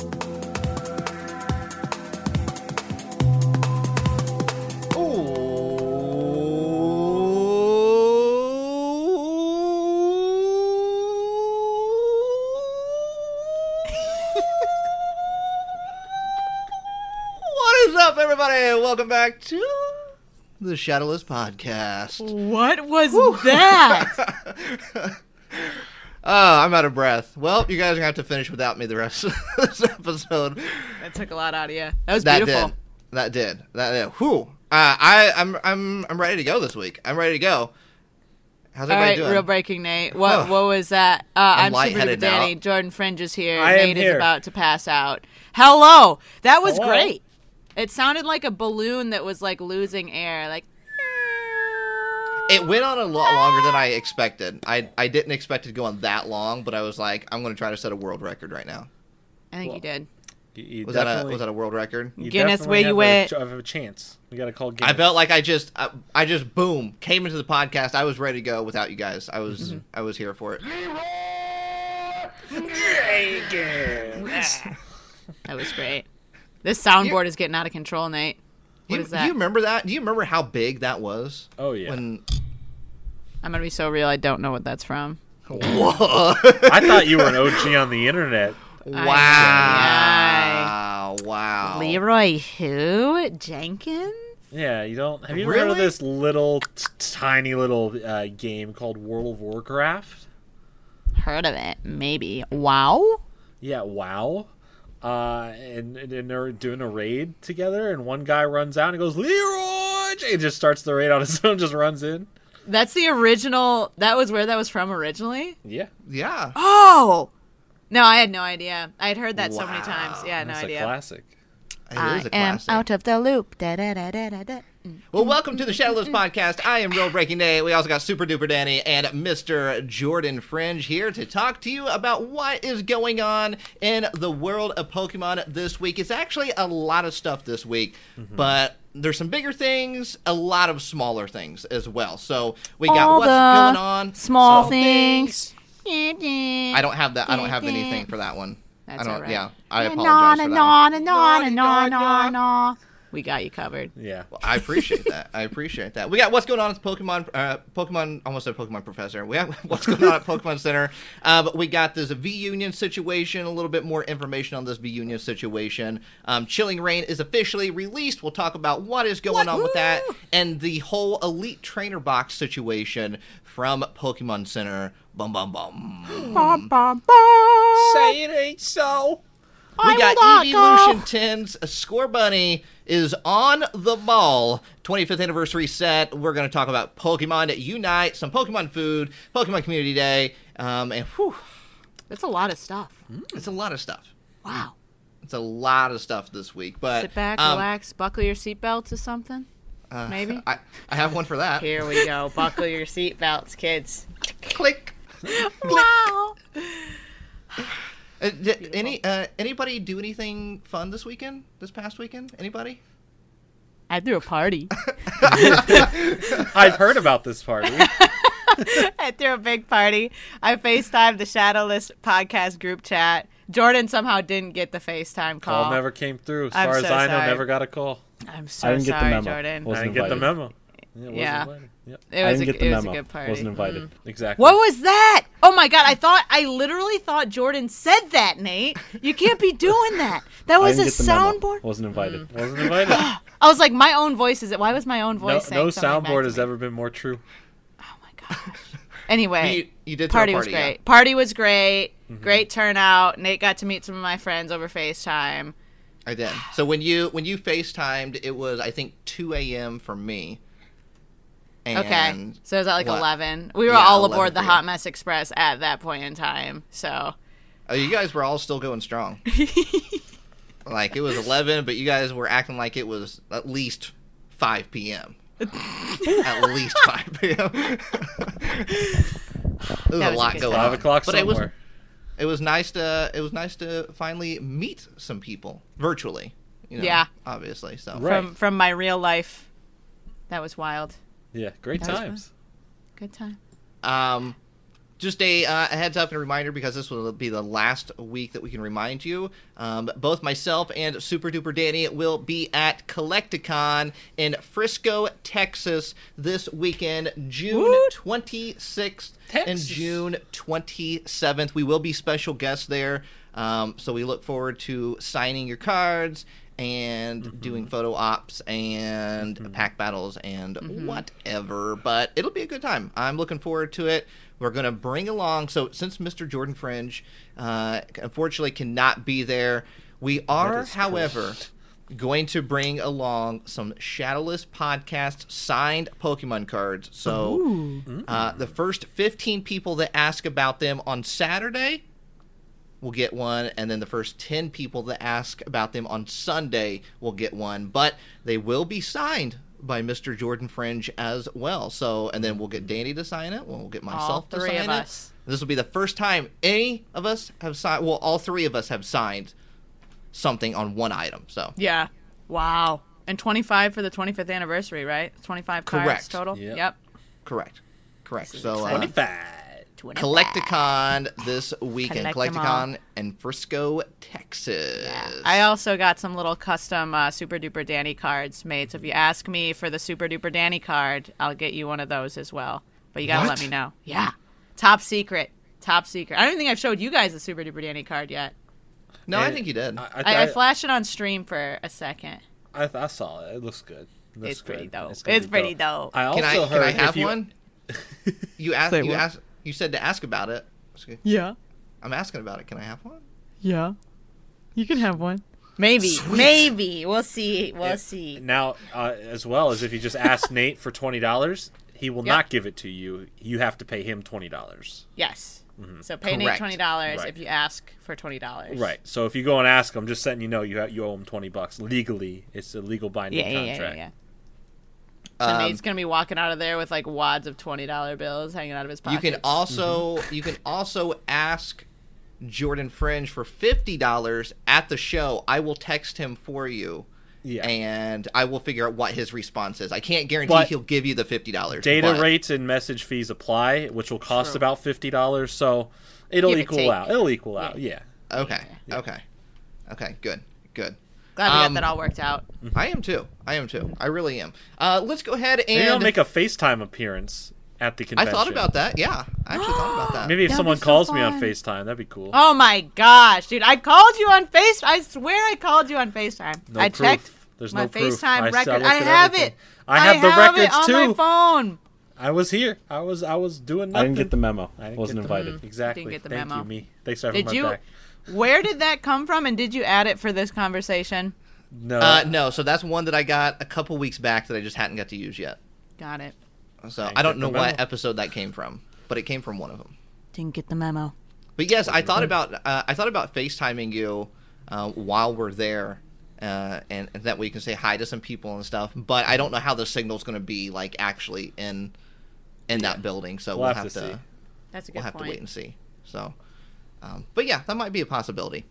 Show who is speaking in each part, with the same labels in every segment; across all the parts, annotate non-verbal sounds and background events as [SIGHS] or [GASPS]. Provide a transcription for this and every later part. Speaker 1: [LAUGHS] everybody? Welcome back to the Shadowless Podcast.
Speaker 2: What was
Speaker 1: [LAUGHS]
Speaker 2: that?
Speaker 1: oh, I'm out of breath. Well, you guys are gonna have to finish without me the rest of [LAUGHS] this episode.
Speaker 2: that took a lot out of you. That was
Speaker 1: That
Speaker 2: beautiful.
Speaker 1: did. That did. That did. Whew. Uh, I, I'm I'm I'm ready to go this week. I'm ready to go. How's
Speaker 2: All
Speaker 1: everybody
Speaker 2: right,
Speaker 1: doing?
Speaker 2: real breaking, Nate. What
Speaker 1: Ugh.
Speaker 2: what was that? Uh, I'm, Super Duper
Speaker 1: lightheaded now.
Speaker 2: Danny. Jordan Fringe is here.
Speaker 3: I am
Speaker 2: Nate is
Speaker 3: here.
Speaker 2: about to pass out. Hello. That was
Speaker 3: Hello.
Speaker 2: great. It sounded like a balloon that was like losing air. Like
Speaker 1: It went on a lot longer than I expected. I I didn't expect it to go on that long, but I was like, I'm gonna try to set a world record right now.
Speaker 2: I think
Speaker 3: Well,
Speaker 2: you
Speaker 3: [LAUGHS]
Speaker 2: did.
Speaker 3: You, you
Speaker 1: Was that a
Speaker 3: definitely-
Speaker 1: was that a world record?
Speaker 3: you
Speaker 2: Guinness,
Speaker 3: definitely
Speaker 2: where you
Speaker 3: have a
Speaker 2: at?
Speaker 3: ch- have a chance. You got to call Guinness.
Speaker 1: I felt like I just I, I just boom came into the podcast. I was ready to go without you guys. I was
Speaker 2: Mm-hmm.
Speaker 1: I was here for it.
Speaker 2: Ah. That was great. This soundboard is getting out of control, Nate. What
Speaker 1: you,
Speaker 2: is that?
Speaker 1: Do you remember that? Do you remember how big that was?
Speaker 3: Oh yeah. [LAUGHS]
Speaker 1: When [LAUGHS]
Speaker 2: I'm gonna be so real. I don't know what that's from.
Speaker 1: whoa
Speaker 3: I thought you were an OG on the internet.
Speaker 1: wow wow
Speaker 2: Leroy who? Jenkins.
Speaker 3: Yeah, you don't. Have you ever heard of
Speaker 1: Really?
Speaker 3: this little, t- tiny little uh, game called World of Warcraft?
Speaker 2: Heard of it? Maybe. Wow.
Speaker 3: Yeah, WoW. Uh, and, and, and they're doing a raid together, and one guy runs out and goes, Leroy! And just starts the raid on his [LAUGHS] own, just runs in.
Speaker 2: That's the original. That was where that was from originally.
Speaker 3: Yeah.
Speaker 1: yeah
Speaker 2: Oh. No, I had no idea. I had heard that so many
Speaker 1: Wow.
Speaker 2: times. Yeah, no
Speaker 3: That's
Speaker 2: idea.
Speaker 3: a classic.
Speaker 1: it is a classic.
Speaker 2: of the loop. Da, da, da, da, da, da.
Speaker 1: well, welcome to the Shadowless Podcast. I am Real Breaking Day. We also got Super Duper Danny and Mr. Jordan Fringe here to talk to you about what is going on in the world of Pokemon this week. It's actually a lot of stuff this week,
Speaker 2: Mm-hmm.
Speaker 1: but there's some bigger things, a lot of smaller things as well. So we got
Speaker 2: All
Speaker 1: what's
Speaker 2: the
Speaker 1: going on,
Speaker 2: small
Speaker 1: I
Speaker 2: I
Speaker 1: don't have that. I don't have anything for that one.
Speaker 2: That's
Speaker 1: I don't.
Speaker 2: all right.
Speaker 1: Yeah, I apologize for that. one.
Speaker 2: We got you covered.
Speaker 3: Yeah.
Speaker 1: I appreciate that. I appreciate that. We got what's going on at Pokemon, uh, Pokemon, almost said Pokemon Professor. We got [LAUGHS] what's going on at Pokemon Center. Uh, but we got this V Union situation. A little bit more information on this V Union situation. Um, Chilling Rain is officially released. We'll talk about what is going on with that and the whole Elite Trainer Box situation from Pokemon Center. Bum bum bum.
Speaker 2: Bum, bum, bum.
Speaker 3: Say it ain't so.
Speaker 1: We
Speaker 2: I
Speaker 1: got E
Speaker 2: will not
Speaker 1: Evolution 10's Score Bunny is on the ball. 25th anniversary set. We're going to talk about Pokemon Unite, some Pokemon food, Pokemon Community Day, um, and whew,
Speaker 2: go. That's a lot of stuff.
Speaker 1: it's a lot of stuff.
Speaker 2: Wow.
Speaker 1: It's a lot of stuff this week. But
Speaker 2: Sit back,
Speaker 1: um,
Speaker 2: relax, buckle your seatbelts or something.
Speaker 1: uh, [LAUGHS]
Speaker 2: maybe?
Speaker 1: I, I have one for that.
Speaker 2: Here we go. buckle your seatbelts, kids.
Speaker 1: Click.
Speaker 2: Wow.
Speaker 1: Uh, did any uh, anybody do anything fun this weekend? This past weekend? Anybody?
Speaker 2: I threw a party.
Speaker 3: I've heard about this party.
Speaker 2: [LAUGHS] I threw a big party. I FaceTimed the Shadowless podcast group chat. Jordan somehow didn't get the FaceTime call.
Speaker 3: Call never came through. As
Speaker 2: I'm
Speaker 3: far as
Speaker 2: so
Speaker 3: I know,
Speaker 2: sorry.
Speaker 3: never got a call.
Speaker 2: I'm so
Speaker 4: I didn't get the
Speaker 2: sorry,
Speaker 4: memo.
Speaker 2: Jordan.
Speaker 4: Wasn't
Speaker 3: I didn't get the
Speaker 4: invited.
Speaker 3: memo. Yeah, it
Speaker 2: Yeah.
Speaker 3: wasn't invited. Yep.
Speaker 2: it
Speaker 4: I
Speaker 2: was,
Speaker 4: didn't
Speaker 2: a,
Speaker 4: get the
Speaker 2: it was a
Speaker 4: memo.
Speaker 2: good party. Mm.
Speaker 4: Wasn't invited.
Speaker 3: Exactly.
Speaker 2: What was that? Oh my god! I thought I literally thought Jordan said that, Nate. You can't be doing
Speaker 4: [LAUGHS]
Speaker 2: that. That
Speaker 4: I
Speaker 2: was a
Speaker 4: didn't get the memo.
Speaker 2: soundboard.
Speaker 4: Wasn't invited.
Speaker 2: Mm.
Speaker 3: Wasn't
Speaker 2: [GASPS]
Speaker 3: invited.
Speaker 2: I was like, my own voice is it? Why was my own
Speaker 3: no
Speaker 2: voice? saying
Speaker 3: no
Speaker 2: something back
Speaker 3: soundboard
Speaker 2: to
Speaker 3: has
Speaker 2: me?
Speaker 3: ever been more true.
Speaker 2: Oh my gosh. Anyway,
Speaker 1: You, you did throw a
Speaker 2: party, was
Speaker 1: yeah.
Speaker 2: great. Party was great.
Speaker 4: Mm-hmm.
Speaker 2: Great turnout. Nate got to meet some of my friends over FaceTime.
Speaker 1: I did. So when you when you FaceTimed, it was I think two a.m. for me.
Speaker 2: Okay.
Speaker 1: And
Speaker 2: So it was at like
Speaker 1: what?
Speaker 2: 11. We were
Speaker 1: Yeah,
Speaker 2: all
Speaker 1: 11
Speaker 2: aboard the
Speaker 1: for you.
Speaker 2: Hot Mess Express at that point in time. So
Speaker 1: Oh, you guys were all still going
Speaker 2: [LAUGHS]
Speaker 1: strong. like it was eleven, but you guys were acting like it was at least five
Speaker 2: [LAUGHS]
Speaker 1: p.m. at least five [LAUGHS] p.m. There's
Speaker 2: That
Speaker 1: a
Speaker 2: was a
Speaker 1: lot
Speaker 2: good
Speaker 1: going
Speaker 2: time.
Speaker 3: Five
Speaker 1: on.
Speaker 3: o'clock
Speaker 1: but
Speaker 3: somewhere.
Speaker 1: it was it was nice to it was nice to finally meet some people virtually. You know,
Speaker 2: Yeah.
Speaker 1: Obviously. So
Speaker 3: Right.
Speaker 2: from from my real life, that was wild.
Speaker 3: yeah, great
Speaker 2: That was
Speaker 3: times.
Speaker 2: Good time.
Speaker 1: Um, just a, uh, a heads up and reminder because this will be the last week that we can remind you. Um, both myself and Super Duper Danny will be at Collecticon in Frisco, Texas this weekend, June
Speaker 2: Woot.
Speaker 1: 26th and
Speaker 3: Texas.
Speaker 1: June 27th. We will be special guests there. Um, so we look forward to signing your cards and
Speaker 3: Mm-hmm.
Speaker 1: doing photo ops and pack battles and
Speaker 3: Mm-hmm.
Speaker 1: whatever. But it'll be a good time. I'm looking forward to it. We're going to bring along. So since Mr. Jordan Fringe uh, unfortunately cannot be there, we are,
Speaker 3: is cool.
Speaker 1: however, going to bring along some Shadowless podcast signed Pokemon cards. So uh, the first 15 people that ask about them on Saturday will get one, and then the first 10 people that ask about them on Sunday will get one. But they will be signed by Mr. Jordan Fringe as well. So, and then we'll get Danny to sign it. We'll get myself to
Speaker 2: three
Speaker 1: sign
Speaker 2: of
Speaker 1: it.
Speaker 2: us.
Speaker 1: This will be the first time any of us have signed. Well, all three of us have signed something on one item. So,
Speaker 2: Yeah. Wow. And 25 for the 25th anniversary, right? 25 cards
Speaker 1: Correct.
Speaker 2: total.
Speaker 3: Yep.
Speaker 1: correct, correct. So, uh,
Speaker 2: exciting.
Speaker 3: Twenty-five.
Speaker 2: Yep.
Speaker 1: Collecticon this
Speaker 3: [LAUGHS]
Speaker 1: weekend.
Speaker 2: Collect 'em all.
Speaker 1: Collecticon in Frisco, Texas.
Speaker 2: I also got some little custom uh, Super Duper Danny cards made. So if you ask me for the Super Duper Danny card, I'll get you one of those as well. But you gotta
Speaker 1: What?
Speaker 2: let me know. Yeah. Top secret. Top secret. I don't think I've showed you guys the Super Duper Danny card yet.
Speaker 1: no, I
Speaker 3: And
Speaker 1: think you did.
Speaker 3: I,
Speaker 2: I, I
Speaker 3: I,
Speaker 2: flashed it on stream for a second.
Speaker 3: I, I saw it. It looks good. It looks
Speaker 2: It's pretty
Speaker 3: good.
Speaker 2: dope.
Speaker 3: gonna
Speaker 2: It's
Speaker 3: be
Speaker 2: pretty dope.
Speaker 3: I also
Speaker 1: can I,
Speaker 3: heard
Speaker 1: can I
Speaker 3: if
Speaker 1: have
Speaker 3: you- [LAUGHS]
Speaker 1: one? You asked.
Speaker 2: Say
Speaker 1: You
Speaker 2: what?
Speaker 1: asked. You said to ask about it. Okay.
Speaker 2: Yeah.
Speaker 1: I'm asking about it. Can I have one?
Speaker 2: Yeah. You can have one. Maybe. Maybe. We'll see. We'll see.
Speaker 3: Now, uh, as well as if you
Speaker 2: [LAUGHS]
Speaker 3: just ask Nate for twenty dollars, he will
Speaker 2: Yeah.
Speaker 3: not give it to you. You have to pay him twenty dollars.
Speaker 2: Yes. So pay Nate
Speaker 1: Correct.
Speaker 2: twenty dollars
Speaker 3: Right.
Speaker 2: if you ask for twenty dollars.
Speaker 3: Mm-hmm. Right. So if you go and ask him, just letting you know you ha- you owe him twenty bucks legally. It's a legal binding
Speaker 2: Yeah, yeah, yeah, yeah,
Speaker 3: contract.
Speaker 2: yeah. Um, So
Speaker 1: Um,
Speaker 2: Nate's gonna be walking out of there with like wads of twenty dollar bills hanging out of his
Speaker 1: You
Speaker 2: pocket.
Speaker 1: can also
Speaker 3: Mm-hmm.
Speaker 1: you can also ask Jordan Fringe for fifty dollars at the show. I will text him for you.
Speaker 3: Yeah.
Speaker 1: And I will figure out what his response is. I can't guarantee
Speaker 3: But-
Speaker 1: he'll give you the fifty dollars.
Speaker 3: Data rates and message fees apply, which will cost
Speaker 2: True.
Speaker 3: about fifty dollars. So it'll
Speaker 2: Give or
Speaker 3: equal
Speaker 2: take.
Speaker 3: out. It'll equal out. Yeah.
Speaker 1: Okay. Okay. Okay. Good. Good.
Speaker 2: Glad we
Speaker 1: um,
Speaker 2: got that all worked out.
Speaker 3: Mm-hmm.
Speaker 1: I am too. I am too. I really am. Uh, let's go ahead
Speaker 3: Maybe I'll
Speaker 1: and
Speaker 3: make a FaceTime appearance at the
Speaker 1: I
Speaker 3: convention.
Speaker 1: thought about that. Yeah, I actually thought about that.
Speaker 3: [GASPS] Maybe if
Speaker 2: That would be
Speaker 3: someone
Speaker 2: so
Speaker 3: calls me on
Speaker 2: fun.
Speaker 3: FaceTime, that'd be cool.
Speaker 2: Oh my gosh, dude! I called you on Face. I swear I called you on Facetime.
Speaker 3: No
Speaker 2: I
Speaker 3: proof.
Speaker 2: checked
Speaker 3: There's
Speaker 2: my
Speaker 3: no proof.
Speaker 2: Facetime
Speaker 3: I
Speaker 2: record.
Speaker 3: looked
Speaker 2: I
Speaker 3: at
Speaker 2: have
Speaker 3: everything.
Speaker 2: it.
Speaker 3: I have the
Speaker 2: have it
Speaker 3: records
Speaker 2: on
Speaker 3: too.
Speaker 2: my phone.
Speaker 3: I was here. I was I was doing
Speaker 4: I
Speaker 3: nothing.
Speaker 4: didn't get the memo.
Speaker 3: I
Speaker 4: I
Speaker 3: didn't
Speaker 4: wasn't
Speaker 3: get the-
Speaker 4: invited.
Speaker 3: Exactly.
Speaker 2: Mm-hmm. Didn't get the
Speaker 3: Thank
Speaker 2: memo.
Speaker 3: you, me. Thanhanks for having
Speaker 2: Did
Speaker 3: my
Speaker 2: you?
Speaker 3: back.
Speaker 2: Where did that come from? And did you add it for this conversation?
Speaker 3: No.
Speaker 1: Uh, no, so that's one that I got a couple weeks back that I just hadn't got to use yet.
Speaker 2: Got it.
Speaker 1: So
Speaker 3: Didn't
Speaker 1: I don't
Speaker 3: get
Speaker 1: know
Speaker 3: the
Speaker 1: what
Speaker 3: memo.
Speaker 1: episode that came from, but it came from one of them.
Speaker 2: Didn't get the memo.
Speaker 1: But yes, I thought about uh, I thought about FaceTiming you uh, while we're there, uh, and, and that way you can say hi to some people and stuff. But I don't know how the signal's going to be like actually in in that building, so we'll, have, to,
Speaker 3: see.
Speaker 2: That's a good
Speaker 1: we'll have
Speaker 2: point.
Speaker 1: to wait and see. So, um, but yeah, that might be a possibility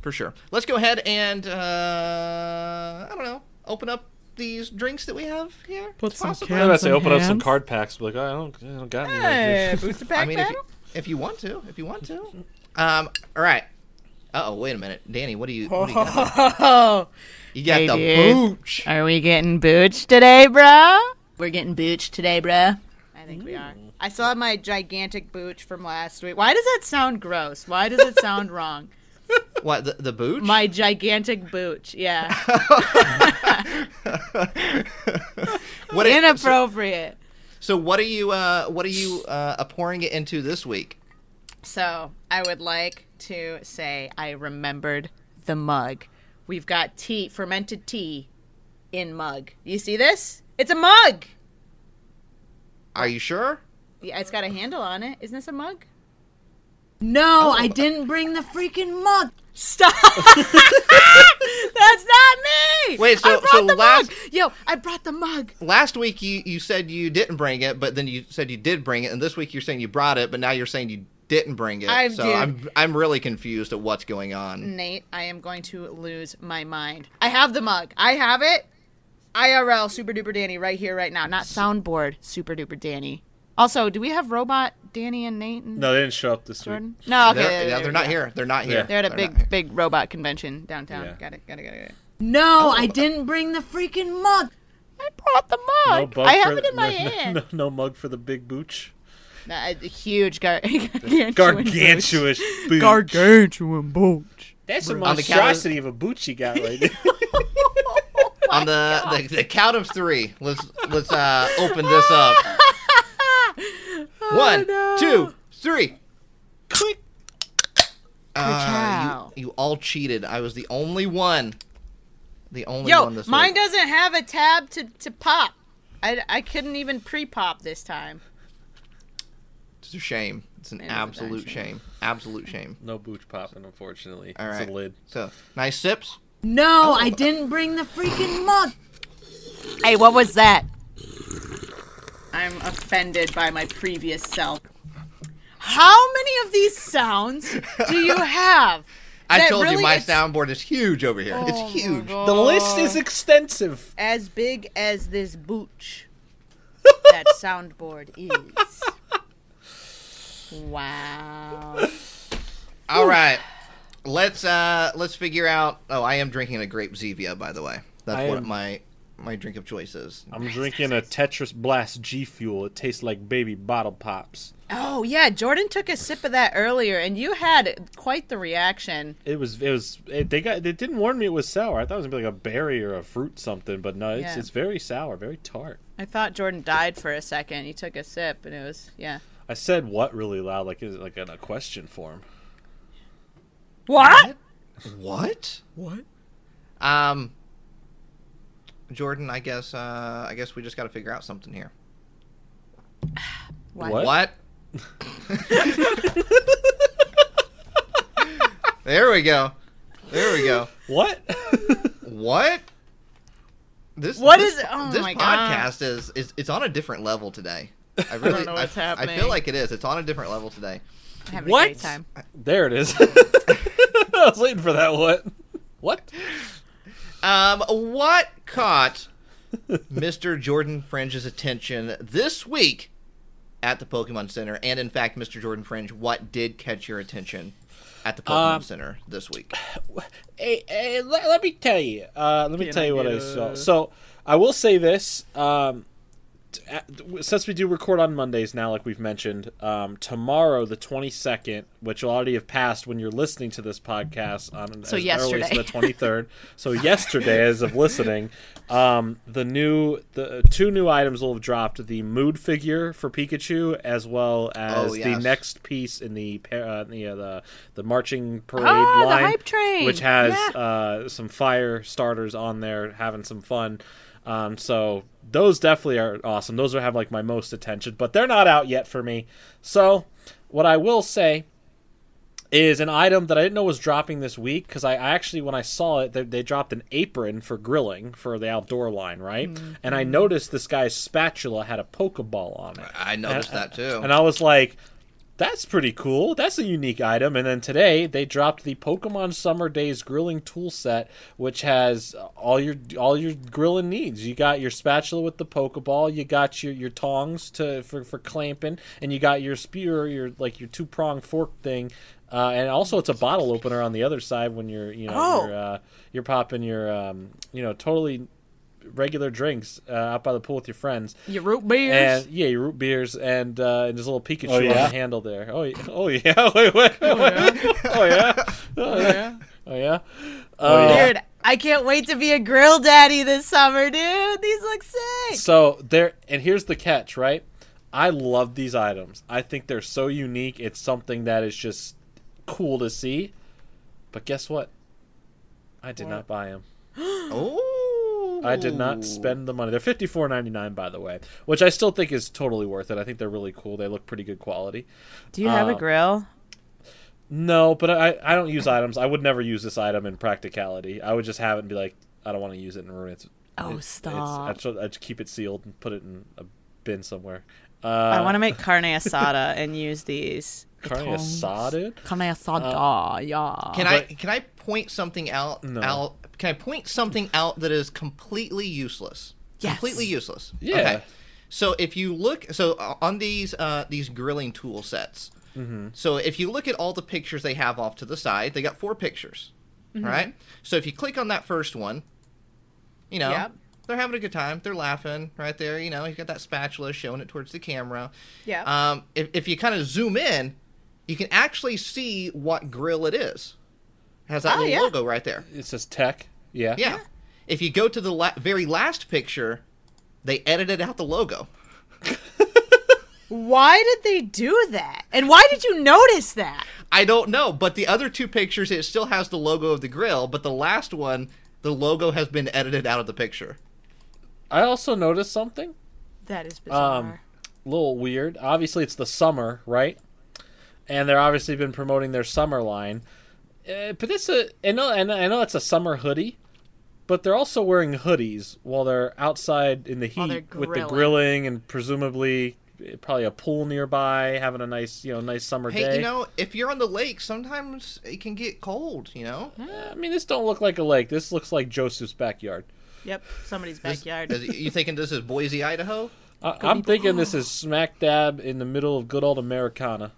Speaker 1: for sure. Let's go ahead and uh, I don't know, open up these drinks that we have here.
Speaker 5: Put
Speaker 1: It's
Speaker 5: some
Speaker 1: possible.
Speaker 4: I was about to say,
Speaker 5: Hands
Speaker 4: open up some
Speaker 5: and
Speaker 4: card packs. Be like, oh, I don't, I don't got any.
Speaker 2: Hey, booster
Speaker 1: [LAUGHS]
Speaker 2: pack
Speaker 1: I mean, if you,
Speaker 2: battle?
Speaker 1: if you want to, if you want to.
Speaker 5: [LAUGHS]
Speaker 1: Um, all right. Uh oh, wait a minute, Danny. What do you? What do you
Speaker 2: [LAUGHS]
Speaker 1: got?
Speaker 2: Oh,
Speaker 1: You [LAUGHS] got
Speaker 2: Hey,
Speaker 1: the
Speaker 2: dude.
Speaker 1: booch.
Speaker 2: Are we getting booched today, bro? We're getting booched today, bro. I think we are. I still have my gigantic booch from last week. Why does that sound gross? Why does it sound [LAUGHS] wrong?
Speaker 1: What the the booch?
Speaker 2: My gigantic booch. Yeah.
Speaker 1: [LAUGHS] what are- so,
Speaker 2: Inappropriate.
Speaker 1: so what are you? Uh, what are you uh, pouring it into this week?
Speaker 2: So I would like to say I remembered the mug. We've got tea, fermented tea in mug. You see this? It's a mug.
Speaker 1: Are you sure?
Speaker 2: Yeah, it's got a handle on it. Isn't this a mug?
Speaker 1: Oh.
Speaker 2: No, I didn't bring the freaking mug. Stop! [LAUGHS] That's not me.
Speaker 1: Wait, so-
Speaker 2: I brought
Speaker 1: so
Speaker 2: the
Speaker 1: last-
Speaker 2: mug. Yo, I brought the mug.
Speaker 1: Last week you you said you didn't bring it, but then you said you did bring it, and this week you're saying you brought it, but now you're saying you didn't bring it.
Speaker 2: I
Speaker 1: so
Speaker 2: did. Mm.
Speaker 1: I'm I'm really confused at what's going on.
Speaker 2: Nate, I am going to lose my mind. I have the mug. I have it. IRL Super Duper Danny right here, right now. Not soundboard Super Duper Danny. Also, do we have robot Danny and Nate and
Speaker 3: No, they didn't show up this
Speaker 2: Jordan?
Speaker 3: week.
Speaker 2: No, okay,
Speaker 1: They're,
Speaker 2: there-
Speaker 1: yeah,
Speaker 2: there
Speaker 1: they're
Speaker 2: we
Speaker 1: not
Speaker 2: go.
Speaker 1: here. They're not here.
Speaker 3: Yeah.
Speaker 2: They're at a
Speaker 1: not
Speaker 2: [LAUGHS]
Speaker 1: here.
Speaker 2: big, big robot convention downtown.
Speaker 3: Yeah.
Speaker 2: Got it, got it, got it, got it. No, I didn't bring the freaking mug. I brought the mug. I have
Speaker 3: for
Speaker 2: it in
Speaker 3: the-
Speaker 2: my
Speaker 3: [LAUGHS] no, no-
Speaker 2: hand.
Speaker 3: No, no mug for the big
Speaker 2: [LAUGHS]
Speaker 3: booch.
Speaker 2: Nah, it's a huge gar- [LAUGHS] gargantuan.
Speaker 3: Gargantuous booch.
Speaker 5: Gargantuan booch.
Speaker 3: That's a
Speaker 1: On the calendar-
Speaker 3: monstrosity of a boot you got right there.
Speaker 1: on the, the
Speaker 2: [LAUGHS]
Speaker 1: the count of three. Let's let's uh, open this up. One,
Speaker 2: Oh, no.
Speaker 1: two, three.
Speaker 3: Click.
Speaker 1: Uh,
Speaker 2: cow.
Speaker 1: you, you all cheated. I was the only one. The only
Speaker 2: Yo,
Speaker 1: one this
Speaker 2: mine
Speaker 1: week.
Speaker 2: doesn't have a tab to, to pop. I, I couldn't even pre pop this time.
Speaker 1: It's a shame. It's an
Speaker 2: It is a darn
Speaker 1: absolute
Speaker 2: shame.
Speaker 1: shame. Absolute shame.
Speaker 3: [LAUGHS] No boot popping, unfortunately.
Speaker 1: All right.
Speaker 3: It's a lid.
Speaker 1: So nice sips.
Speaker 2: No, I didn't bring the freaking mug. Hey, what was that? I'm offended by my previous self. How many of these sounds do you
Speaker 1: [LAUGHS]
Speaker 2: have?
Speaker 1: I
Speaker 2: That
Speaker 1: told you
Speaker 2: really
Speaker 1: my
Speaker 2: is-
Speaker 1: soundboard is huge over here.
Speaker 2: Oh my
Speaker 1: it's huge.
Speaker 2: God.
Speaker 3: The list is extensive.
Speaker 2: as big as this booch that soundboard is. Wow.
Speaker 1: All right. Let's uh let's figure out. Oh, I am drinking a grape Zevia, by the way. That's
Speaker 3: I
Speaker 1: what
Speaker 3: am-
Speaker 1: my my drink of choice is.
Speaker 3: I'm drinking a Tetris Blast G Fuel. It tastes like baby bottle pops.
Speaker 2: Oh yeah, Jordan took a sip of that earlier and you had quite the reaction.
Speaker 3: It was it was it, they got they didn't warn me it was sour. I thought it was gonna be like a berry or a fruit something, but no, it's
Speaker 2: Yeah.
Speaker 3: it's very sour, very tart.
Speaker 2: I thought Jordan died for a second. He took a sip and it was yeah.
Speaker 3: I said what really loud, like is it like in a question form.
Speaker 2: What?
Speaker 1: What?
Speaker 3: What?
Speaker 1: Um Jordan, I guess uh I guess we just got to figure out something here.
Speaker 3: What?
Speaker 2: [LAUGHS]
Speaker 1: What? there we go. There we go.
Speaker 3: What? [LAUGHS]
Speaker 1: What? This
Speaker 2: What
Speaker 1: this,
Speaker 2: is- oh
Speaker 1: this
Speaker 2: my God.
Speaker 1: podcast is is it's on a different level today. I really
Speaker 2: know what's
Speaker 1: I feel
Speaker 2: happening.
Speaker 1: like it is. It's on a different level today.
Speaker 2: Have
Speaker 3: What?
Speaker 2: a great time.
Speaker 3: there it is. [LAUGHS] I was waiting for that. What? What?
Speaker 1: Um, what caught Mr. Jordan Fringe's attention this week at the Pokemon Center? And in fact, Mr. Jordan Fringe, what did catch your attention at the Pokemon
Speaker 3: Um,
Speaker 1: Center this week?
Speaker 3: hey, hey, let, let me tell you. Uh, let me
Speaker 2: Can
Speaker 3: tell
Speaker 2: I
Speaker 3: you what I
Speaker 2: get
Speaker 3: saw.
Speaker 2: a-
Speaker 3: So I will say this. Um, t- at- w- since we do record on Mondays now, like we've mentioned, um, tomorrow the twenty second, which will already have passed when you're listening to this podcast on
Speaker 2: So
Speaker 3: as early as
Speaker 2: yesterday.
Speaker 3: the twenty
Speaker 2: [LAUGHS]
Speaker 3: third. so yesterday, as of listening, um, the new the two new items will have dropped: the mood figure for Pikachu, as well
Speaker 2: Oh,
Speaker 3: as the
Speaker 1: yes.
Speaker 3: next piece in the pa- uh, the, uh, the the marching parade
Speaker 2: Oh, the
Speaker 3: line,
Speaker 2: hype train.
Speaker 3: which has
Speaker 2: Yeah.
Speaker 3: uh, some fire starters on there, having some fun. Um, so those definitely are awesome. Those are have like my most attention, but they're not out yet for me. So what I will say is an item that I didn't know was dropping this week because I, I actually when I saw it they, they dropped an apron for grilling for the outdoor line right
Speaker 2: Mm-hmm.
Speaker 3: and I noticed this guy's spatula had a pokeball on it
Speaker 1: I noticed that too.
Speaker 3: and I was like, that's pretty cool. That's a unique item. And then today they dropped the Pokemon Summer Days grilling tool set, which has all your all your grilling needs. You got your spatula with the Pokeball, you got your, your tongs to for, for clamping, and you got your spear, your like your two prong fork thing. Uh, and also, it's a bottle opener on the other side when you're, you know,
Speaker 2: Oh.
Speaker 3: you're, uh, you're popping your, um, you know, totally regular drinks uh, out by the pool with your friends.
Speaker 2: Your root beers.
Speaker 3: And yeah, your root beers and uh, and there's a little Pikachu
Speaker 4: Oh, yeah?
Speaker 3: on the handle there. Oh yeah, oh yeah, [LAUGHS] wait, wait, oh yeah, [LAUGHS] oh yeah, oh yeah. Uh,
Speaker 2: Dude, I can't wait to be a grill daddy this summer, dude. These look sick.
Speaker 3: So there, and here's the catch, right? I love these items. I think they're so unique. It's something that is just cool to see. But guess what? I did not buy them.
Speaker 1: oh,
Speaker 3: I did not spend the money. They're fifty four ninety nine, by the way, which I still think is totally worth it. I think they're really cool. They look pretty good quality.
Speaker 2: Do you have
Speaker 3: uh,
Speaker 2: a grill?
Speaker 3: No, but I, I don't use items. I would never use this item in practicality. I would just have it and be like, I don't want to use it and ruin it.
Speaker 2: Oh,
Speaker 3: It's-
Speaker 2: stop.
Speaker 3: It's, I just, I just keep it sealed and put it in a bin somewhere. Uh,
Speaker 2: I want to make carne asada and use these.
Speaker 3: carne
Speaker 2: tongs.
Speaker 3: asada.
Speaker 2: Carne asada, yeah.
Speaker 1: Can I can I point something out?
Speaker 3: No.
Speaker 1: Out? Can I point something out that is completely useless?
Speaker 2: Yes.
Speaker 1: Completely useless.
Speaker 3: Yeah.
Speaker 1: So if you look, so uh, on these uh, these grilling tool sets.
Speaker 3: Mm-hmm.
Speaker 1: So if you look at all the pictures they have off to the side, they got four pictures,
Speaker 2: Mm-hmm.
Speaker 1: right? So if you click on that first one, you know
Speaker 2: Yep.
Speaker 1: they're having a good time. They're laughing right there. You know he's got that spatula showing it towards the camera.
Speaker 2: Yeah.
Speaker 1: Um, if if you kind of zoom in, you can actually see what grill it is. Has that
Speaker 2: Oh,
Speaker 1: little
Speaker 2: yeah.
Speaker 1: logo right there.
Speaker 3: It says tech. Yeah.
Speaker 1: Yeah. If you go to the la- very last picture, they edited out the logo.
Speaker 2: Why did they do that? And why did you notice that?
Speaker 1: I don't know, but the other two pictures, it still has the logo of the grill, but the last one, the logo has been edited out of the picture.
Speaker 3: I also noticed something
Speaker 2: That
Speaker 3: Um,
Speaker 2: is bizarre.
Speaker 3: a little weird. Obviously, it's the summer, right? And they're obviously been promoting their summer line. Uh, but this, uh, I know, I know, I know it's a summer hoodie, but they're also wearing hoodies while they're outside in the
Speaker 2: While they're
Speaker 3: heat with the
Speaker 2: grilling.
Speaker 3: grilling and presumably eh, probably a pool nearby, having a nice, you know, nice summer
Speaker 1: Hey,
Speaker 3: day.
Speaker 1: you know, if you're on the lake, sometimes it can get cold, you know?
Speaker 3: Eh, I mean, this don't look like a lake. This looks like Joseph's backyard.
Speaker 2: yep, somebody's
Speaker 1: Is-
Speaker 2: backyard.
Speaker 1: you thinking this is Boise, Idaho?
Speaker 3: I, I'm thinking this is smack dab in the middle of good old Americana.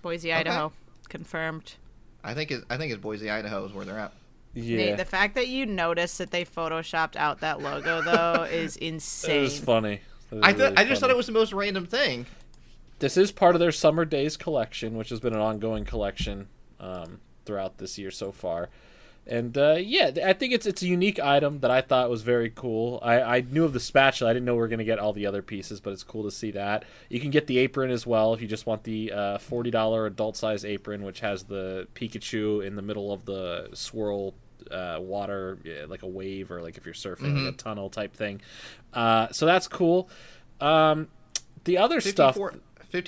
Speaker 2: Boise, Idaho. Confirmed.
Speaker 1: I think it's, I think it's Boise, Idaho is where they're at.
Speaker 3: Yeah,
Speaker 2: Nate, the fact that you noticed that they photoshopped out that logo though
Speaker 3: [LAUGHS]
Speaker 2: is
Speaker 3: it
Speaker 2: insane.
Speaker 3: was funny. It was
Speaker 1: I, th-
Speaker 3: really
Speaker 1: I just
Speaker 3: funny.
Speaker 1: thought it was the most random thing.
Speaker 3: this is part of their summer days collection, which has been an ongoing collection um, throughout this year so far. And uh, yeah, th- I think it's it's a unique item that I thought was very cool. I, I knew of the spatula. I didn't know we were gonna get all the other pieces, but it's cool to see that. You can get the apron as well if you just want the uh, forty dollar adult size apron, which has the Pikachu in the middle of the swirl uh, water, yeah, like a wave or like if you're surfing like a tunnel type thing. Uh, so that's cool. Um, the other stuff,
Speaker 1: 54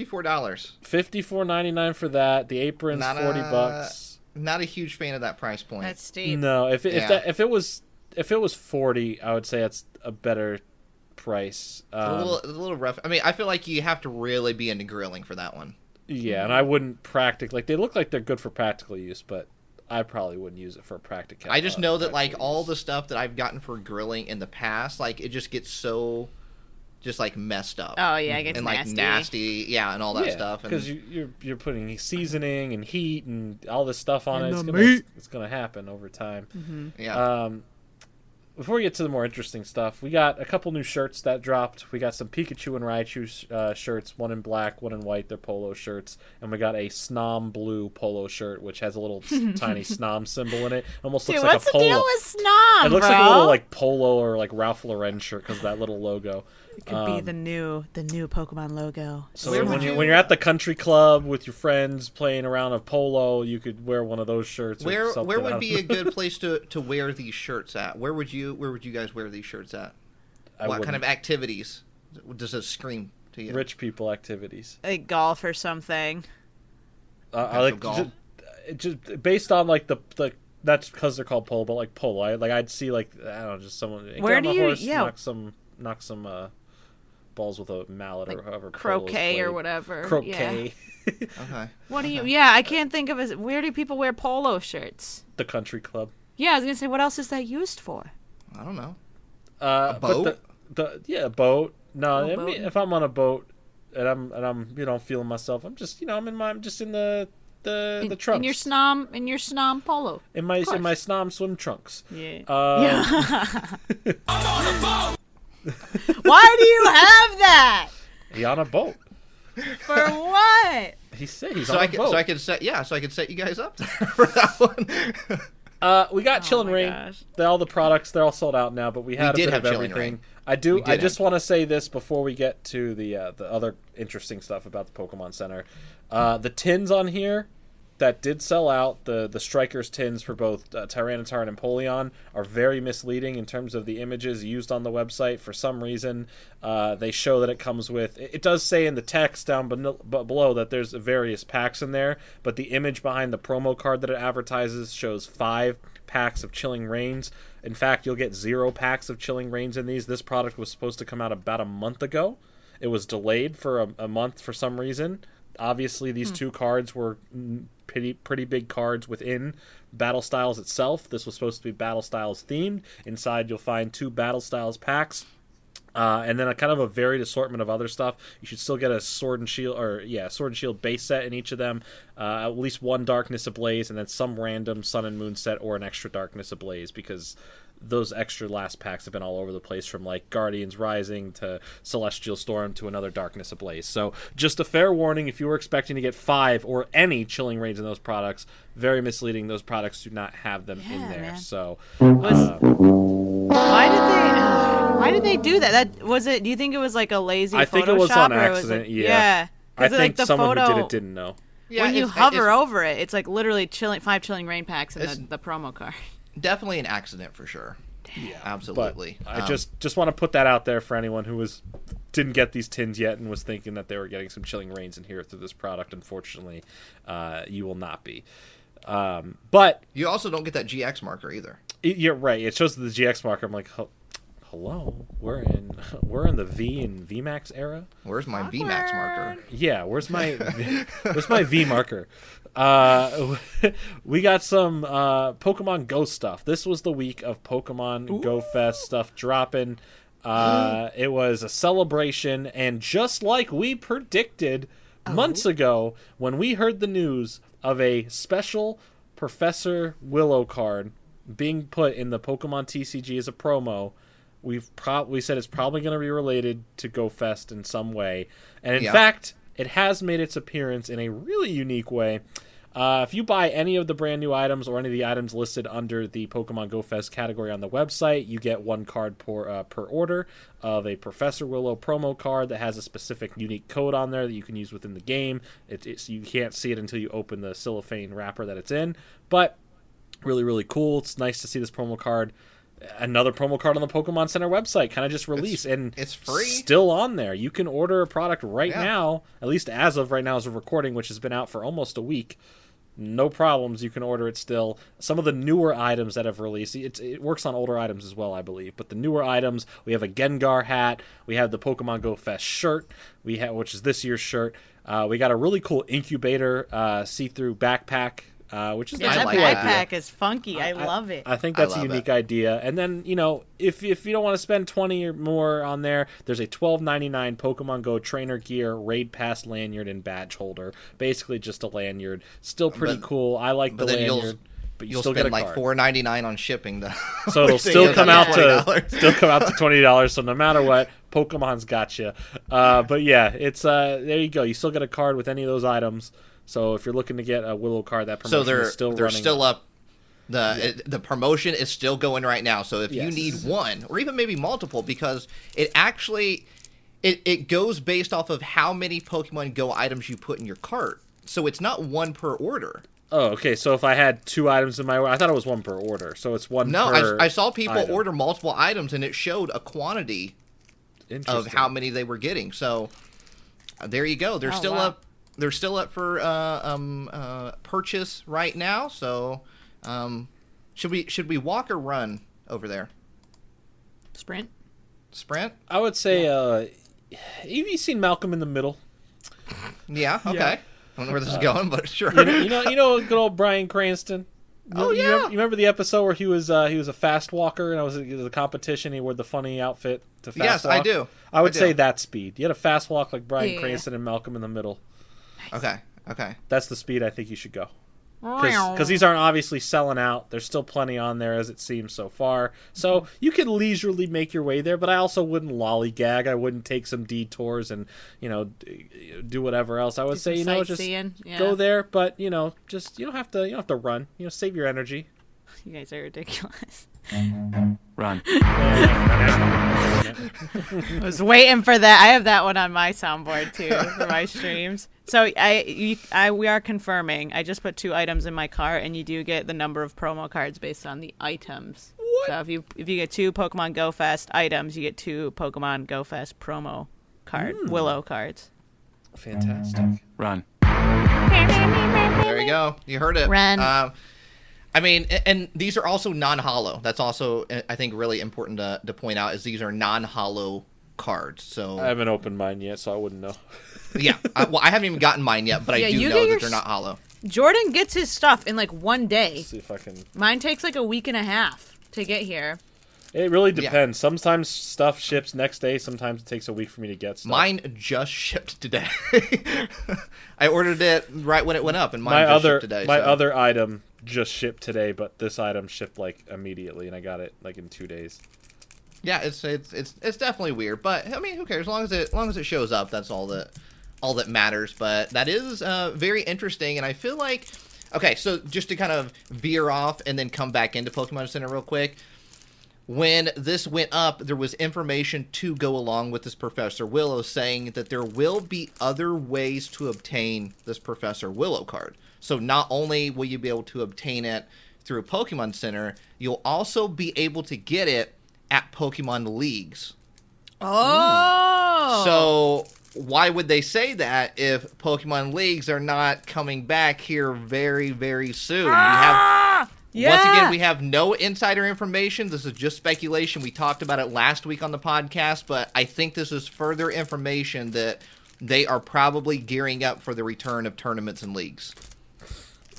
Speaker 1: $54.
Speaker 3: Fifty four ninety nine for that. The apron's
Speaker 1: Not
Speaker 3: forty
Speaker 1: a-
Speaker 3: bucks.
Speaker 1: Not a huge fan of that price point.
Speaker 2: That's steep.
Speaker 3: No, if it,
Speaker 1: Yeah.
Speaker 3: if that if it was if it was forty, I would say that's a better price.
Speaker 1: a,
Speaker 3: Um,
Speaker 1: little, a little rough. I mean, I feel like you have to really be into grilling for that one.
Speaker 3: yeah, and I wouldn't practic like they look like they're good for practical use, but I probably wouldn't use it for practical.
Speaker 1: I just
Speaker 3: uh,
Speaker 1: know that like
Speaker 3: practical
Speaker 1: all
Speaker 3: use.
Speaker 1: the stuff that I've gotten for grilling in the past, like it just gets so just like messed up.
Speaker 2: Oh yeah, it gets
Speaker 1: and like
Speaker 2: nasty.
Speaker 1: nasty. yeah, and all that
Speaker 3: yeah,
Speaker 1: stuff. And
Speaker 3: because you, you're you're putting seasoning and heat and all this stuff on
Speaker 2: And
Speaker 3: it. It's
Speaker 2: the
Speaker 3: gonna,
Speaker 2: meat.
Speaker 3: it's gonna happen over time.
Speaker 1: yeah,
Speaker 3: Um, before we get to the more interesting stuff, we got a couple new shirts that dropped. We got some Pikachu and Raichu uh, shirts, one in black, one in white. They're polo shirts, and we got a Snom blue polo shirt, which has a little
Speaker 2: [LAUGHS]
Speaker 3: s- tiny Snom symbol in it. Almost looks
Speaker 2: Dude,
Speaker 3: like
Speaker 2: what's
Speaker 3: a
Speaker 2: the
Speaker 3: polo.
Speaker 2: deal with snob?
Speaker 3: it looks
Speaker 2: bro?
Speaker 3: like a little like polo or like Ralph Lauren shirt because that little logo.
Speaker 2: It could be the new the new Pokemon logo.
Speaker 3: um, So
Speaker 1: Where
Speaker 3: when
Speaker 1: would
Speaker 3: you
Speaker 1: you-
Speaker 3: when you're at the country club with your friends playing around a polo, you could wear one of those shirts. or
Speaker 1: where
Speaker 3: something.
Speaker 1: where
Speaker 3: I
Speaker 1: would
Speaker 3: don't
Speaker 1: be a
Speaker 3: [LAUGHS]
Speaker 1: good place to to wear these shirts at? Where would you where would you guys wear these shirts at?
Speaker 3: I
Speaker 1: what kind
Speaker 3: wouldn't.
Speaker 1: of activities does it scream to you?
Speaker 3: rich people activities?
Speaker 2: like golf or something.
Speaker 3: Uh, I like
Speaker 1: Golf.
Speaker 3: just, just based on like the the that's because they're called polo, but like polo, I like I'd see like I don't know, just someone get
Speaker 2: Where
Speaker 3: on
Speaker 2: do
Speaker 3: the
Speaker 2: you-
Speaker 3: horse,
Speaker 2: yeah.
Speaker 3: knock some knock some uh, balls with a mallet or however polo is
Speaker 2: Croquet or
Speaker 3: played.
Speaker 2: whatever. Yeah.
Speaker 3: Croquet,
Speaker 1: Okay.
Speaker 2: What do you?
Speaker 3: Uh-huh.
Speaker 2: Yeah, I can't think of. As, where do people wear polo shirts?
Speaker 3: [LAUGHS] the country club.
Speaker 2: Yeah, I was gonna say, what else is that used for?
Speaker 1: I don't know.
Speaker 3: Uh,
Speaker 1: A
Speaker 3: But the, the, yeah, a boat. No,
Speaker 2: Oh,
Speaker 3: I mean,
Speaker 2: boating.
Speaker 3: if I'm on a boat and I'm and I'm you know feeling myself, I'm just you know I'm in my I'm just in the the the trunks
Speaker 2: In your snom, in your snom polo.
Speaker 3: in my
Speaker 2: course.
Speaker 3: in my snom swim trunks.
Speaker 2: [LAUGHS] Yeah.
Speaker 3: Uh,
Speaker 2: Why do you have that?
Speaker 3: He on a boat.
Speaker 2: For what?
Speaker 3: He said he's
Speaker 1: So
Speaker 3: on
Speaker 1: I
Speaker 3: a
Speaker 1: could
Speaker 3: boat.
Speaker 1: so I could set yeah so I could set you guys up [LAUGHS]
Speaker 3: [LAUGHS]
Speaker 1: for that one. [LAUGHS]
Speaker 3: Uh, we got Chillin'
Speaker 2: Oh my
Speaker 3: Rain.
Speaker 2: gosh.
Speaker 3: They- All the products they're all sold out now, but we had
Speaker 1: did
Speaker 3: a bit
Speaker 1: have
Speaker 3: of
Speaker 1: Chillin'
Speaker 3: everything.
Speaker 1: Rain.
Speaker 3: I do.
Speaker 1: did
Speaker 3: I just
Speaker 1: have-
Speaker 3: want to say this before we get to the uh, the other interesting stuff about the Pokemon Center. Uh, the tins on here that did sell out the the Strikers tins for both uh, Tyranitar and Empoleon are very misleading in terms of the images used on the website. For some reason, uh, they show that it comes with. It, it does say in the text down ben- b- below that there's various packs in there, but the image behind the promo card that it advertises shows five packs of Chilling Rains. In fact, you'll get zero packs of Chilling Rains in these. This product was supposed to come out about a month ago. It was delayed for a, a month for some reason. Obviously, these two cards were mm, pretty pretty big cards within Battle Styles itself. This was supposed to be Battle Styles themed. Inside, you'll find two Battle Styles packs. Uh, and then a kind of a varied assortment of other stuff. You should still get a sword and shield, or yeah, sword and shield base set in each of them. Uh, at least one darkness ablaze, and then some random sun and moon set or an extra darkness ablaze because those extra last packs have been all over the place from like Guardians Rising to Celestial Storm to another Darkness Ablaze. So just a fair warning if you were expecting to get five or any chilling rains in those products, very misleading. Those products do not have them in
Speaker 2: Yeah,
Speaker 3: there.
Speaker 2: man.
Speaker 3: So
Speaker 2: Was, why did they? why did they do that? That was it. Do you think it was like a lazy?
Speaker 3: I think it was
Speaker 2: Photoshop,
Speaker 3: on
Speaker 2: or it was,
Speaker 3: accident,
Speaker 2: like-
Speaker 3: yeah.
Speaker 2: yeah. 'Cause
Speaker 3: I
Speaker 2: it,
Speaker 3: think
Speaker 2: like, the
Speaker 3: someone
Speaker 2: photo,
Speaker 3: who did it didn't know.
Speaker 1: Yeah,
Speaker 2: when you
Speaker 1: it's- uh,
Speaker 2: hover
Speaker 1: it's
Speaker 2: over it, it's like literally chilling five chilling rain packs and the,
Speaker 1: It's-
Speaker 2: the promo card.
Speaker 1: definitely an accident for sure. Yeah,
Speaker 3: But
Speaker 1: absolutely.
Speaker 3: I
Speaker 1: Um,
Speaker 3: just just want to put that out there for anyone who was didn't get these tins yet and was thinking that they were getting some chilling rains in here through this product. Unfortunately, uh, you will not be. Um, but
Speaker 1: you also don't get that GX marker either.
Speaker 3: it- you're right. It shows the GX marker. I'm like, "Hel- hello, we're in [LAUGHS] we're in the V and VMAX era.
Speaker 1: Where's my VMAX marker?
Speaker 3: Yeah, where's my where's my V marker? Uh, [LAUGHS] we got some uh, Pokemon Go stuff. This was the week of Pokemon Go Fest stuff dropping. Uh, it was a celebration, and just like we predicted months ago, when we heard the news of a special Professor Willow card being put in the Pokemon TCG as a promo, we've prob we said it's probably going to be related to Go Fest in some way, and in
Speaker 1: Yeah.
Speaker 3: fact, it has made its appearance in a really unique way. Uh, if you buy any of the brand new items or any of the items listed under the Pokemon Go Fest category on the website, you get one card per uh, per order of a Professor Willow promo card that has a specific unique code on there that you can use within the game. It, it's you can't see it until you open the cellophane wrapper that it's in, but really really cool. It's nice to see this promo card, another promo card on the Pokemon Center website, kind of just released and
Speaker 1: it's free?
Speaker 3: still on there. You can order a product right
Speaker 1: Yeah.
Speaker 3: now, at least as of right now as of recording, which has been out for almost a week. No problems. You can order it still. Some of the newer items that have released, it, it works on older items as well, I believe. But the newer items, we have a Gengar hat, we have the Pokemon Go Fest shirt, we have which is this year's shirt. Uh, we got a really cool incubator uh, see-through backpack, uh, which is
Speaker 2: Yeah,
Speaker 1: I
Speaker 3: nice.
Speaker 2: that
Speaker 1: like that.
Speaker 2: backpack is funky. I, love it.
Speaker 3: I think
Speaker 1: I
Speaker 3: that's a
Speaker 1: love
Speaker 3: unique
Speaker 1: it.
Speaker 3: idea. And then you know, if if you don't want to spend twenty or more on there, there's a twelve ninety nine Pokemon Go trainer gear, raid pass lanyard, and badge holder. Basically, just a lanyard. Still pretty
Speaker 1: But-
Speaker 3: cool. I like the
Speaker 1: But then
Speaker 3: lanyard,
Speaker 1: you'll
Speaker 3: but you
Speaker 1: you'll
Speaker 3: still
Speaker 1: spend
Speaker 3: get a
Speaker 1: like
Speaker 3: card.
Speaker 1: four ninety nine on shipping though. [LAUGHS]
Speaker 3: So it'll
Speaker 1: Which they
Speaker 3: still
Speaker 1: give
Speaker 3: come
Speaker 1: us
Speaker 3: out to
Speaker 1: $20.
Speaker 3: [LAUGHS] still come out to twenty dollars. So no matter what, Pokemon's got you. Uh, but yeah, it's uh, there you go. You still get a card with any of those items. So if you're looking to get a Willow card, that promotion
Speaker 1: so they're
Speaker 3: is still
Speaker 1: they're
Speaker 3: running.
Speaker 1: still up. The it, the promotion is still going right now. So if you
Speaker 3: Yes.
Speaker 1: need one or even maybe multiple, because it actually it it goes based off of how many Pokemon Go items you put in your cart. So it's not one per order.
Speaker 3: Oh, okay. So if I had two items in my order, I thought it was one per order. So it's one.
Speaker 1: No,
Speaker 3: per
Speaker 1: I, I saw people
Speaker 3: item.
Speaker 1: order multiple items, and it showed a quantity of
Speaker 3: Interesting.
Speaker 1: how many they were getting. So uh, there you go. They're
Speaker 2: Oh,
Speaker 1: still
Speaker 2: wow.
Speaker 1: up. They're still up for uh, um, uh, purchase right now. So um, should we should we walk or run over there?
Speaker 2: Sprint.
Speaker 1: Sprint?
Speaker 3: I would say. Uh, have you seen Malcolm in the Middle?
Speaker 1: Yeah. Okay. I don't know where this is going, [LAUGHS] but sure.
Speaker 3: Uh, You know, you know, you know good old Brian Cranston.
Speaker 1: Oh,
Speaker 3: you,
Speaker 1: yeah.
Speaker 3: you remember, you remember the episode where he was uh, he was a fast walker and I was, it was a competition. He wore the funny outfit to fast
Speaker 1: Yes,
Speaker 3: walk.
Speaker 1: I do.
Speaker 3: I would
Speaker 1: I do.
Speaker 3: say that speed. You had a fast walk like Brian
Speaker 2: Yeah.
Speaker 3: Cranston and Malcolm in the Middle.
Speaker 1: okay. Okay.
Speaker 3: That's the speed I think you should go. because these aren't obviously selling out. There's still plenty on there as it seems so far. So you could leisurely make your way there, but I also wouldn't lollygag. I wouldn't take some detours and you know d- do whatever else. I would say
Speaker 2: some
Speaker 3: you know just
Speaker 2: sightseeing, yeah.
Speaker 3: go there, but you know just you don't have to you don't have to run. You know save your energy.
Speaker 2: You guys are ridiculous. [LAUGHS]
Speaker 3: [LAUGHS]
Speaker 5: Run.
Speaker 2: I was waiting for that. I have that one on my soundboard too for
Speaker 3: [LAUGHS]
Speaker 2: my streams. So I, you, I, we are confirming. I just put two items in my cart, and you do get the number of promo cards based on the items. What? So if you if you get two Pokemon Go Fest items, you get two Pokemon Go Fest promo card
Speaker 3: Hmm.
Speaker 2: Willow cards.
Speaker 3: Fantastic.
Speaker 5: Run.
Speaker 1: There you go. You heard it.
Speaker 2: Run.
Speaker 1: Um, I mean, a- and these are also non-hollow. That's also uh, I think really important to, to point out is these are non-hollow cards. So
Speaker 3: I haven't opened mine yet, so I wouldn't know. [LAUGHS]
Speaker 1: yeah. I, well, I haven't even gotten mine yet, but
Speaker 2: Yeah,
Speaker 1: I do
Speaker 2: you
Speaker 1: know
Speaker 2: get
Speaker 1: that
Speaker 2: your
Speaker 1: they're
Speaker 2: s-
Speaker 1: not hollow.
Speaker 2: Jordan gets his stuff in like one day.
Speaker 3: See if I can.
Speaker 2: Mine takes like a week and a half to get here.
Speaker 3: It really depends. Sometimes stuff ships next day. Sometimes it takes a week for me to get stuff.
Speaker 1: Mine just shipped today. [LAUGHS] I ordered it right when it went up, and mine
Speaker 3: my
Speaker 1: just
Speaker 3: other
Speaker 1: shipped today.
Speaker 3: my
Speaker 1: so-
Speaker 3: other item just shipped today, but this item shipped like immediately, and I got it like in two days.
Speaker 1: yeah, it's it's it's it's definitely weird, but I mean, who cares? As long as it as long as it shows up, that's all that all that matters. But that is uh, very interesting, and I feel like okay, so just to kind of veer off and then come back into Pokemon Center real quick. When this went up, there was information to go along with this Professor Willow saying that there will be other ways to obtain this Professor Willow card. So not only will you be able to obtain it through Pokemon Center, you'll also be able to get it at Pokemon Leagues.
Speaker 2: Oh.
Speaker 1: So why would they say that if Pokemon Leagues are not coming back here very, very soon? We have
Speaker 2: Ah! yeah.
Speaker 1: once again, we have no insider information. This is just speculation. We talked about it last week on the podcast, but I think this is further information that they are probably gearing up for the return of tournaments and leagues.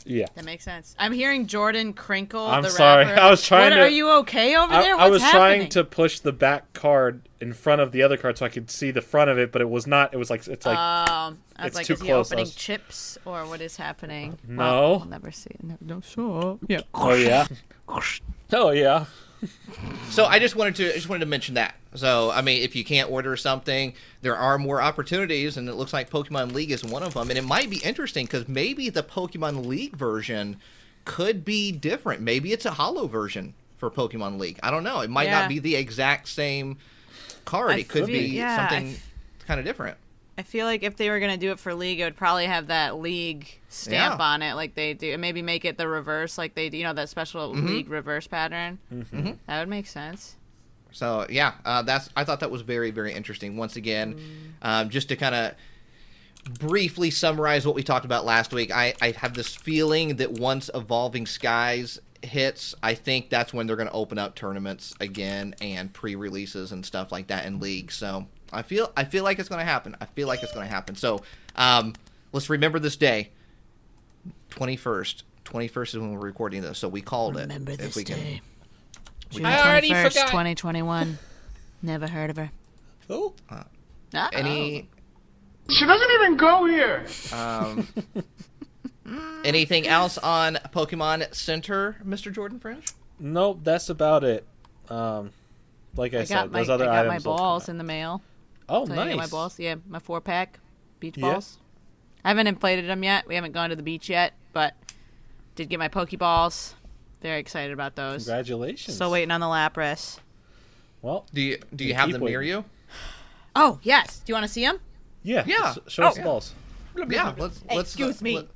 Speaker 3: Yeah.
Speaker 2: That makes sense. I'm hearing Jordan Crinkle.
Speaker 3: I'm
Speaker 2: the
Speaker 3: sorry.
Speaker 2: Rapper.
Speaker 3: [LAUGHS] I was trying
Speaker 2: what,
Speaker 3: to-
Speaker 2: Are you okay over
Speaker 3: I,
Speaker 2: there?
Speaker 3: I
Speaker 2: What's
Speaker 3: was
Speaker 2: happening?
Speaker 3: trying to push the back card in front of the other card so I could see the front of it, but it was not. It was like it's like
Speaker 2: Um, I was
Speaker 3: It's
Speaker 2: like,
Speaker 3: too
Speaker 2: is he
Speaker 3: close, I
Speaker 2: opening
Speaker 3: was-
Speaker 2: chips or what is happening?
Speaker 3: No.
Speaker 2: Well, we'll never see. No, no sure. Yeah.
Speaker 3: oh yeah, [LAUGHS] oh yeah.
Speaker 1: So I just wanted to I just wanted to mention that. So I mean, if you can't order something, there are more opportunities, and it looks like Pokemon League is one of them. And it might be interesting because maybe the Pokemon League version could be different. Maybe it's a hollow version for Pokemon League. I don't know. It might
Speaker 2: Yeah.
Speaker 1: not be the exact same card.
Speaker 2: I
Speaker 1: it could
Speaker 2: feel-
Speaker 1: be
Speaker 2: yeah, I
Speaker 1: something kind of different.
Speaker 2: I feel like if they were gonna do it for league, it would probably have that league stamp
Speaker 1: Yeah.
Speaker 2: on it, like they do, and maybe make it the reverse, like they do. You know that special
Speaker 3: Mm-hmm.
Speaker 2: league reverse pattern. Mm-hmm. That would make sense.
Speaker 1: So yeah, uh, that's I thought that was very very interesting. Once again, um, just to kind of briefly summarize what we talked about last week, I, I have this feeling that once Evolving Skies hits, I think that's when they're going to open up tournaments again and pre-releases and stuff like that in leagues. So I feel I feel like it's going to happen. I feel like it's going to happen. So um, let's remember this day, twenty first. Twenty first is when we're recording this, so we called it. if we can-
Speaker 2: June twenty first, twenty twenty one. Never heard of her.
Speaker 3: Oh.
Speaker 2: Uh-oh.
Speaker 1: Any
Speaker 5: She doesn't even go here.
Speaker 1: Anything else on Pokemon Center, Mr. Jordan French?
Speaker 3: Nope, that's about it. Um, like I,
Speaker 2: I
Speaker 3: said,
Speaker 2: got my, I
Speaker 3: those other
Speaker 2: got my
Speaker 3: items. will come
Speaker 2: balls
Speaker 3: out.
Speaker 2: in the mail.
Speaker 3: Oh,
Speaker 2: So
Speaker 3: nice.
Speaker 2: yeah, my balls. Yeah, my four pack beach
Speaker 3: Yeah.
Speaker 2: balls. I haven't inflated them yet. We haven't gone to the beach yet, but did get my Pokeballs. Very excited about those.
Speaker 3: Congratulations.
Speaker 2: Still waiting on the Lapras.
Speaker 3: Well,
Speaker 1: Do you do you
Speaker 3: You
Speaker 1: have
Speaker 3: keep
Speaker 1: them
Speaker 3: waiting.
Speaker 1: near you?
Speaker 2: Oh yes. Do you want to see them?
Speaker 3: yeah.
Speaker 1: Yeah.
Speaker 3: s- show
Speaker 1: Oh.
Speaker 3: us the balls.
Speaker 1: Yeah, let's let's
Speaker 2: Excuse me.
Speaker 1: let-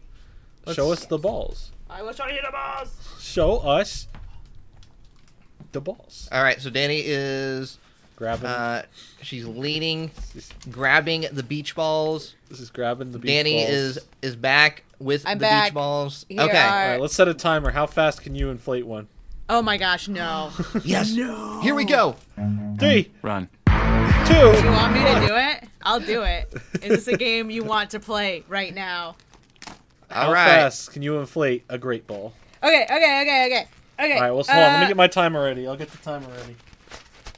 Speaker 3: Show us the balls.
Speaker 2: I will show you the balls.
Speaker 3: Show us the balls.
Speaker 1: all right, so Danny is
Speaker 3: Grabbing.
Speaker 1: uh she's leaning,
Speaker 3: this,
Speaker 1: grabbing the beach balls.
Speaker 3: this is grabbing the beach
Speaker 1: Danny
Speaker 3: balls.
Speaker 1: is is back with
Speaker 2: I'm
Speaker 1: the
Speaker 2: back.
Speaker 1: beach balls.
Speaker 2: Here
Speaker 1: okay.
Speaker 2: are-
Speaker 3: All right, let's set a timer. How fast can you inflate one?
Speaker 2: Oh my gosh, no.
Speaker 1: Yes. No. Here we go.
Speaker 3: Three,
Speaker 4: Run.
Speaker 2: you
Speaker 3: two.
Speaker 2: want me to do it? I'll do it. Is this a game you want to play right now?
Speaker 1: All
Speaker 3: How
Speaker 1: right.
Speaker 3: fast can you inflate a great ball?
Speaker 2: Okay, okay, okay, okay. Okay. uh,
Speaker 3: All right, well, so hold on. Let me get my timer ready. I'll get the timer ready.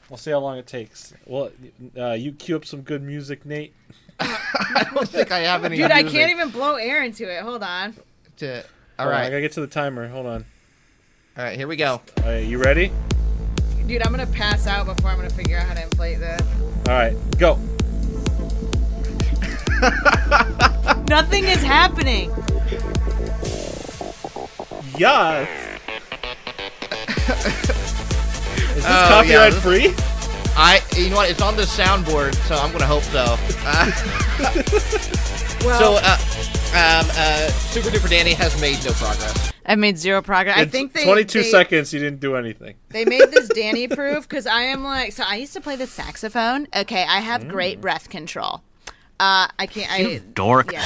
Speaker 3: We'll see how long it takes. Well, uh, you cue up some good music, Nate.
Speaker 1: [LAUGHS] I don't think I have any.
Speaker 2: Dude, I
Speaker 1: music
Speaker 2: can't even blow air into it. Hold on.
Speaker 1: To, all
Speaker 3: Hold on, I
Speaker 1: right.
Speaker 3: gotta get to the timer. Hold on.
Speaker 1: All right. Here we go.
Speaker 3: All right, you ready?
Speaker 2: Dude, I'm gonna pass out before I'm gonna figure out how to inflate this.
Speaker 3: All right, go.
Speaker 2: Nothing is happening.
Speaker 1: [LAUGHS]
Speaker 3: Yes. Is
Speaker 1: Oh,
Speaker 3: this
Speaker 1: yeah,
Speaker 3: copyright
Speaker 1: this-
Speaker 3: free?
Speaker 1: I you know what? It's on the soundboard, so I'm gonna hope so. so,
Speaker 2: Well,
Speaker 1: uh, um, uh, Super Duper Danny has made no progress.
Speaker 2: I made zero progress. I
Speaker 3: It's
Speaker 2: think they
Speaker 3: 22
Speaker 2: they,
Speaker 3: seconds. You didn't do anything.
Speaker 2: they made this
Speaker 3: [LAUGHS]
Speaker 2: Danny proof because I am like so. I used to play the saxophone. Okay, I
Speaker 3: Mm.
Speaker 2: have great breath control. Uh, I can't. I
Speaker 4: Dork.
Speaker 2: yeah.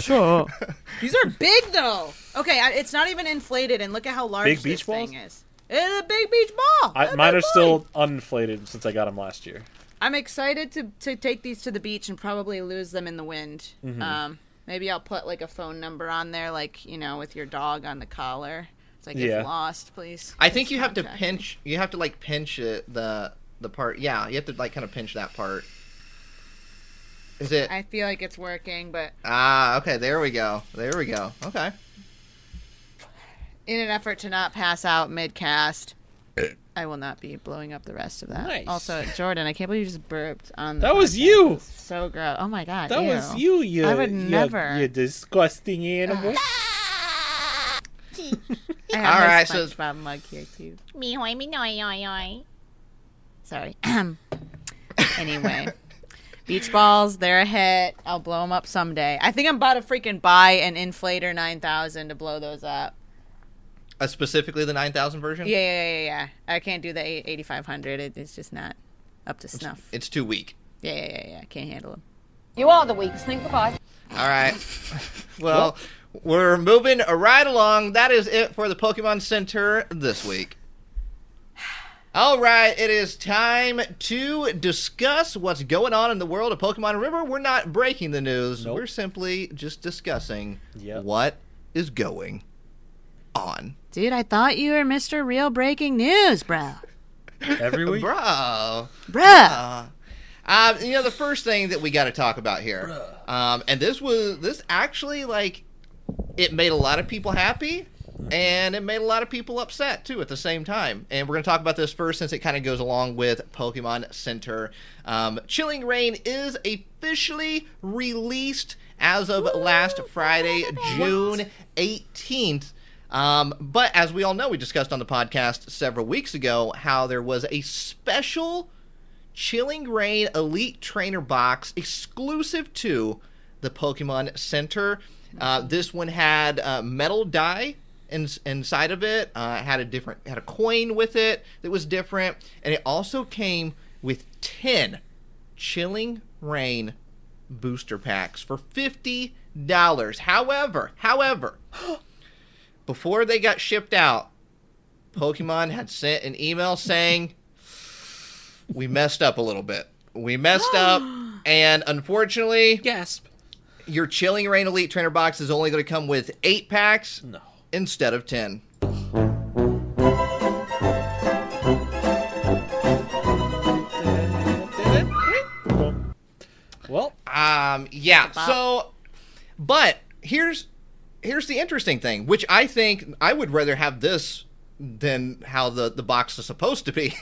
Speaker 2: sure. These are big though. Okay, I, it's not even inflated, and look at how large
Speaker 3: Big
Speaker 2: this
Speaker 3: beach
Speaker 2: thing is. It's a big beach ball.
Speaker 3: I,
Speaker 2: Oh,
Speaker 3: mine
Speaker 2: my
Speaker 3: are
Speaker 2: boy.
Speaker 3: still uninflated since I got them last year.
Speaker 2: I'm excited to, to take these to the beach and probably lose them in the wind.
Speaker 3: Mm-hmm.
Speaker 2: Um, maybe I'll put like a phone number on there, like you know, with your dog on the collar. So I get
Speaker 3: Yeah.
Speaker 2: lost, please.
Speaker 1: I think you have to
Speaker 2: Contact.
Speaker 1: pinch. You have to like pinch it, the the part. Yeah, you have to like kind of pinch that part. Is it?
Speaker 2: I feel like it's working, but
Speaker 1: Ah, okay. There we go. There we go. Okay.
Speaker 2: in an effort to not pass out mid cast, I will not be blowing up the rest of that.
Speaker 3: Nice.
Speaker 2: Also, Jordan, I can't believe you just burped on the
Speaker 3: That was
Speaker 2: podcast.
Speaker 3: you.
Speaker 2: So gross. Oh my god.
Speaker 3: That
Speaker 2: ew.
Speaker 3: was you, you.
Speaker 2: I would
Speaker 3: you-
Speaker 2: never.
Speaker 3: You disgusting
Speaker 2: [LAUGHS]
Speaker 3: animal.
Speaker 2: I have
Speaker 1: All
Speaker 2: my
Speaker 1: right, so-
Speaker 2: SpongeBob mug here too.
Speaker 6: Me hoy, me noi, oi, oi.
Speaker 2: Sorry. [COUGHS]
Speaker 3: [LAUGHS]
Speaker 2: anyway. Beach balls, they're a hit. I'll blow them up someday. I think I'm about to freaking buy an inflator 9000 to blow those up.
Speaker 1: Uh, specifically the nine thousand version.
Speaker 2: Yeah, yeah, yeah, yeah. I can't do the eight- 8500. It, it's just not up to snuff.
Speaker 1: It's too weak.
Speaker 2: Yeah, yeah, yeah, yeah. Can't handle them.
Speaker 7: You are the weakest link. Goodbye.
Speaker 1: All
Speaker 3: [LAUGHS]
Speaker 1: right. Well, we're moving right along. That is it for the Pokemon Center this week. All right, it is time to discuss what's going on in the world of Pokemon. Remember, we're not breaking the news.
Speaker 3: Nope.
Speaker 1: We're simply just discussing
Speaker 3: Yep.
Speaker 1: what is going on.
Speaker 2: Dude, I thought you were Mr. Real Breaking News, bro.
Speaker 3: Every week.
Speaker 1: Bro.
Speaker 2: Bruh.
Speaker 1: Uh, you know, the first thing that we got to talk about here, um, and this was this actually like it made a lot of people happy, and it made a lot of people upset too at the same time. And we're gonna talk about this first since it kind of goes along with Pokemon Center. Um, Chilling Rain is officially released as of last Friday, June eighteenth. Um, but as we all know, we discussed on the podcast several weeks ago how there was a special Chilling Rain Elite Trainer Box exclusive to the Pokemon Center. Uh, this one had uh, metal die in, inside of it. Uh, it had a different had a coin with it that was different, and it also came with ten Chilling Rain booster packs for fifty dollars. However, however, [GASPS] before they got shipped out, Pokemon had sent an email saying we messed up a little bit. We messed
Speaker 3: [GASPS]
Speaker 1: up, and unfortunately,
Speaker 3: Gasp.
Speaker 1: your Chilling Rain Elite Trainer box is only going to come with eight packs
Speaker 3: No.
Speaker 1: instead of ten.
Speaker 3: Well,
Speaker 1: Um, yeah. So, but here's here's the interesting thing, which I think I would rather have this than how the the box is supposed to
Speaker 3: [LAUGHS]
Speaker 1: be.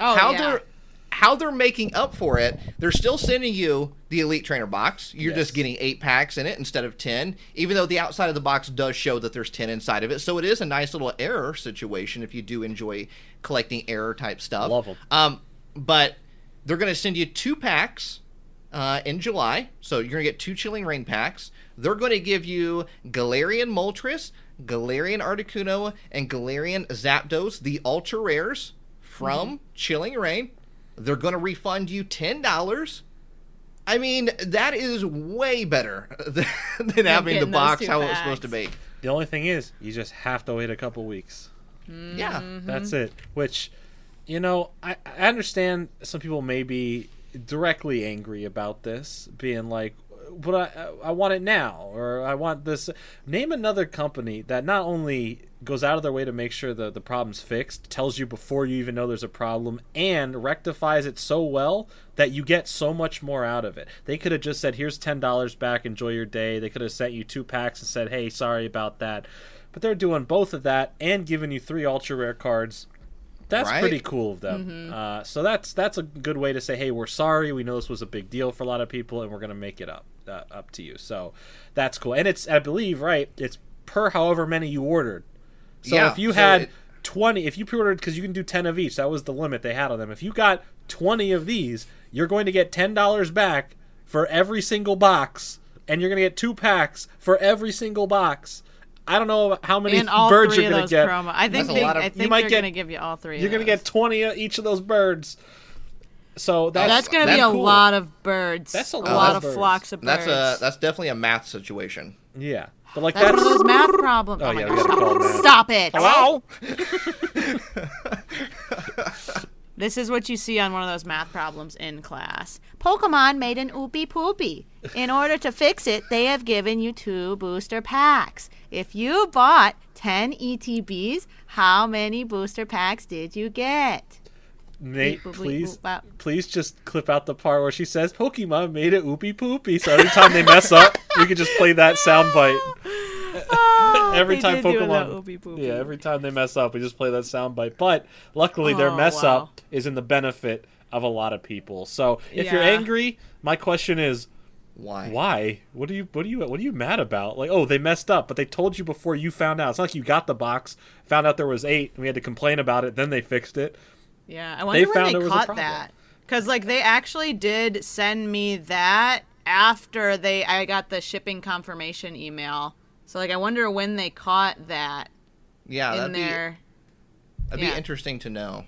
Speaker 2: Oh,
Speaker 1: how
Speaker 2: yeah.
Speaker 1: they're how they're making up for it, they're still sending you the Elite Trainer box. You're
Speaker 3: Yes.
Speaker 1: just getting eight packs in it instead of ten, even though the outside of the box does show that there's ten inside of it. So it is a nice little error situation if you do enjoy collecting error type stuff.
Speaker 3: Love 'em.
Speaker 1: Um, but they're going to send you two packs uh, in July. So you're going to get two Chilling Rain packs. They're going to give you Galarian Moltres, Galarian Articuno, and Galarian Zapdos, the ultra rares from
Speaker 2: Mm-hmm.
Speaker 1: Chilling Rain. They're going to refund you $10. I mean, that is way better [LAUGHS] than, than having the
Speaker 2: getting those
Speaker 1: box
Speaker 2: two
Speaker 1: how it was
Speaker 2: packs.
Speaker 1: supposed to be.
Speaker 3: the only thing is, you just have to wait a couple weeks.
Speaker 2: Mm-hmm.
Speaker 1: Yeah.
Speaker 3: That's it. Which, you know, I, I understand some people may be directly angry about this, being like, "But I, I want it now," or "I want this." Name another company that not only goes out of their way to make sure the the problem's fixed, tells you before you even know there's a problem, and rectifies it so well that you get so much more out of it. They could have just said, "Here's ten dollars back. Enjoy your day." They could have sent you two packs and said, "Hey, sorry about that." but they're doing both of that and giving you three ultra rare cards. That's
Speaker 1: Right.
Speaker 3: pretty cool of them. Uh, so that's that's a good way to say, hey, we're sorry. We know this was a big deal for a lot of people, and we're gonna make it up uh, up to you. So that's cool. And it's I believe right, it's per however many you ordered. So
Speaker 1: Yeah,
Speaker 3: if you
Speaker 1: so
Speaker 3: had
Speaker 1: it-
Speaker 3: twenty, if you pre-ordered because you can do ten of each, that was the limit they had on them. If you got twenty of these, you're going to get ten dollars back for every single box, and you're gonna get two packs for every single box. I don't know how many
Speaker 2: And all
Speaker 3: birds
Speaker 2: three
Speaker 3: you're
Speaker 2: of
Speaker 3: gonna
Speaker 2: those
Speaker 3: get.
Speaker 2: promo. I think
Speaker 1: That's a
Speaker 2: they,
Speaker 1: lot of-
Speaker 2: I
Speaker 1: you
Speaker 2: think
Speaker 3: might
Speaker 2: they're
Speaker 3: get-
Speaker 2: gonna give you all three.
Speaker 3: You're
Speaker 2: of
Speaker 3: gonna
Speaker 2: those.
Speaker 3: get twenty of each of those birds. So that's
Speaker 2: That's gonna be a
Speaker 3: that's cool.
Speaker 2: lot of birds.
Speaker 3: That's
Speaker 2: a
Speaker 3: a lot
Speaker 2: lot
Speaker 3: of
Speaker 2: of
Speaker 3: birds.
Speaker 2: flocks of birds.
Speaker 1: That's a that's definitely a math situation.
Speaker 3: Yeah, but like
Speaker 2: That's
Speaker 3: that's.
Speaker 2: one of those math problems.
Speaker 3: Oh
Speaker 2: my
Speaker 3: yeah, we
Speaker 2: God.
Speaker 3: gotta call that.
Speaker 2: Stop it.
Speaker 3: Hello.
Speaker 2: This is what you see on one of those math problems in class. Pokemon made an oopy poopy. In order to fix it, they have given you two booster packs. If you bought 10 ETBs, how many booster packs did you get? Beep,
Speaker 3: Nate,
Speaker 2: boop, boop,
Speaker 3: please,
Speaker 2: boop, bop.
Speaker 3: please just clip out the part where she says Pokemon made it oopy poopy. So every time they mess up, we can just play that sound bite.
Speaker 2: [LAUGHS]
Speaker 3: Every
Speaker 2: They
Speaker 3: time
Speaker 2: did do
Speaker 3: Pokemon-
Speaker 2: that oopy poopy.
Speaker 3: [LAUGHS] Yeah, every time they mess up, we just play that sound bite. But luckily, their
Speaker 2: Oh,
Speaker 3: mess
Speaker 2: wow.
Speaker 3: up is in the benefit of a lot of people. So if you're
Speaker 2: Yeah.
Speaker 3: angry, my question is,
Speaker 1: Why?
Speaker 3: why? What are you? What are you? What are you mad about? Like, oh, they messed up, but they told you before you found out. It's not like you got the box, found out there was eight, and we had to complain about it. Then they fixed it.
Speaker 2: Yeah, I wonder
Speaker 3: found
Speaker 2: when
Speaker 3: there
Speaker 2: they
Speaker 3: was a
Speaker 2: caught
Speaker 3: problem.
Speaker 2: that. Because like they actually did send me that after they I got the shipping confirmation email. So like I wonder when they caught that
Speaker 3: Ah,
Speaker 1: Yeah,
Speaker 2: in
Speaker 1: that'd be
Speaker 2: their
Speaker 1: that'd
Speaker 2: yeah.
Speaker 1: be interesting to know.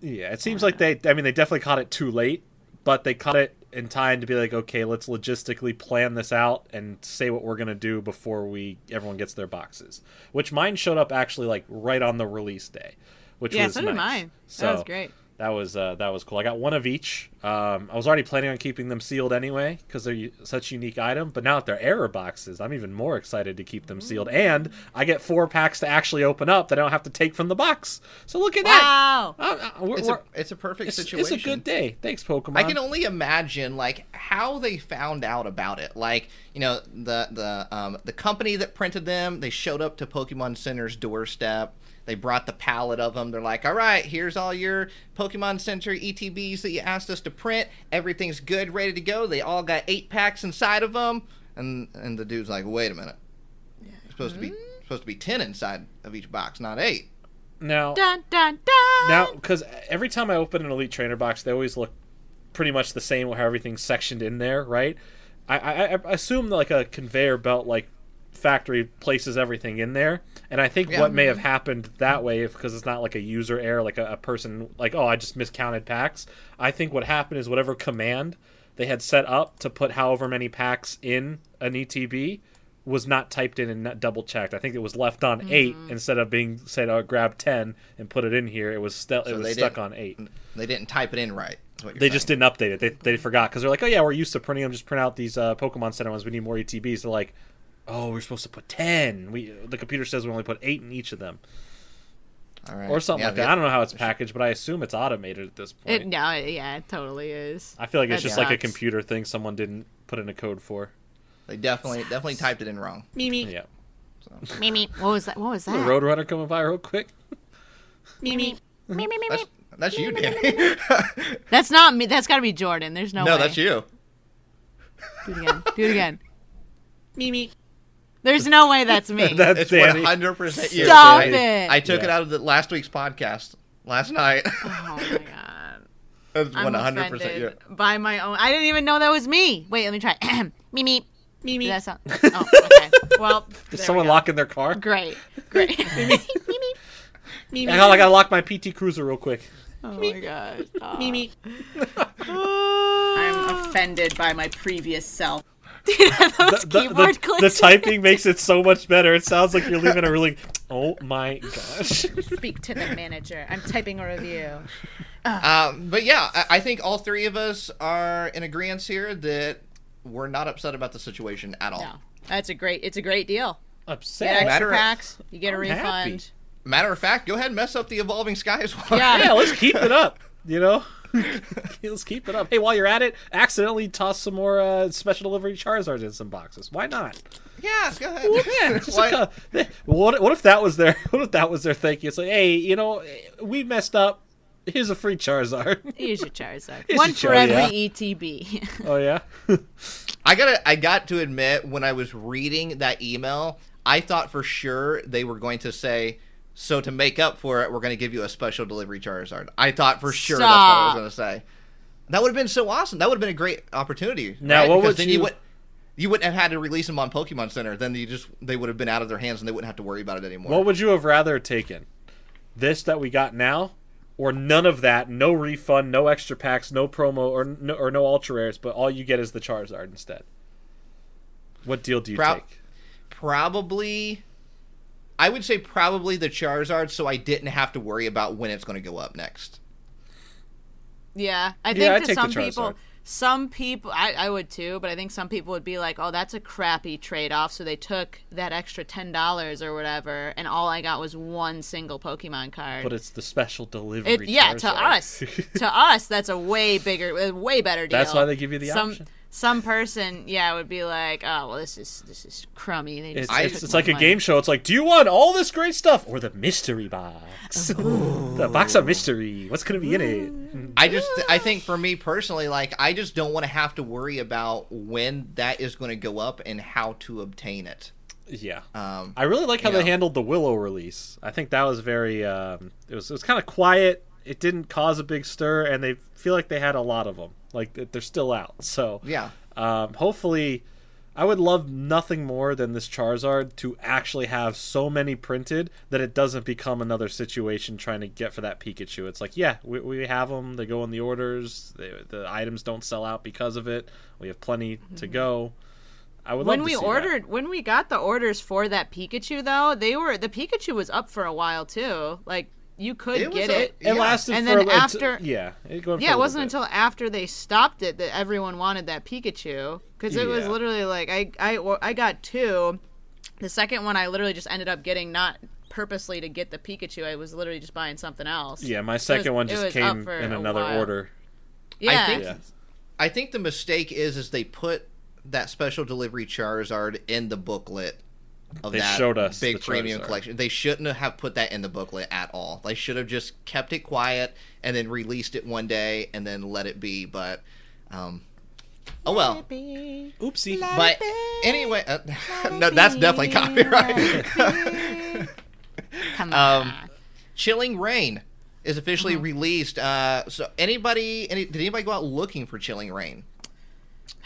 Speaker 3: Yeah, it seems like they. I mean, they definitely caught it too late, but they caught it in time to be like, okay, let's logistically plan this out and say what we're gonna do before we everyone gets their boxes. Which mine showed up actually like right on the release day, which
Speaker 2: Yeah,
Speaker 3: was
Speaker 2: so did
Speaker 3: nice.
Speaker 2: mine.
Speaker 3: So
Speaker 2: That was great.
Speaker 3: That was uh, that was cool. I got one of each. Um, I was already planning on keeping them sealed anyway because they're u- such unique item. But now that they're error boxes, I'm even more excited to keep them
Speaker 2: Mm.
Speaker 3: sealed. And I get four packs to actually open up that I don't have to take from the box. So look at that.
Speaker 2: Wow.
Speaker 3: Uh, uh, we're-
Speaker 1: It's a
Speaker 3: we're-
Speaker 1: it's a perfect
Speaker 3: it's,
Speaker 1: situation.
Speaker 3: it's a good day. Thanks, Pokemon.
Speaker 1: I can only imagine like how they found out about it. Like you know the the um, the company that printed them, they showed up to Pokemon Center's doorstep. They brought the pallet of them. They're like, "All right, here's all your Pokemon Center ETBs that you asked us to print. Everything's good, ready to go. They all got eight packs inside of them." And and the dude's like, "Wait a minute, it's supposed to be
Speaker 3: Hmm?
Speaker 1: supposed to be ten inside of each box, not eight.
Speaker 3: now.
Speaker 2: Dun dun dun.
Speaker 3: Now, because every time I open an Elite Trainer box, they always look pretty much the same, how everything's sectioned in there, right? I, I, I assume that, like a conveyor belt, like factory places everything in there, and I think
Speaker 1: Yeah.
Speaker 3: what may have happened that way, if because it's not like a user error, like a, a person, like oh, I just miscounted packs. I think what happened is whatever command they had set up to put however many packs in an ETB was not typed in and not double checked. I think it was left on eight
Speaker 1: Mm-hmm.
Speaker 3: instead of being said, "Oh, grab ten and put it in here." It was still it was
Speaker 1: they
Speaker 3: stuck
Speaker 1: didn't-
Speaker 3: on eight.
Speaker 1: They didn't type it in right. is what you're
Speaker 3: They
Speaker 1: saying.
Speaker 3: just didn't update it. They they forgot because they're like, "Oh yeah, we're used to printing them. Just print out these uh, Pokemon Center ones. We need more ETBs." They're like, "Oh, we're supposed to put ten. We the computer says we only put eight in each of them,
Speaker 1: All right.
Speaker 3: or something
Speaker 1: Yeah,
Speaker 3: like that."
Speaker 1: they-
Speaker 3: I don't know how it's packaged, but I assume it's automated at this point.
Speaker 2: it, no, it- yeah, it totally is.
Speaker 3: I feel like it's
Speaker 2: That
Speaker 3: just like a
Speaker 2: sucks.
Speaker 3: computer thing someone didn't put in a code for.
Speaker 1: They definitely definitely typed it in wrong.
Speaker 2: Mimi.
Speaker 1: [LAUGHS]
Speaker 3: Yeah,
Speaker 6: Mimi.
Speaker 2: What was that? What was
Speaker 3: the
Speaker 2: that?
Speaker 3: Roadrunner coming by real quick.
Speaker 2: Mimi.
Speaker 6: Mimi, Mimi,
Speaker 1: That's that's you, Danny.
Speaker 2: Mm-hmm.
Speaker 1: [LAUGHS]
Speaker 2: That's not me. That's got to be Jordan. There's no,
Speaker 1: no,
Speaker 2: way.
Speaker 1: that's you.
Speaker 2: Do it again. Do it again. Mimi. There's no way
Speaker 3: [LAUGHS]
Speaker 2: that's me.
Speaker 3: That's
Speaker 1: It's one
Speaker 3: Danny. [LAUGHS]
Speaker 1: hundred percent you.
Speaker 2: Stop
Speaker 1: I,
Speaker 2: it.
Speaker 1: I took it
Speaker 3: Yeah.
Speaker 1: out of the last week's podcast last night.
Speaker 2: [LAUGHS] oh my god.
Speaker 1: [LAUGHS] That's
Speaker 2: I'm
Speaker 1: one hundred percent you.
Speaker 2: offended by my own. I didn't even know that was me. Wait, let me try. [CLEARS THROAT]
Speaker 6: Mimi, Mimi,
Speaker 2: Did that sound? Oh, [LAUGHS] okay. Well,
Speaker 3: Did
Speaker 2: there
Speaker 3: someone
Speaker 2: we go.
Speaker 3: lock in their car?
Speaker 2: Great, [LAUGHS] great.
Speaker 3: Hang on, I gotta lock my PT Cruiser
Speaker 2: [LAUGHS]
Speaker 3: real quick.
Speaker 2: oh my god. Stop.
Speaker 6: Mimi.
Speaker 2: Oh. I'm
Speaker 5: I'm offended by my
Speaker 2: [LAUGHS]
Speaker 5: previous self.
Speaker 3: The, the-
Speaker 2: keyboard
Speaker 3: the-
Speaker 2: clicks.
Speaker 3: the [LAUGHS] typing makes it so much better. It sounds like you're leaving a really. [LAUGHS] Oh my gosh.
Speaker 2: speak to the manager. I'm typing a [LAUGHS] review.
Speaker 1: Um, but yeah, I, I think all three of us are in agreement here that we're not upset about the situation at all.
Speaker 2: No, that's a great. It's a great deal. Get
Speaker 3: Upset.
Speaker 2: extra
Speaker 1: Matter of-
Speaker 2: packs. You get a
Speaker 3: I'm
Speaker 2: refund.
Speaker 1: Matter of fact, go ahead and mess up the evolving skies one.
Speaker 2: Yeah.
Speaker 1: [LAUGHS]
Speaker 3: Yeah, let's keep it up. You [LAUGHS] know, let's keep it up. Hey, while you're at it, accidentally toss some more uh, special delivery Charizards in some boxes. Why not?
Speaker 1: yeah, go ahead.
Speaker 3: Yeah, it's [LAUGHS] just
Speaker 1: [LAUGHS] Why-
Speaker 3: like a- what what if that was their [LAUGHS] what if that was their thank you? It's like, hey, you know, we messed up. Here's a free [LAUGHS] Charizard.
Speaker 2: Here's your Charizard.
Speaker 3: Here's
Speaker 2: One
Speaker 3: your
Speaker 2: for
Speaker 3: Char-
Speaker 2: every E
Speaker 3: yeah.
Speaker 2: [LAUGHS] ETB.
Speaker 3: oh yeah.
Speaker 1: I gotta I got to admit when I was reading that email, I thought for sure they were going to say, so to make up for it, we're gonna give you a special delivery Charizard. I thought for sure
Speaker 2: Stop.
Speaker 1: that's what I was gonna say. That would have been so awesome. That would have been a great opportunity.
Speaker 3: Now,
Speaker 1: right?
Speaker 3: what
Speaker 1: Because
Speaker 3: would
Speaker 1: then
Speaker 3: you-
Speaker 1: would you wouldn't have had to release them on Pokemon Center. Then you just they would have been out of their hands and they wouldn't have to worry about it anymore.
Speaker 3: What would you have rather taken? This that we got now, or none of that? No refund, no extra packs, no promo, or no, or no ultra rares, but all you get is the Charizard instead. What deal do you
Speaker 1: Pro-
Speaker 3: take?
Speaker 1: probably I would say probably the Charizard, so I didn't have to worry about when it's gonna go up next.
Speaker 2: Yeah, I think
Speaker 3: Yeah, I'd
Speaker 2: to
Speaker 3: take the
Speaker 2: some people,
Speaker 3: Charizard.
Speaker 2: some people, I, I would too, but I think some people would be like, "Oh, that's a crappy trade-off." So they took that extra ten dollars or whatever, and all I got was one single Pokemon card.
Speaker 3: But it's the special delivery.
Speaker 2: It, yeah, to
Speaker 3: Charizard.
Speaker 2: us, to us, that's a way bigger, a way better deal.
Speaker 3: That's why they give you the
Speaker 2: some,
Speaker 3: option.
Speaker 2: Some person, yeah, would be like, "Oh, well, this is this is crummy." They
Speaker 3: It's,
Speaker 2: just
Speaker 3: it's,
Speaker 2: took
Speaker 3: it's
Speaker 2: my
Speaker 3: like a
Speaker 2: money."
Speaker 3: game show. It's like, do you want all this great stuff or the mystery box?
Speaker 2: Oh.
Speaker 3: the box of mystery. What's gonna be in it?
Speaker 2: Mm.
Speaker 1: I just, I think for me personally, like, I just don't want to have to worry about when that is going to go up and how to obtain it.
Speaker 3: Yeah.
Speaker 1: Um,
Speaker 3: I really like how
Speaker 1: Yeah.
Speaker 3: they handled the Willow release. I think that was very. Um, it was it was kind of quiet. It didn't cause a big stir, and they feel like they had a lot of them. Like that they're still out. So
Speaker 1: Yeah.
Speaker 3: Um, hopefully, I would love nothing more than this Charizard to actually have so many printed that it doesn't become another situation trying to get for that Pikachu. It's like, yeah, we, we have them. They go in the orders. They, the items don't sell out because of it. We have plenty to go. I would
Speaker 2: when
Speaker 3: love to
Speaker 2: we
Speaker 3: see that.
Speaker 2: ordered when we got the orders for that pikachu though they were the pikachu was up for a while too like you could
Speaker 1: It was
Speaker 2: get
Speaker 1: a-
Speaker 2: it
Speaker 3: It
Speaker 1: Yeah.
Speaker 3: lasted
Speaker 2: And
Speaker 3: for
Speaker 2: then
Speaker 3: a, it's-
Speaker 2: after-
Speaker 3: yeah, it, went
Speaker 2: yeah
Speaker 3: for a
Speaker 2: it wasn't
Speaker 3: little
Speaker 2: until after they stopped it that everyone wanted that pikachu because it was
Speaker 3: Yeah.
Speaker 2: literally like i i or- i got two the second one i literally just ended up getting not purposely to get the pikachu i was literally just buying something else
Speaker 3: bit. yeah. My second one
Speaker 2: it
Speaker 3: just
Speaker 2: was up
Speaker 3: came
Speaker 2: for
Speaker 3: in
Speaker 2: a
Speaker 3: another
Speaker 2: while.
Speaker 3: order.
Speaker 2: yeah
Speaker 1: I think,
Speaker 3: Yeah.
Speaker 1: I think the mistake is, is they put that special delivery Charizard in the booklet. Of
Speaker 3: They
Speaker 1: that
Speaker 3: showed us
Speaker 1: big
Speaker 3: the
Speaker 1: premium
Speaker 3: Charizard.
Speaker 1: collection. They shouldn't have put that in the booklet at all. They should have just kept it quiet and then released it one day and then let it be. But, um, oh well.
Speaker 4: Oopsie.
Speaker 1: But anyway, uh, [LAUGHS] no, that's definitely copyright.
Speaker 6: Come
Speaker 1: Um, [LAUGHS] Chilling Rain is officially released. Uh, so anybody, any, did anybody go out looking for Chilling Rain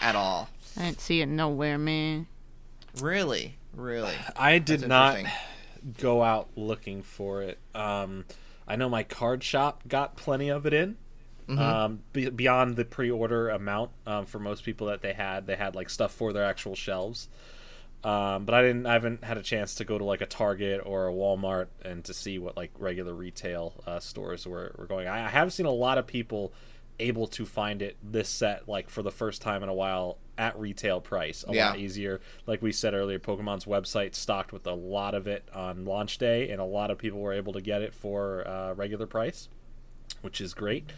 Speaker 1: at all?
Speaker 2: i didn't see it nowhere man
Speaker 1: Really, really.
Speaker 3: I did [SIGHS] not
Speaker 1: interesting.
Speaker 3: go out looking for it. Um, I know my card shop got plenty of it in. Um, be- beyond the pre-order amount um, for most people that they had, they had like stuff for their actual shelves. Um, but I didn't. I haven't had a chance to go to like a Target or a Walmart and to see what like regular retail uh, stores were, were going. I, I have seen a lot of people able to find it this set like for the first time in a while at retail price. A
Speaker 1: Yeah.
Speaker 3: lot easier. Like we said earlier, Pokemon's website stocked with a lot of it on launch day, and a lot of people were able to get it for uh, regular price, which is great.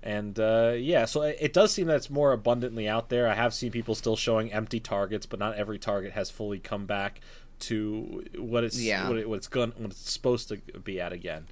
Speaker 3: And uh, yeah, so it, it does seem that it's more abundantly out there. I have seen people still showing empty targets, but not every target has fully come back to what it's
Speaker 1: Yeah.
Speaker 3: what, it, what it's going what it's supposed to be at again.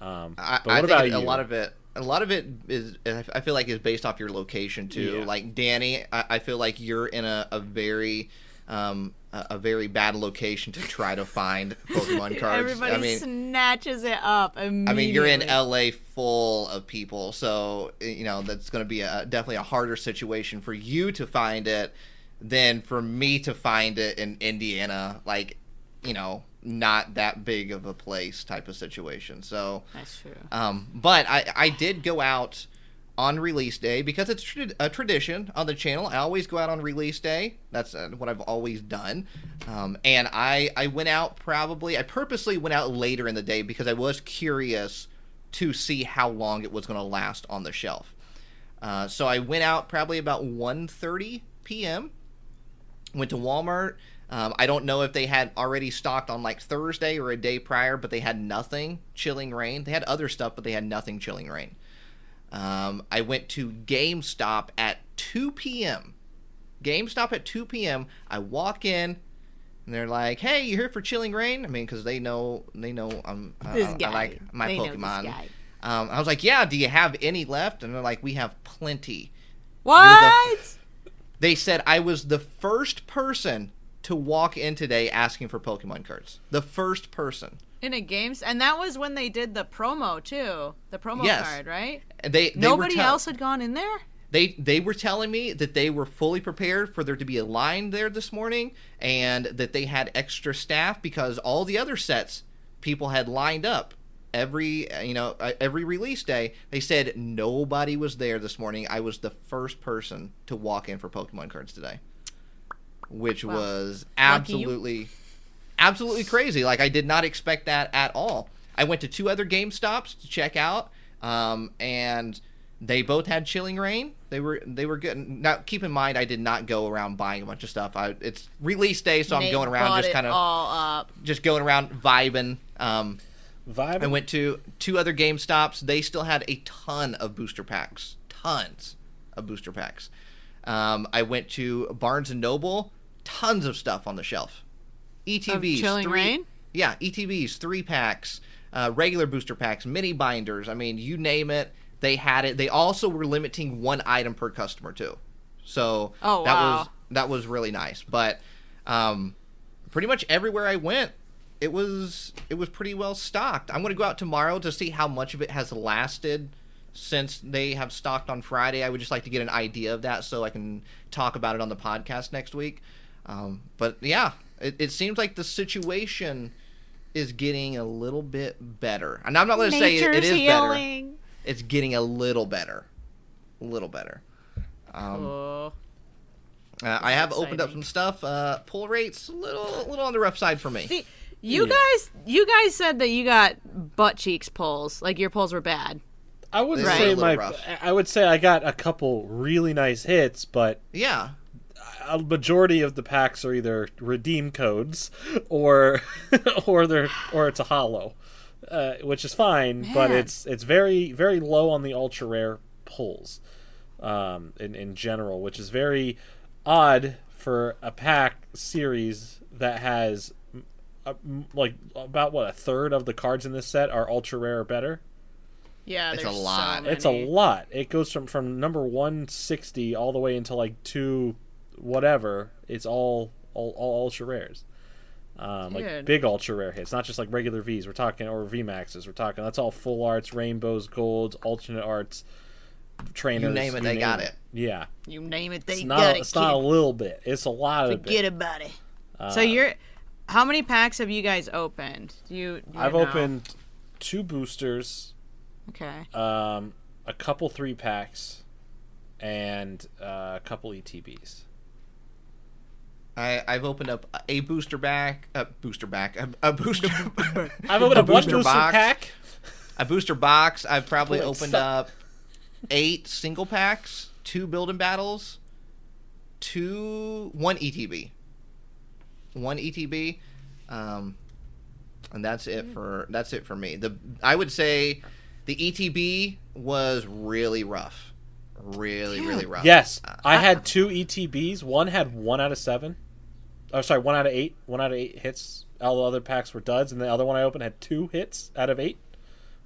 Speaker 3: Um,
Speaker 1: I,
Speaker 3: but what
Speaker 1: I
Speaker 3: about
Speaker 1: think
Speaker 3: you?
Speaker 1: a lot of it. A lot of it is, I feel like, is based off your location too.
Speaker 3: Yeah.
Speaker 1: Like Danny, I, I feel like you're in a, a very, um, a, a very bad location to try to find Pokemon cards.
Speaker 2: everybody
Speaker 1: I mean,
Speaker 2: snatches it up immediately.
Speaker 1: I mean, you're in LA full of people, so eh, you know that's going to be a, definitely a harder situation for you to find it than for me to find it in Indiana, like you know, not that big of a place type of situation. So,
Speaker 2: that's true
Speaker 1: um, but I I did go out on release day because it's trad- a tradition on the channel. I always go out on release day. That's uh, what I've always done. Um, and I I went out probably I purposely went out later in the day because I was curious to see how long it was going to last on the shelf. Uh, so I went out probably about 1:30 p.m. Went to Walmart. Um, I don't know if they had already stocked on like Thursday or a day prior, but they had nothing chilling rain. They had other stuff, but they had nothing chilling rain. Um, I went to GameStop at 2 p.m. GameStop at 2 p.m. I walk in, and they're like, "Hey, you here for Chilling Rain?" I mean, because they know they know I'm uh, I-
Speaker 2: This
Speaker 1: I, I
Speaker 2: guy.
Speaker 1: like my
Speaker 2: They know this
Speaker 1: Pokemon.
Speaker 2: guy.
Speaker 1: Um, I was like, "Yeah, do you have any left?" And they're like, "We have plenty."
Speaker 2: what
Speaker 1: They said I was the first person to walk in today asking for Pokemon cards. The first person.
Speaker 2: in a games and that was when they did the promo too the promo
Speaker 1: Yes.
Speaker 2: card right
Speaker 1: And They, they were
Speaker 2: nobody
Speaker 1: tell-
Speaker 2: else had gone in there
Speaker 1: they they were telling me that they were fully prepared for there to be a line there this morning and that they had extra staff because all the other sets people had lined up every uh, you know uh, every release day they said nobody was there this morning i was the first person to walk in for pokemon cards today which was
Speaker 2: Lucky you.
Speaker 1: absolutely absolutely crazy like i did not expect that at all i went to two other game stops to check out um, and They both had chilling rain. They were they were good. Now keep in mind, I did not go around buying a bunch of stuff. I, it's release day, so I'm
Speaker 2: Nate
Speaker 1: going around
Speaker 2: brought
Speaker 1: just
Speaker 2: it
Speaker 1: kind of
Speaker 2: all up.
Speaker 1: just going around vibing. Um,
Speaker 3: Vibe.
Speaker 1: I went to two other Game Stops. They still had a ton of booster packs, tons of booster packs. Um, I went to Barnes and Noble, tons of stuff on the shelf. ETBs,
Speaker 2: Chilling
Speaker 1: three,
Speaker 2: Rain?
Speaker 1: yeah, ETBs, three packs, uh, regular booster packs, mini binders. I mean, you name it, they had it. They also were limiting one item per customer too, so
Speaker 2: Oh,
Speaker 1: that
Speaker 2: wow.
Speaker 1: was that was really nice. But um, pretty much everywhere I went, it was it was pretty well stocked. I'm going to go out tomorrow to see how much of it has lasted since they have stocked on Friday. I would just like to get an idea of that so I can talk about it on the podcast next week. Um, but yeah, it, it seems like the situation is getting a little bit better. And I'm not going to say it, it is better. It's getting a little better, a little better. Um,
Speaker 2: Oh.
Speaker 1: Uh, I have opened up
Speaker 2: exciting.
Speaker 1: some stuff. Uh, pull rates a little, a little on the rough side for me.
Speaker 2: See, you guys, you guys said that you got butt cheeks pulls. Like your pulls were bad.
Speaker 3: I wouldn't
Speaker 1: Right.
Speaker 3: say
Speaker 1: Little
Speaker 3: my.
Speaker 1: rough.
Speaker 3: I would say I got a couple really nice hits, but
Speaker 1: Yeah,
Speaker 3: a majority of the packs are either redeem codes or [LAUGHS] or they're or it's a hollow, uh, which is fine. But it's it's very very low on the ultra rare pulls, um, in in general, which is very odd for a pack series that has. mm, uh, mm, like about what a third of the cards in this set are ultra rare or better.
Speaker 2: Yeah,
Speaker 1: It's
Speaker 2: there's
Speaker 1: a lot.
Speaker 2: So
Speaker 3: It's a
Speaker 2: many.
Speaker 3: lot. It goes from from number one sixty all the way into like two, whatever. It's all all, all ultra rares, um, like
Speaker 2: Dude.
Speaker 3: big ultra rare hits. Not just like regular V's. We're talking or V maxes. We're talking. That's all full arts, rainbows, golds, alternate arts, trainers.
Speaker 1: name it, they got it.
Speaker 3: Yeah,
Speaker 2: You name it, they
Speaker 3: it's
Speaker 2: got
Speaker 3: not.
Speaker 2: it.
Speaker 3: It's not a
Speaker 2: kid.
Speaker 3: little bit. Uh, It's a lot of
Speaker 2: Forget
Speaker 3: it.
Speaker 2: about it. so you're, how many packs have you guys opened? Do you? do you
Speaker 3: I've
Speaker 2: know?
Speaker 3: opened two boosters.
Speaker 2: Okay.
Speaker 3: um, a couple three packs, and uh, a couple ETBs.
Speaker 1: I, I've opened up a booster back, a booster back, a, a
Speaker 2: [LAUGHS]
Speaker 1: booster,
Speaker 3: I've opened up one
Speaker 1: booster
Speaker 3: booster
Speaker 1: box.
Speaker 3: pack.
Speaker 1: [LAUGHS] a booster box. I've probably
Speaker 3: Boy,
Speaker 1: opened
Speaker 3: suck.
Speaker 1: up eight single packs, two building battles, two, one ETB, one ETB, um, and that's it for that's it for me. The I would say the ETB was really rough, really really rough.
Speaker 3: Yes,
Speaker 2: Uh,
Speaker 3: I had two ETBs. One had one out of seven. Oh, sorry, one out of eight. One out of eight hits. All the other packs were duds, and the other one I opened had two hits out of eight.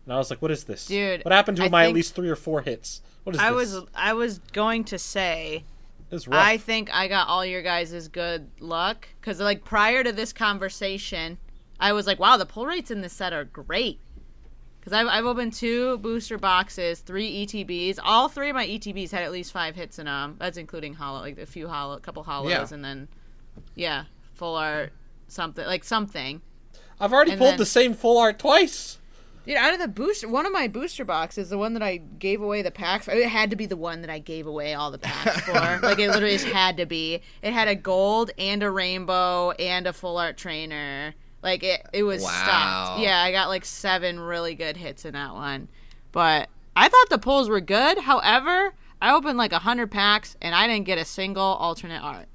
Speaker 3: And I was like, "What is this?
Speaker 2: Dude,
Speaker 3: what happened to
Speaker 2: I
Speaker 3: my at
Speaker 2: think-
Speaker 3: least three or four hits? What is
Speaker 2: I
Speaker 3: this?
Speaker 2: was I was going to say
Speaker 3: This is rough.
Speaker 2: I think I got all your guys' good luck because like prior to this conversation, I was like, wow, the pull rates in this set are great. Because I've, I've opened two booster boxes, three ETBs. All three of my ETBs had at least five hits in them. That's including hollow, like a few hollow, couple hollows,
Speaker 1: Yeah.
Speaker 2: and then yeah, full art, something like something.
Speaker 3: I've already
Speaker 2: and
Speaker 3: pulled
Speaker 2: then-
Speaker 3: the same full art twice.
Speaker 2: Dude, out of the booster, one of my booster boxes, the one that I gave away the packs, it had to be the one that I gave away all the packs for. like it literally just had to be. It had a gold and a rainbow and a full art trainer. Like it, it was
Speaker 1: Wow.
Speaker 2: stocked. Yeah, I got like seven really good hits in that one. But I thought the pulls were good. However, I opened like a hundred packs and I didn't get a single alternate art.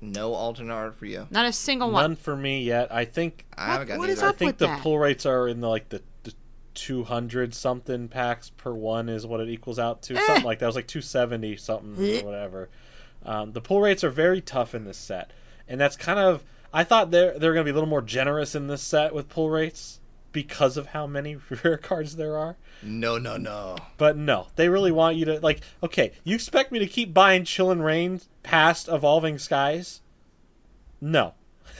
Speaker 1: no alternate art for you.
Speaker 2: Not a single
Speaker 3: None
Speaker 2: one.
Speaker 3: for me yet. I think
Speaker 1: I haven't got
Speaker 2: what
Speaker 1: these
Speaker 2: is
Speaker 1: art.
Speaker 2: up
Speaker 3: I think
Speaker 2: with
Speaker 3: the
Speaker 2: that?
Speaker 3: pull rates are in the like the, the 200 something packs per one is what it equals out
Speaker 2: Eh.
Speaker 3: to something like that. It was like 270 something or whatever. Um, the pull rates are very tough in this set, and that's kind of I thought they're they're going to be a little more generous in this set with pull rates because of how many [LAUGHS] rare cards there are.
Speaker 1: No, no, no.
Speaker 3: But no, they really want you to like. Okay, you expect me to keep buying Chillin' Rain past Evolving Skies? No,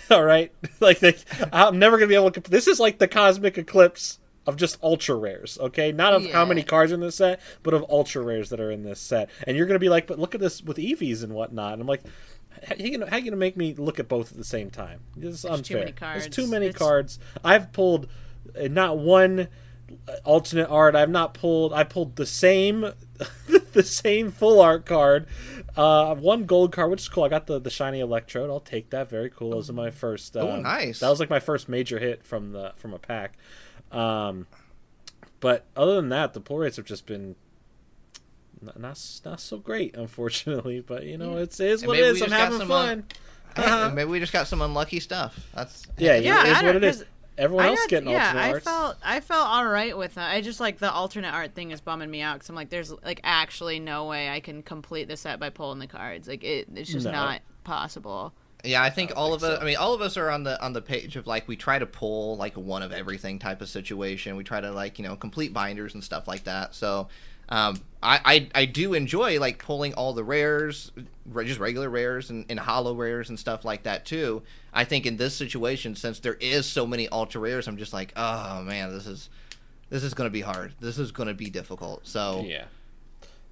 Speaker 3: [LAUGHS] all right. like they, I'm never gonna be able to. comp- This is like the cosmic eclipse of just ultra rares. Okay, not of how
Speaker 2: Yeah.
Speaker 3: many cards are in this set, but of ultra rares that are in this set. And you're gonna be like, but look at this with EVs and whatnot. And I'm like, how you gonna, how you gonna make me look at both at the same time? This is
Speaker 2: too
Speaker 3: unfair.
Speaker 2: many
Speaker 3: There's
Speaker 2: cards.
Speaker 3: too many
Speaker 2: It's-
Speaker 3: cards. I've pulled uh, not one alternate art. I've not pulled. I pulled the same, [LAUGHS] the same full art card, uh, one gold card, which is cool. I got the the shiny electrode. I'll take that. Very cool. Those are my first. Um,
Speaker 1: nice.
Speaker 3: That was like my first major hit from the from a pack. Um, but other than that, the pull rates have just been N- Not s- not so great, unfortunately. [LAUGHS] But you know, it's it is
Speaker 1: And
Speaker 3: what it
Speaker 1: maybe we
Speaker 3: is. I'm
Speaker 1: just got
Speaker 3: having
Speaker 1: some, uh,
Speaker 3: fun.
Speaker 2: Uh-huh.
Speaker 1: Hey, maybe we just got some unlucky stuff. That's
Speaker 3: Yeah,
Speaker 2: Yeah,
Speaker 3: it
Speaker 2: I
Speaker 3: is what
Speaker 2: don't-
Speaker 3: it is.
Speaker 2: 'cause
Speaker 3: Everyone
Speaker 2: I
Speaker 3: else
Speaker 2: had-
Speaker 3: getting
Speaker 2: yeah,
Speaker 3: alternate
Speaker 2: I
Speaker 3: arts.
Speaker 2: felt I felt all right with that. I just like the alternate art thing is bumming me out because I'm like, there's like actually no way I can complete the set by pulling the cards. Like it, it's just
Speaker 3: No.
Speaker 2: not possible.
Speaker 1: Yeah, I think all of us. I mean, all of us are on the on the page of like we try to pull like one of everything type of situation. We try to like you know complete binders and stuff like that. So, um, I I, I do enjoy like pulling all the rares, re- just regular rares and, and hollow rares and stuff like that too. I think in this situation, since there is so many ultra rares, I'm just like, oh man, this is this is gonna be hard. This is gonna be difficult. So
Speaker 3: yeah.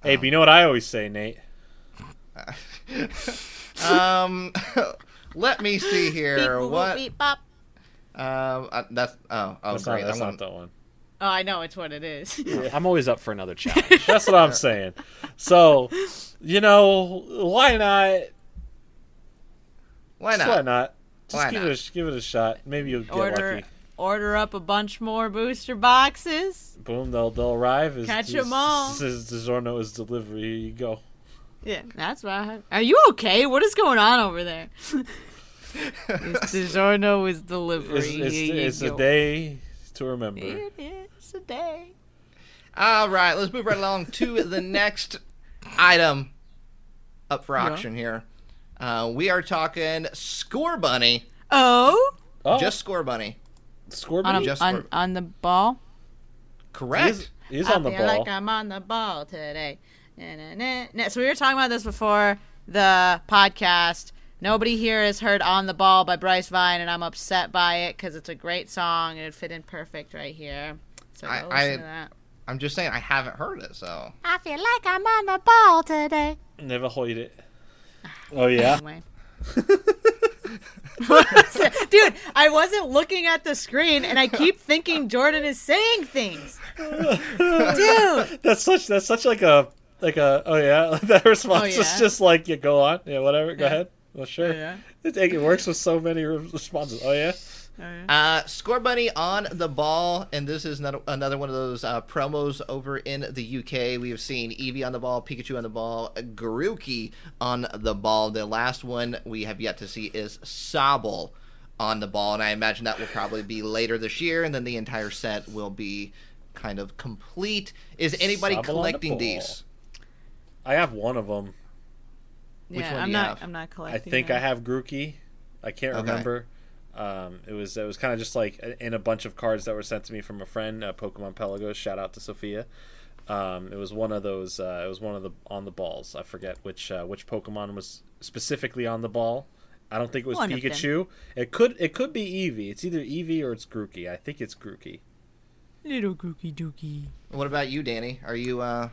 Speaker 3: Hey, but you know what I always say, Nate?
Speaker 1: um, [LAUGHS] let me see here.
Speaker 2: Beep, boop, boop,
Speaker 1: what?
Speaker 2: beep, bop.
Speaker 1: Um, uh, that's oh, oh,
Speaker 3: That's
Speaker 1: great.
Speaker 3: not, that's
Speaker 1: I
Speaker 3: not
Speaker 1: want-
Speaker 3: that one.
Speaker 2: Oh, I know it's what it is. [LAUGHS]
Speaker 3: I'm always up for another challenge. That's what I'm saying. So, you know, why not?
Speaker 1: Why
Speaker 3: Just
Speaker 1: not?
Speaker 3: Why not? Just
Speaker 1: Why
Speaker 3: give
Speaker 1: not?
Speaker 3: it a sh- give it a shot. Maybe you'll get
Speaker 2: order
Speaker 3: lucky.
Speaker 2: order up a bunch more booster boxes.
Speaker 3: Boom, they'll they'll arrive. Is,
Speaker 2: Catch
Speaker 3: is,
Speaker 2: 'em all.
Speaker 3: Is, is, Zorno is delivery. Here you go.
Speaker 2: Yeah, that's right. Are you okay? What is going on over
Speaker 3: [LAUGHS]
Speaker 2: there? [LAUGHS]
Speaker 1: [LAUGHS]
Speaker 2: it's DiGiorno is delivery.
Speaker 3: It's, it's,
Speaker 2: Yeah, yeah,
Speaker 3: it's a
Speaker 2: yo.
Speaker 3: day to remember.
Speaker 2: It is a day.
Speaker 1: All right, let's move right along to the next item up for auction here. Uh, we are talking Score Bunny,
Speaker 2: Oh,
Speaker 3: Oh,
Speaker 1: just Score Bunny.
Speaker 3: Scorpion.
Speaker 2: on, a,
Speaker 1: Just
Speaker 2: on,
Speaker 1: for-
Speaker 2: on the ball.
Speaker 1: Correct.
Speaker 3: He's on the
Speaker 2: I feel
Speaker 3: ball.
Speaker 2: like I'm on the ball today. Na, na, na, na. So we were talking about this before the podcast. Nobody here has heard "On the Ball" by Bryce Vine, and I'm upset by it because it's a great song and it'd fit in perfect right here. So go
Speaker 1: I-
Speaker 2: listen
Speaker 1: I-
Speaker 2: to that.
Speaker 1: I'm just saying I haven't heard it, so
Speaker 6: I feel like I'm on the ball today.
Speaker 3: Never hide it.
Speaker 2: Ah. [LAUGHS]
Speaker 3: Oh yeah. [LAUGHS]
Speaker 1: [LAUGHS]
Speaker 2: Anyway. Dude, I wasn't looking at the screen, and I keep thinking Jordan is
Speaker 1: [LAUGHS]
Speaker 2: saying things. Dude,
Speaker 3: That's such that's such like a like a oh yeah [LAUGHS] that response
Speaker 2: yeah.
Speaker 3: is just like you go on yeah whatever go ahead well sure it, it works with so many re- responses oh yeah
Speaker 1: Uh, Score Bunny on the ball, and this is another, another one of those uh, promos over in the UK. We have seen Eevee on the ball, Pikachu on the ball, Garuki on the ball. The last one we have yet to see is Sobble on the ball, and I imagine that will probably be later this year, and then the entire set will be kind of complete. Is anybody
Speaker 3: Sobble on the
Speaker 1: collecting
Speaker 3: ball.
Speaker 1: these?
Speaker 3: I have one of them
Speaker 2: yeah,
Speaker 1: one
Speaker 2: I'm
Speaker 1: do you
Speaker 2: not.
Speaker 1: have?
Speaker 2: I'm not
Speaker 3: I
Speaker 2: collecting.
Speaker 3: think
Speaker 2: that.
Speaker 3: I have Grookey I can't
Speaker 1: Okay.
Speaker 3: remember um it was it was kind of just like uh, in a bunch of cards that were sent to me from a friend uh, Pokemon Pelagos shout out to Sophia um it was one of those uh, it was one of the on the balls I forget which uh, which Pokemon was specifically on the ball. I don't think it was
Speaker 2: One of them.
Speaker 3: Pikachu. It could it could be Eevee. It's either Eevee or it's Grookey. I think it's Grookey.
Speaker 2: [LAUGHS] little kooky dookie.
Speaker 1: What about you, Danny? Are you uh,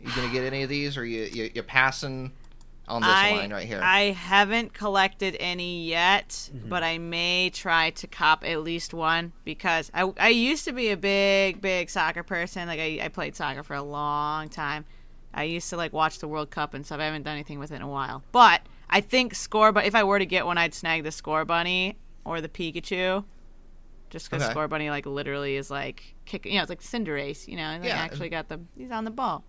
Speaker 1: you gonna get any of these, or you, you you're passing on this
Speaker 2: I,
Speaker 1: line right here? Mm-hmm.
Speaker 2: I haven't collected any yet, but I may try to cop at least one because I, I used to be a big, big soccer person. Like, I, I played soccer for a long time. I used to, like, watch the World Cup and stuff. I haven't done anything with it in a while. But I think Score Bunny, if I were to get one, I'd snag the Score Bunny or the Pikachu. Just because
Speaker 1: Okay.
Speaker 2: Score Bunny, like, literally is, like, kicking, you know, it's like Cinderace, you know, and they
Speaker 1: Yeah.
Speaker 2: actually got the, he's on the ball.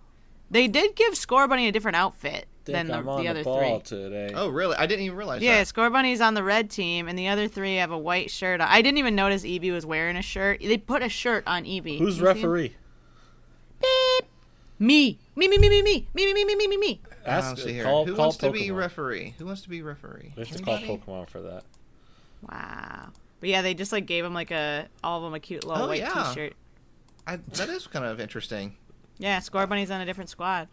Speaker 2: They did give Score Bunny a different outfit than the,
Speaker 3: I'm on
Speaker 2: the other
Speaker 3: ball
Speaker 2: three.
Speaker 3: today.
Speaker 1: oh, really? I didn't even realize.
Speaker 2: Yeah,
Speaker 1: that.
Speaker 2: Score Bunny's on the red team, and the other three have a white shirt. on. I didn't even notice Evie was wearing a shirt. They put a shirt on Evie.
Speaker 3: Who's
Speaker 2: You see him?
Speaker 3: referee?
Speaker 2: Me. Me, me, me, me, me, me, me, me, me, me, me, me.
Speaker 1: I
Speaker 3: Ask uh,
Speaker 1: don't see here.
Speaker 3: call,
Speaker 1: Who
Speaker 3: call
Speaker 1: wants
Speaker 3: Pokemon.
Speaker 1: to be referee? Who wants to be referee?
Speaker 3: we have to call Pokemon for that.
Speaker 2: Wow. But yeah, they just like gave him like a all of them a cute little
Speaker 1: Oh,
Speaker 2: white
Speaker 1: yeah.
Speaker 2: T-shirt.
Speaker 1: I, that is kind of interesting.
Speaker 2: Yeah, Score Bunny's on a different squad.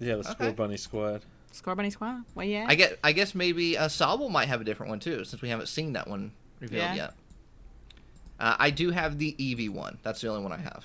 Speaker 3: Yeah, the Score
Speaker 1: Okay.
Speaker 3: Bunny Squad.
Speaker 2: Score Bunny squad. Well, yeah.
Speaker 1: I get. I guess maybe uh, Sobble might have a different one too, since we haven't seen that one revealed
Speaker 2: Yeah.
Speaker 1: yet. Uh, I do have the Eevee one. That's the only one I have.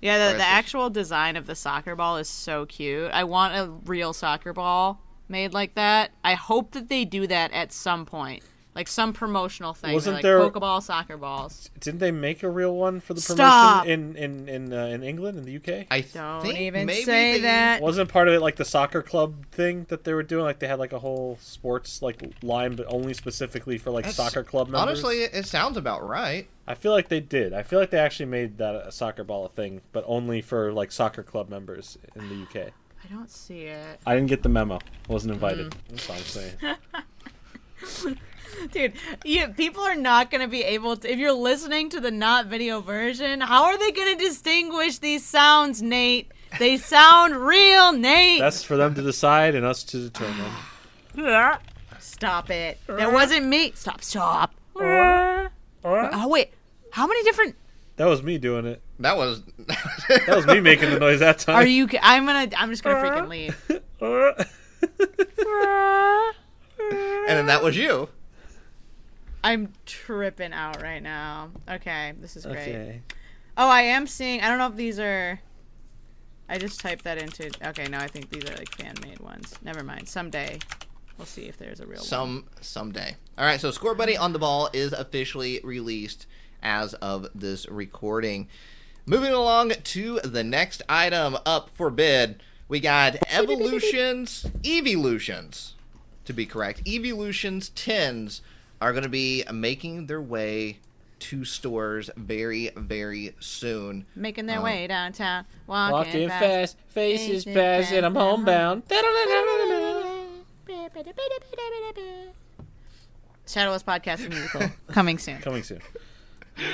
Speaker 2: yeah, the,
Speaker 1: Or
Speaker 2: the
Speaker 1: is it-
Speaker 2: actual design of the soccer ball is so cute. I want a real soccer ball made like that. I hope that they do that at some point. like some promotional thing. They're
Speaker 3: Wasn't
Speaker 2: like
Speaker 3: there-
Speaker 2: Pokeball, soccer balls?
Speaker 3: Didn't they make a real one for the promotion
Speaker 2: Stop.
Speaker 3: in in in, uh, in England in the UK?
Speaker 1: I
Speaker 2: Don't
Speaker 1: think
Speaker 2: even
Speaker 1: maybe
Speaker 2: say
Speaker 1: they-
Speaker 2: that.
Speaker 3: Wasn't part of it like the soccer club thing that they were doing? Like they had like a whole sports like line, but only specifically for like
Speaker 1: That's-
Speaker 3: soccer club members.
Speaker 1: Honestly, it, it sounds about right.
Speaker 3: I feel like they did. I feel like they actually made that a soccer ball a thing, but only for like soccer club members in the UK.
Speaker 2: I don't see it,
Speaker 3: I didn't get the memo. Wasn't invited. That's what I'm saying. [LAUGHS]
Speaker 2: dude. You, people are not going to be able to. If you're listening to the not video version, how are they going to distinguish these sounds, Nate?
Speaker 1: [LAUGHS]
Speaker 2: They sound real, Nate.
Speaker 3: That's for them to decide and us to determine.
Speaker 1: [LAUGHS]
Speaker 2: Stop it. That wasn't me. Stop. Stop. Oh wait, how many different
Speaker 3: That was me doing it.
Speaker 1: That was [LAUGHS]
Speaker 3: That was me making the noise that time.
Speaker 2: are you? I'm gonna. I'm just gonna freaking leave. [LAUGHS]
Speaker 3: [LAUGHS]
Speaker 1: and then that was you.
Speaker 2: I'm tripping out right now. Okay, this is great.
Speaker 3: okay.
Speaker 2: Oh, I am seeing. I don't know if these are. I just typed that into. Okay, no, I think these are like fan made ones. Never mind. Someday, we'll see if there's a real one.
Speaker 1: Some someday. All right, so Score Buddy on the Ball is officially released as of this recording. Moving along to the next item up for bid, we got Evolutions, Evolutions, to be correct. Evolutions 10s are going to be making their way to stores very, very soon.
Speaker 2: Making their way downtown, walking,
Speaker 3: uh, Walking
Speaker 2: fast.
Speaker 3: fast, faces
Speaker 2: Faces uh-huh.
Speaker 3: fast, and I'm
Speaker 2: fast,
Speaker 3: homebound.
Speaker 2: Shadowless podcast musical
Speaker 3: [LAUGHS]
Speaker 2: coming soon.
Speaker 3: Coming soon.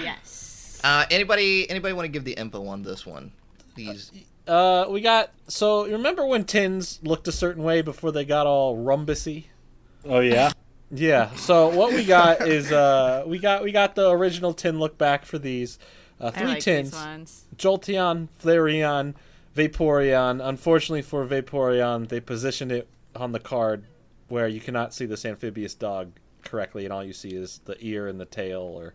Speaker 2: Yes.
Speaker 1: Uh, anybody anybody want to give the info on this one? These
Speaker 3: Uh, we got so you remember when tins looked a certain way before they got all rumbusy?
Speaker 4: Oh yeah.
Speaker 3: Yeah. So what we got is uh, we got we got the original tin look back for these uh,
Speaker 2: I
Speaker 3: three
Speaker 2: like
Speaker 3: tins.
Speaker 2: these ones.
Speaker 3: Jolteon, Flareon, Vaporeon. Unfortunately for Vaporeon, they positioned it on the card where you cannot see this amphibious dog correctly, and all you see is the ear and the tail. Or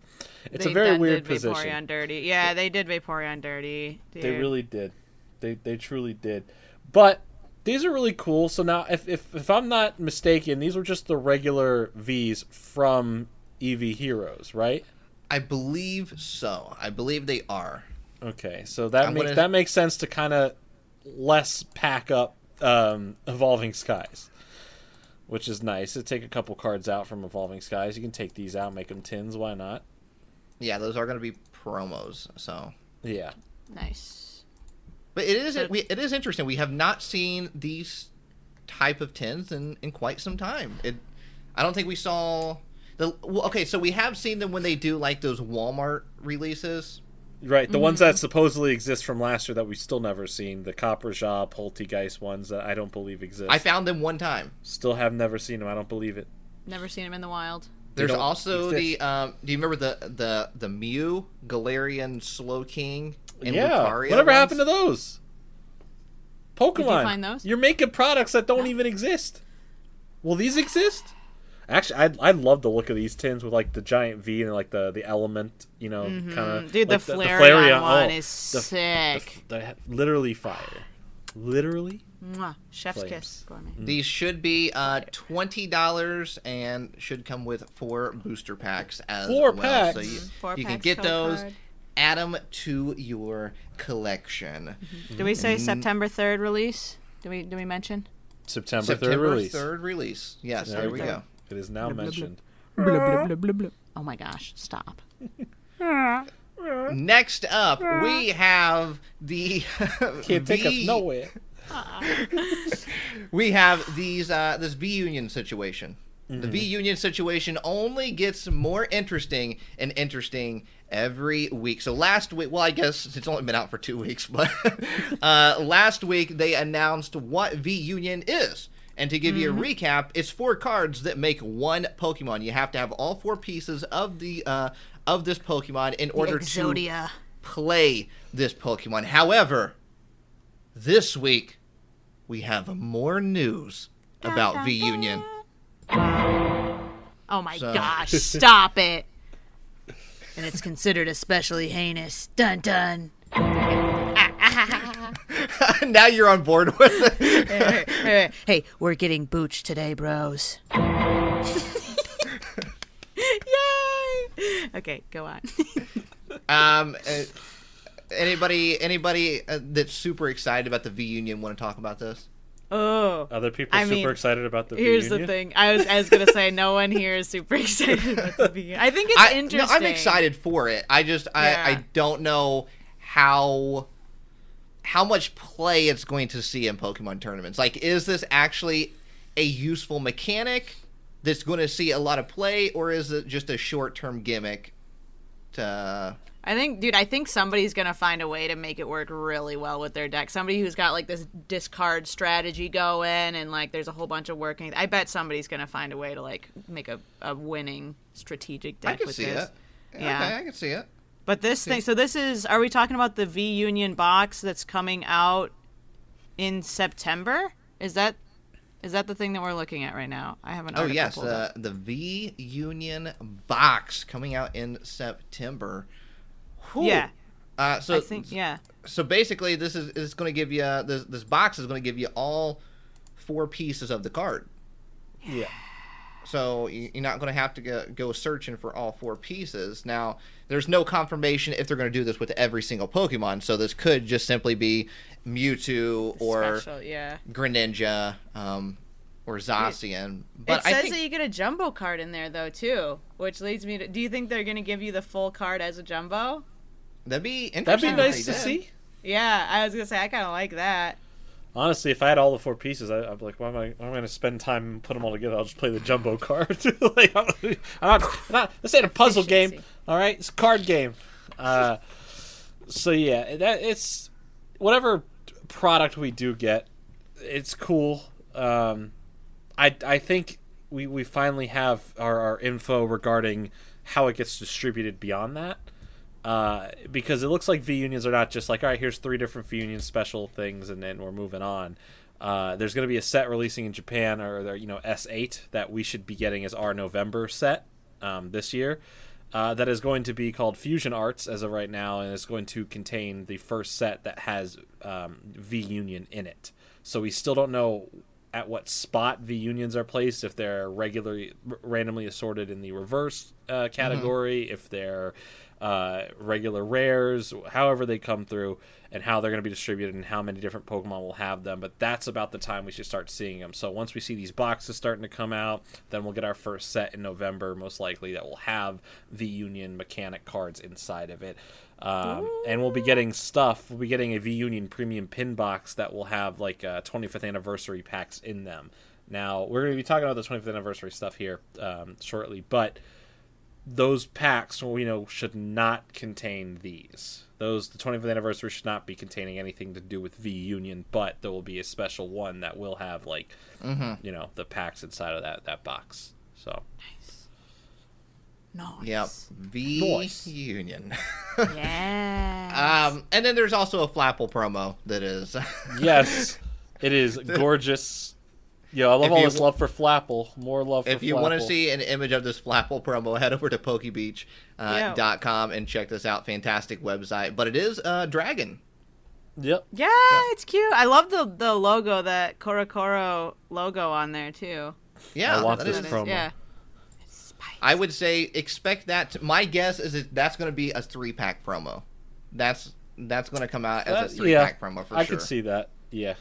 Speaker 3: it's
Speaker 2: They
Speaker 3: a very
Speaker 2: done
Speaker 3: weird
Speaker 2: did
Speaker 3: position.
Speaker 2: Vaporeon dirty. Yeah, they did Vaporeon dirty. Dude.
Speaker 3: They really did. They they truly did. But these are really cool. So now, if if, if I'm not mistaken, these were just the regular V's from EV Heroes, right?
Speaker 1: I believe so. I believe they are.
Speaker 3: Okay, so that
Speaker 1: I'm
Speaker 3: makes
Speaker 1: gonna-
Speaker 3: that makes sense to kind of less pack up um, Evolving Skies, which is nice. To take a couple cards out from Evolving Skies, you can take these out, make them tins. Why not?
Speaker 1: Yeah, those are going to be promos. So,
Speaker 3: Yeah,
Speaker 2: nice.
Speaker 1: but it is
Speaker 2: But-
Speaker 1: we, it is interesting. We have not seen these type of tins in in quite some time. It, I don't think we saw the well, okay. So we have seen them when they do like those Walmart releases.
Speaker 3: right. The ones that supposedly exist from last year that we've still never seen, the Copper Jaw, Poltegeist ones that I don't believe exist.
Speaker 1: I found them one time.
Speaker 3: Still have never seen them. I don't believe it.
Speaker 2: Never seen him in the wild.
Speaker 1: There's
Speaker 3: don't
Speaker 1: also
Speaker 3: exist.
Speaker 1: the um, do you remember the the the Mew Galarian Slow King? And
Speaker 3: yeah.
Speaker 1: Lucario
Speaker 3: Whatever
Speaker 1: ones?
Speaker 3: happened to those? Pokemon.
Speaker 2: find those?
Speaker 3: are making products that don't even exist. Will these exist? Actually, I I love the look of these tins with like the giant V and like the the element, you know, kind of
Speaker 2: Mm-hmm. Dude, the
Speaker 3: like
Speaker 2: Flareon
Speaker 3: Flareon-
Speaker 2: one
Speaker 3: oh,
Speaker 2: is
Speaker 3: the- the-
Speaker 2: sick.
Speaker 3: the- literally fire, literally.
Speaker 2: Mwah. Chef's
Speaker 3: Flames.
Speaker 2: kiss. Gourmet.
Speaker 1: These should be uh, twenty dollars and should come with four booster packs as
Speaker 3: Four
Speaker 1: well.
Speaker 3: packs.
Speaker 1: So you,
Speaker 2: Mm-hmm. Four
Speaker 1: you can
Speaker 2: packs,
Speaker 1: get
Speaker 2: code
Speaker 1: those,
Speaker 2: card.
Speaker 1: add them to your collection.
Speaker 3: Mm-hmm.
Speaker 2: Do we
Speaker 1: Mm-hmm.
Speaker 2: say September third release? Do we do we mention?
Speaker 3: September,
Speaker 1: September
Speaker 3: third release.
Speaker 1: third release. Yes, there, we go.
Speaker 3: It is now mentioned.
Speaker 2: Oh my gosh! Stop.
Speaker 1: Next up, we have the
Speaker 3: Can't
Speaker 1: [LAUGHS]
Speaker 3: take us
Speaker 1: V-
Speaker 3: nowhere.
Speaker 1: we have these uh, this V union situation. The V union situation only gets more interesting and interesting every week. So last week, well, I guess it's only been out for two weeks, [LAUGHS] but uh, last week they announced what V union is. And to give you a recap, it's four cards that make one Pokemon. You have to have all four pieces of the uh, of this Pokemon in order to
Speaker 2: Exodia.
Speaker 1: play this Pokemon. However, this week we have more news about V Union. [LAUGHS]
Speaker 2: Oh my
Speaker 1: So- [LAUGHS]
Speaker 2: gosh! Stop it. And it's considered especially heinous. Dun dun.
Speaker 1: now you're on board with it.
Speaker 2: Hey, hey, hey, we're getting booched today, bros. Okay, go on. [LAUGHS]
Speaker 1: Um, uh, anybody anybody uh, that's super excited about the V Union want to talk about this?
Speaker 2: oh.
Speaker 3: Other people
Speaker 2: I
Speaker 3: super
Speaker 2: mean,
Speaker 3: excited about the
Speaker 2: Here's
Speaker 3: reunion?
Speaker 2: the thing. I was I was gonna say no one here is super [LAUGHS] excited about the vegan. I think it's
Speaker 1: I,
Speaker 2: interesting.
Speaker 1: No, I'm excited for it. I just I,
Speaker 2: Yeah.
Speaker 1: I don't know how how much play it's going to see in Pokemon tournaments. Like, is this actually a useful mechanic that's going to see a lot of play, or is it just a short term gimmick? To
Speaker 2: I think, dude, I think somebody's gonna find a way to make it work really well with their deck. Somebody who's got like this discard strategy going, and like there's a whole bunch of working. I bet somebody's gonna find a way to like make a, a winning strategic deck.
Speaker 1: I can
Speaker 2: with
Speaker 1: see
Speaker 2: this.
Speaker 1: it.
Speaker 2: Yeah.
Speaker 1: okay, I can see it.
Speaker 2: But this thing, so this is, are we talking about the V Union box that's coming out in September? Is that is that the thing that we're looking at right now? I haven't.
Speaker 1: Oh yes, uh, the V Union box coming out in September. Whew.
Speaker 2: yeah,
Speaker 1: Uh, so
Speaker 2: I think yeah.
Speaker 1: so basically this is is going to give you uh, this this box is going to give you all four pieces of the card
Speaker 3: Yeah.
Speaker 1: so you- you're not going to have to go, go searching for all four pieces now there's no confirmation if they're going to do this with every single pokemon so this could just simply be mewtwo or
Speaker 2: Special, yeah.
Speaker 1: greninja um, or zacian but
Speaker 2: it says
Speaker 1: i think
Speaker 2: that you get a jumbo card in there though too, which leads me to: Do you think they're gonna give you the full card as a jumbo?
Speaker 1: that'd be interesting
Speaker 3: That'd be
Speaker 1: if they
Speaker 3: nice to
Speaker 1: did.
Speaker 3: see.
Speaker 2: Yeah, I was gonna say I kind of
Speaker 1: [LAUGHS]
Speaker 2: like that.
Speaker 3: Honestly, if I had all the four pieces, I, I'd be like, why am I? Why am I going to spend time and put them all together? I'll just play the jumbo [LAUGHS] card. like, I'm, [LAUGHS] I'm not, I'm not- This ain't a puzzle game.
Speaker 2: Efficiency.
Speaker 3: All right, it's a card game. Uh, so yeah, that it's whatever product we do get, it's cool. Um, I I think we we finally have our, our info regarding how it gets distributed beyond that. Uh, because it looks like V unions are not just like, all right, here's three different V union special things, and then we're moving on. Uh, there's going to be a set releasing in Japan, or their, you know S8 that we should be getting as our November set um, this year. Uh, that is going to be called Fusion Arts as of right now, and it's going to contain the first set that has um, V Union in it. So we still don't know at what spot V unions are placed, if they're regularly r- randomly assorted in the reverse uh, category, if they're uh, regular rares, however they come through, and how they're going to be distributed, and how many different Pokemon will have them. But that's about the time we should start seeing them. So once we see these boxes starting to come out, then we'll get our first set in November, most likely that will have the Union mechanic cards inside of it. Um, and we'll be getting stuff. We'll be getting a V Union premium pin box that will have like uh, 25th anniversary packs in them. Now we're going to be talking about the 25th anniversary stuff here um, shortly, but those packs well, we know should not contain these. Those the 25th anniversary should not be containing anything to do with V Union, but there will be a special one that will have like
Speaker 1: Mm-hmm.
Speaker 3: you know the packs inside of that that box.
Speaker 1: [LAUGHS]
Speaker 3: So
Speaker 2: No.
Speaker 1: yep v
Speaker 3: Nice.
Speaker 1: union
Speaker 2: Yeah.
Speaker 1: um, and then there's also a flapple promo that is [LAUGHS]
Speaker 3: yes, it is gorgeous. Yo, I love
Speaker 1: If
Speaker 3: all
Speaker 1: you-
Speaker 3: this love for Flapple. More love.
Speaker 1: if
Speaker 3: for
Speaker 1: you want to
Speaker 3: Flapple.
Speaker 1: see an image of this flapple promo [LAUGHS] head over to pokebeach.com uh,
Speaker 2: Yeah.
Speaker 1: dot com and check this out fantastic website but it is uh, dragon
Speaker 3: yep,
Speaker 2: yeah, it's cute. I love the the logo, that Korokoro logo on there too.
Speaker 1: yeah
Speaker 3: I want
Speaker 1: that
Speaker 3: this
Speaker 1: is-
Speaker 2: That is-
Speaker 3: promo.
Speaker 2: Yeah.
Speaker 1: i would say expect that to- my guess is that that's going to be a three pack promo that's that's going to come out
Speaker 3: Uh,
Speaker 1: as a three
Speaker 3: yeah,
Speaker 1: pack promo for
Speaker 3: I
Speaker 1: sure
Speaker 3: could see that. Yeah,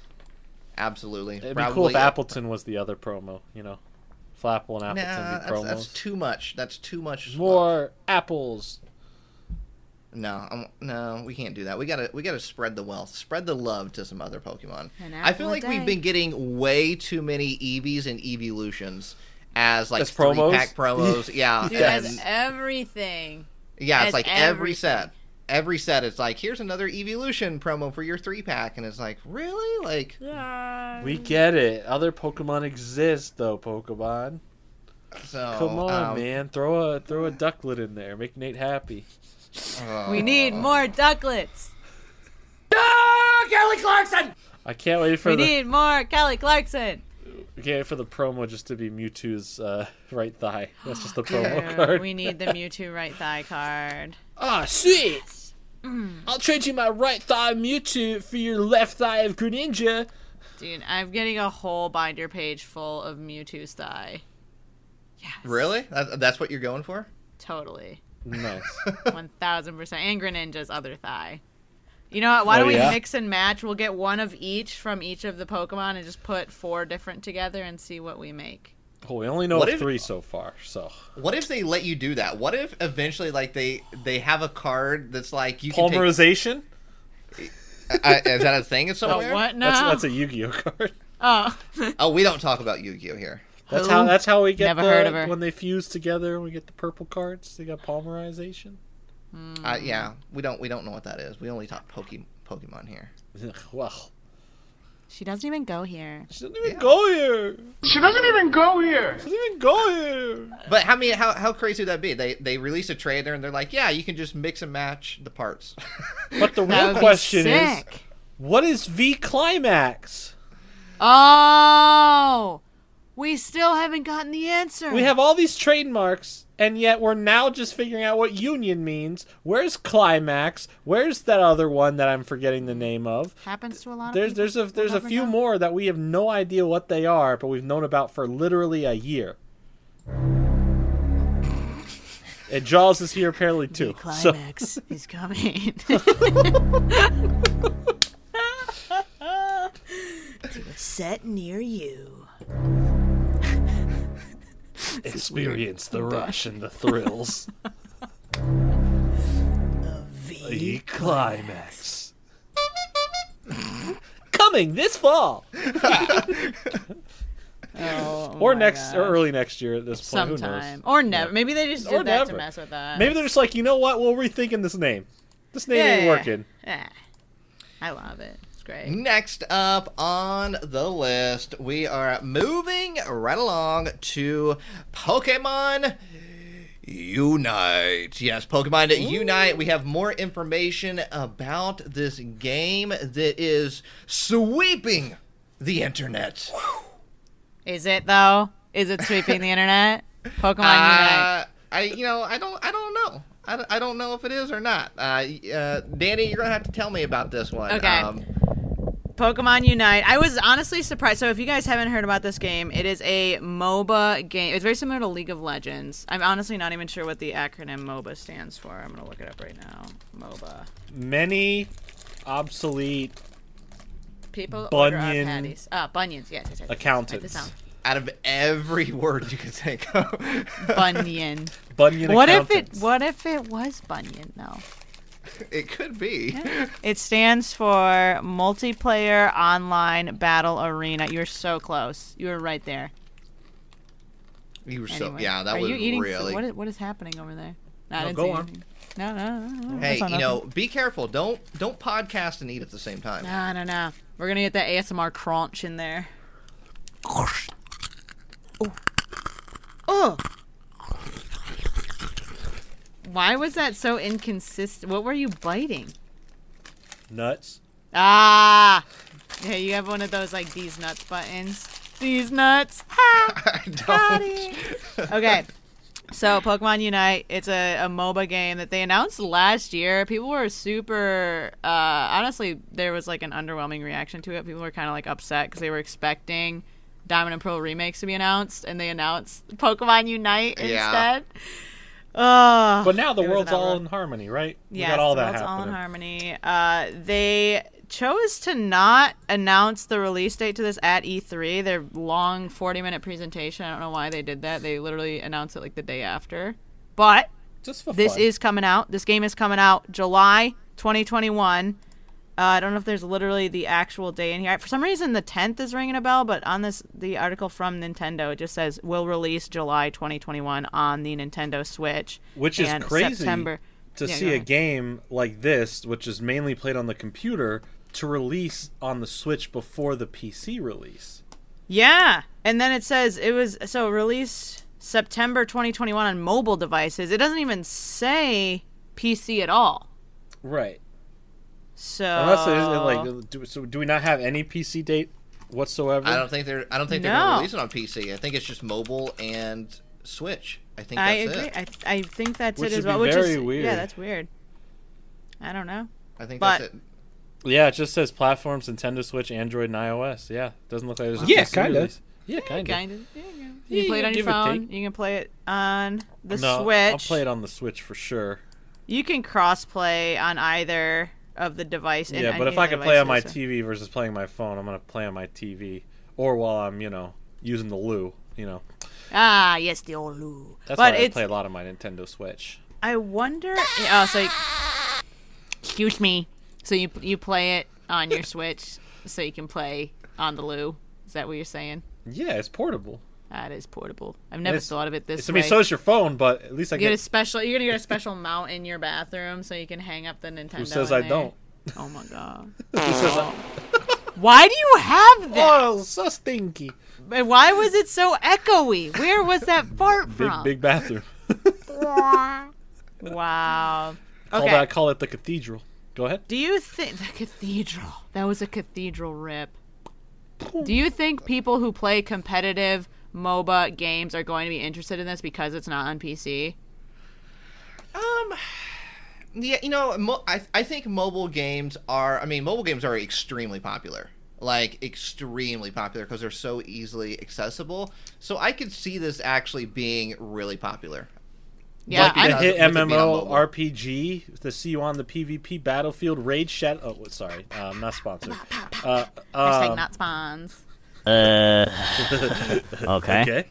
Speaker 1: absolutely
Speaker 3: it'd be
Speaker 1: Probably
Speaker 3: cool if Appleton was the other promo. You know, Flapple
Speaker 1: nah,
Speaker 3: and Appleton
Speaker 1: that's,
Speaker 3: be promos.
Speaker 1: that's too much that's too much
Speaker 3: More apples.
Speaker 1: No, I'm, no, we can't do that. We gotta we gotta spread the wealth, spread the love to some other Pokemon.
Speaker 2: An
Speaker 1: I feel
Speaker 2: apple a
Speaker 1: like we've
Speaker 2: day.
Speaker 1: been getting way too many Eevees and Eeveelutions as like
Speaker 3: As promos?
Speaker 1: pack
Speaker 3: [LAUGHS]
Speaker 1: promos. yeah,
Speaker 2: Dude,
Speaker 1: and-
Speaker 2: has everything.
Speaker 1: yeah, it's
Speaker 2: as
Speaker 1: like every
Speaker 2: everything.
Speaker 1: set. Every set, it's like here's another Eeveelution promo for your three pack, and it's like really like
Speaker 3: We get it. Other Pokemon exist though. Pokemon,
Speaker 1: so.
Speaker 3: come on,
Speaker 1: um,
Speaker 3: man. Throw a throw a ducklet in there. Make Nate happy.
Speaker 2: We
Speaker 3: Uh,
Speaker 2: need more ducklets.
Speaker 3: I can't wait for
Speaker 2: We
Speaker 3: the
Speaker 2: need more Kelly Clarkson.
Speaker 3: I can't wait for the promo just to be Mewtwo's uh, [LAUGHS] right thigh. That's just the promo card.
Speaker 2: We need the Mewtwo right thigh card.
Speaker 3: Ah, sweet.
Speaker 2: Mm.
Speaker 3: I'll trade you my right thigh Mewtwo for your left thigh of Greninja.
Speaker 2: Dude, I'm getting a whole binder page full of Mewtwo's thigh.
Speaker 1: Really? That, that's what you're going for?
Speaker 2: Totally.
Speaker 3: Nice. [LAUGHS]
Speaker 2: One thousand percent. And Greninja's other thigh. You know what? Why
Speaker 3: Oh,
Speaker 2: don't we
Speaker 3: yeah?
Speaker 2: mix and match? We'll get one of each from each of the Pokemon and just put four different together and see what we make.
Speaker 3: Well, we only know
Speaker 1: What
Speaker 3: of
Speaker 1: if-
Speaker 3: three so far, so
Speaker 1: What if they let you do that? What if eventually, like they they have a card that's like you can take,
Speaker 3: pulverization.
Speaker 1: I, is that a thing in
Speaker 2: Oh,
Speaker 1: somewhere?
Speaker 2: what? No.
Speaker 3: That's that's a Yu-Gi-Oh
Speaker 2: [LAUGHS]
Speaker 3: card.
Speaker 2: oh.
Speaker 1: Oh, we don't talk about Yu-Gi-Oh here.
Speaker 3: That's
Speaker 2: Who?
Speaker 3: how that's how we get
Speaker 2: Never
Speaker 3: the-
Speaker 2: heard of her.
Speaker 3: when they fuse together. We get the purple cards. They got polymerization.
Speaker 1: Uh, yeah, we don't we don't know what that is. We only talk Poke- Pokemon here.
Speaker 3: Ugh, well,
Speaker 2: [LAUGHS] she doesn't even go here.
Speaker 3: she doesn't even go here.
Speaker 8: She doesn't even go here.
Speaker 3: She doesn't even go here.
Speaker 1: But how many? How, how crazy would that be? They they release a trailer and they're like, yeah, you can just mix and match the parts. [LAUGHS]
Speaker 3: But the
Speaker 2: That
Speaker 3: real
Speaker 2: would be
Speaker 3: question is,
Speaker 2: sick.
Speaker 3: what is V climax?
Speaker 2: Oh, we still haven't gotten the answer.
Speaker 3: We have all these trademarks, and yet we're now just figuring out what union means. Where's climax? Where's that other one that I'm forgetting the name of?
Speaker 2: happens to a lot
Speaker 3: There's
Speaker 2: of people.
Speaker 3: there's a there's a
Speaker 2: never
Speaker 3: few
Speaker 2: know.
Speaker 3: more that we have no idea what they are, but we've known about for literally a year. And Jaws is here apparently too. So
Speaker 4: [LAUGHS]
Speaker 2: climax is
Speaker 3: [LAUGHS]
Speaker 2: coming.
Speaker 9: set near you.
Speaker 3: experience the rush and the thrills. the climax. [LAUGHS] Coming this fall.
Speaker 2: oh,
Speaker 3: or
Speaker 2: my
Speaker 3: next
Speaker 2: gosh.
Speaker 3: or early next year at this point. Who knows?
Speaker 2: sometime or never. Maybe they just did
Speaker 3: Or
Speaker 2: that
Speaker 3: never.
Speaker 2: to mess with us.
Speaker 3: Maybe they're just like, you know what? We're rethinking this name. This name ain't
Speaker 2: Yeah.
Speaker 3: working.
Speaker 2: Ah, I love it. It's great.
Speaker 1: Next up on the list, we are moving right along to Pokemon Unite. Yes, Pokemon Unite. We have more information about this game that is sweeping the internet.
Speaker 2: Is it though? Is it sweeping the internet? Pokemon Unite.
Speaker 1: Uh, I, you know, I don't, I don't know. I, don't- I don't know if it is or not. Uh, y- uh, Danny, you're gonna have to tell me about this one. um,
Speaker 2: Okay. Pokemon Unite. I was honestly surprised. So, if you guys haven't heard about this game, it is a MOBA game. It's very similar to League of Legends. I'm honestly not even sure what the acronym MOBA stands for. I'm gonna look it up right now. MOBA.
Speaker 3: Many obsolete
Speaker 2: People order our
Speaker 3: Bunyan-
Speaker 2: patties. Ah, bunions. Yes, yes, yes. Write this
Speaker 3: accountants.
Speaker 2: down.
Speaker 1: out of every [LAUGHS] word you could think of.
Speaker 3: [LAUGHS]
Speaker 2: Bunyan.
Speaker 3: Bunyan
Speaker 2: what if it?
Speaker 3: accountants.
Speaker 2: What if it was Bunyan though?
Speaker 1: [LAUGHS] It could be.
Speaker 2: It stands for Multiplayer Online Battle Arena. You were so close. You were right there.
Speaker 1: You were so
Speaker 2: Anyway,
Speaker 1: yeah, that
Speaker 2: are
Speaker 1: was
Speaker 2: you eating
Speaker 1: really.
Speaker 2: What is, what is happening over there? No, I
Speaker 3: No,
Speaker 2: didn't
Speaker 3: go
Speaker 2: see
Speaker 3: on.
Speaker 2: anything. No, no, no, no, no.
Speaker 1: hey,
Speaker 2: That's not
Speaker 1: you know, be careful. Don't don't podcast and eat at the same time.
Speaker 2: nothing. No, no, no. We're gonna get that ASMR crunch in there. Oh. Why was that so inconsistent? What were you biting?
Speaker 3: Nuts.
Speaker 2: Ah. Yeah, you have one of those like these nuts buttons. These nuts. Ah.
Speaker 1: [LAUGHS] I don't.
Speaker 2: okay. So Pokemon Unite, it's a, a MOBA game that they announced last year. People were super uh, honestly, there was like an underwhelming reaction to it. People were kind of like upset because they were expecting Diamond and Pearl remakes to be announced, and they announced Pokemon Unite
Speaker 1: Yeah.
Speaker 2: instead. Ugh.
Speaker 3: But now the
Speaker 2: It Ah, was
Speaker 3: world's
Speaker 2: an
Speaker 3: all
Speaker 2: outrage.
Speaker 3: in harmony, right? We
Speaker 2: Yeah,
Speaker 3: got all
Speaker 2: so
Speaker 3: that
Speaker 2: it's all in harmony.
Speaker 3: happening.
Speaker 2: Uh, they chose to not announce the release date to this at E3. Their long 40 minute presentation. I don't know why they did that. They literally announced it like the day after. But
Speaker 3: Just for
Speaker 2: this
Speaker 3: fun.
Speaker 2: is coming out. This game is coming out July 2021. Uh, I don't know if there's literally the actual day in here. For some reason, the 10th is ringing a bell, but on this the article from Nintendo, it just says will release July 2021 on the Nintendo Switch,
Speaker 3: which is
Speaker 2: and
Speaker 3: crazy
Speaker 2: September.
Speaker 3: to
Speaker 2: Yeah, go
Speaker 3: see a
Speaker 2: ahead.
Speaker 3: game like this, which is mainly played on the computer, to release on the Switch before the PC release.
Speaker 2: Yeah. And then it says it was so released September 2021 on mobile devices. It doesn't even say PC at all.
Speaker 3: Right.
Speaker 2: So
Speaker 3: Unless there's like, do, so do we not have any PC date whatsoever?
Speaker 1: Uh, I don't think they're. I don't think they're
Speaker 2: No.
Speaker 1: gonna release it on PC. I think it's just mobile and Switch. I think
Speaker 2: I
Speaker 1: that's
Speaker 2: agree.
Speaker 1: it.
Speaker 2: I, I think that's
Speaker 3: Which
Speaker 2: it as
Speaker 3: would
Speaker 2: well.
Speaker 3: be
Speaker 2: which
Speaker 3: very
Speaker 2: is
Speaker 3: weird.
Speaker 2: yeah, that's weird. I don't know.
Speaker 1: I think
Speaker 2: but-
Speaker 1: that's it.
Speaker 3: Yeah, it just says platforms Nintendo Switch, Android, and iOS. Yeah, doesn't look like there's a
Speaker 4: Yeah,
Speaker 3: PC
Speaker 4: kinda.
Speaker 3: release. Yeah, kind of.
Speaker 2: Kind of. Yeah, yeah. You can play it on your
Speaker 3: give or
Speaker 2: phone.
Speaker 3: take.
Speaker 2: You can play it on the
Speaker 3: no,
Speaker 2: Switch.
Speaker 3: I'll play it on the Switch for sure.
Speaker 2: You can cross play on either of the device. and
Speaker 3: yeah, but
Speaker 2: any
Speaker 3: if I
Speaker 2: of the
Speaker 3: could play on my
Speaker 2: devices, so-
Speaker 3: TV versus playing my phone, I'm gonna play on my TV or while I'm you know using the loo. You know,
Speaker 2: Ah, yes, the old Lou.
Speaker 3: that's
Speaker 2: but
Speaker 3: why I
Speaker 2: it's.
Speaker 3: play a lot of my Nintendo Switch.
Speaker 2: I wonder. Oh, so. Excuse me. So you you play it on your Switch, so you can play on the Lou. Is that what you're saying?
Speaker 3: Yeah, it's portable.
Speaker 2: That is portable. I've never
Speaker 3: it's-
Speaker 2: thought of it this
Speaker 3: It's, I
Speaker 2: way.
Speaker 3: mean, so is your phone, but at least I
Speaker 2: you get a
Speaker 3: get.
Speaker 2: special. You're gonna get a special mount in your bathroom, so you can hang up the Nintendo.
Speaker 3: Who says
Speaker 2: in
Speaker 3: I
Speaker 2: there.
Speaker 3: don't?
Speaker 2: Oh my god.
Speaker 3: [LAUGHS]
Speaker 2: Oh.
Speaker 3: Who says I-
Speaker 2: Why do you have that?
Speaker 3: Oh, so stinky.
Speaker 2: And Why was it so echoey? Where was that fart
Speaker 3: Big
Speaker 2: from? [LAUGHS]
Speaker 3: big bathroom.
Speaker 2: Wow.
Speaker 3: Call
Speaker 2: Okay.
Speaker 3: that. Call it the cathedral. Go ahead.
Speaker 2: Do you think the cathedral? That was a cathedral rip. Do you think people who play competitive MOBA games are going to be interested in this because it's not on PC?
Speaker 1: Um, yeah, you know, mo- I I think mobile games are. I mean, mobile games are extremely popular, like extremely popular because they're so easily accessible. So I could see this actually being really popular.
Speaker 2: Yeah,
Speaker 1: Like,
Speaker 2: I-
Speaker 1: you
Speaker 3: The
Speaker 1: know,
Speaker 3: hit
Speaker 1: with it being on
Speaker 3: MMO
Speaker 1: mobile.
Speaker 3: RPG to see you on the PvP battlefield raid chat. Oh, what- sorry, um, not sponsored. Uh,
Speaker 2: Hashtag
Speaker 3: um,
Speaker 2: not spawns.
Speaker 10: Okay.
Speaker 3: okay.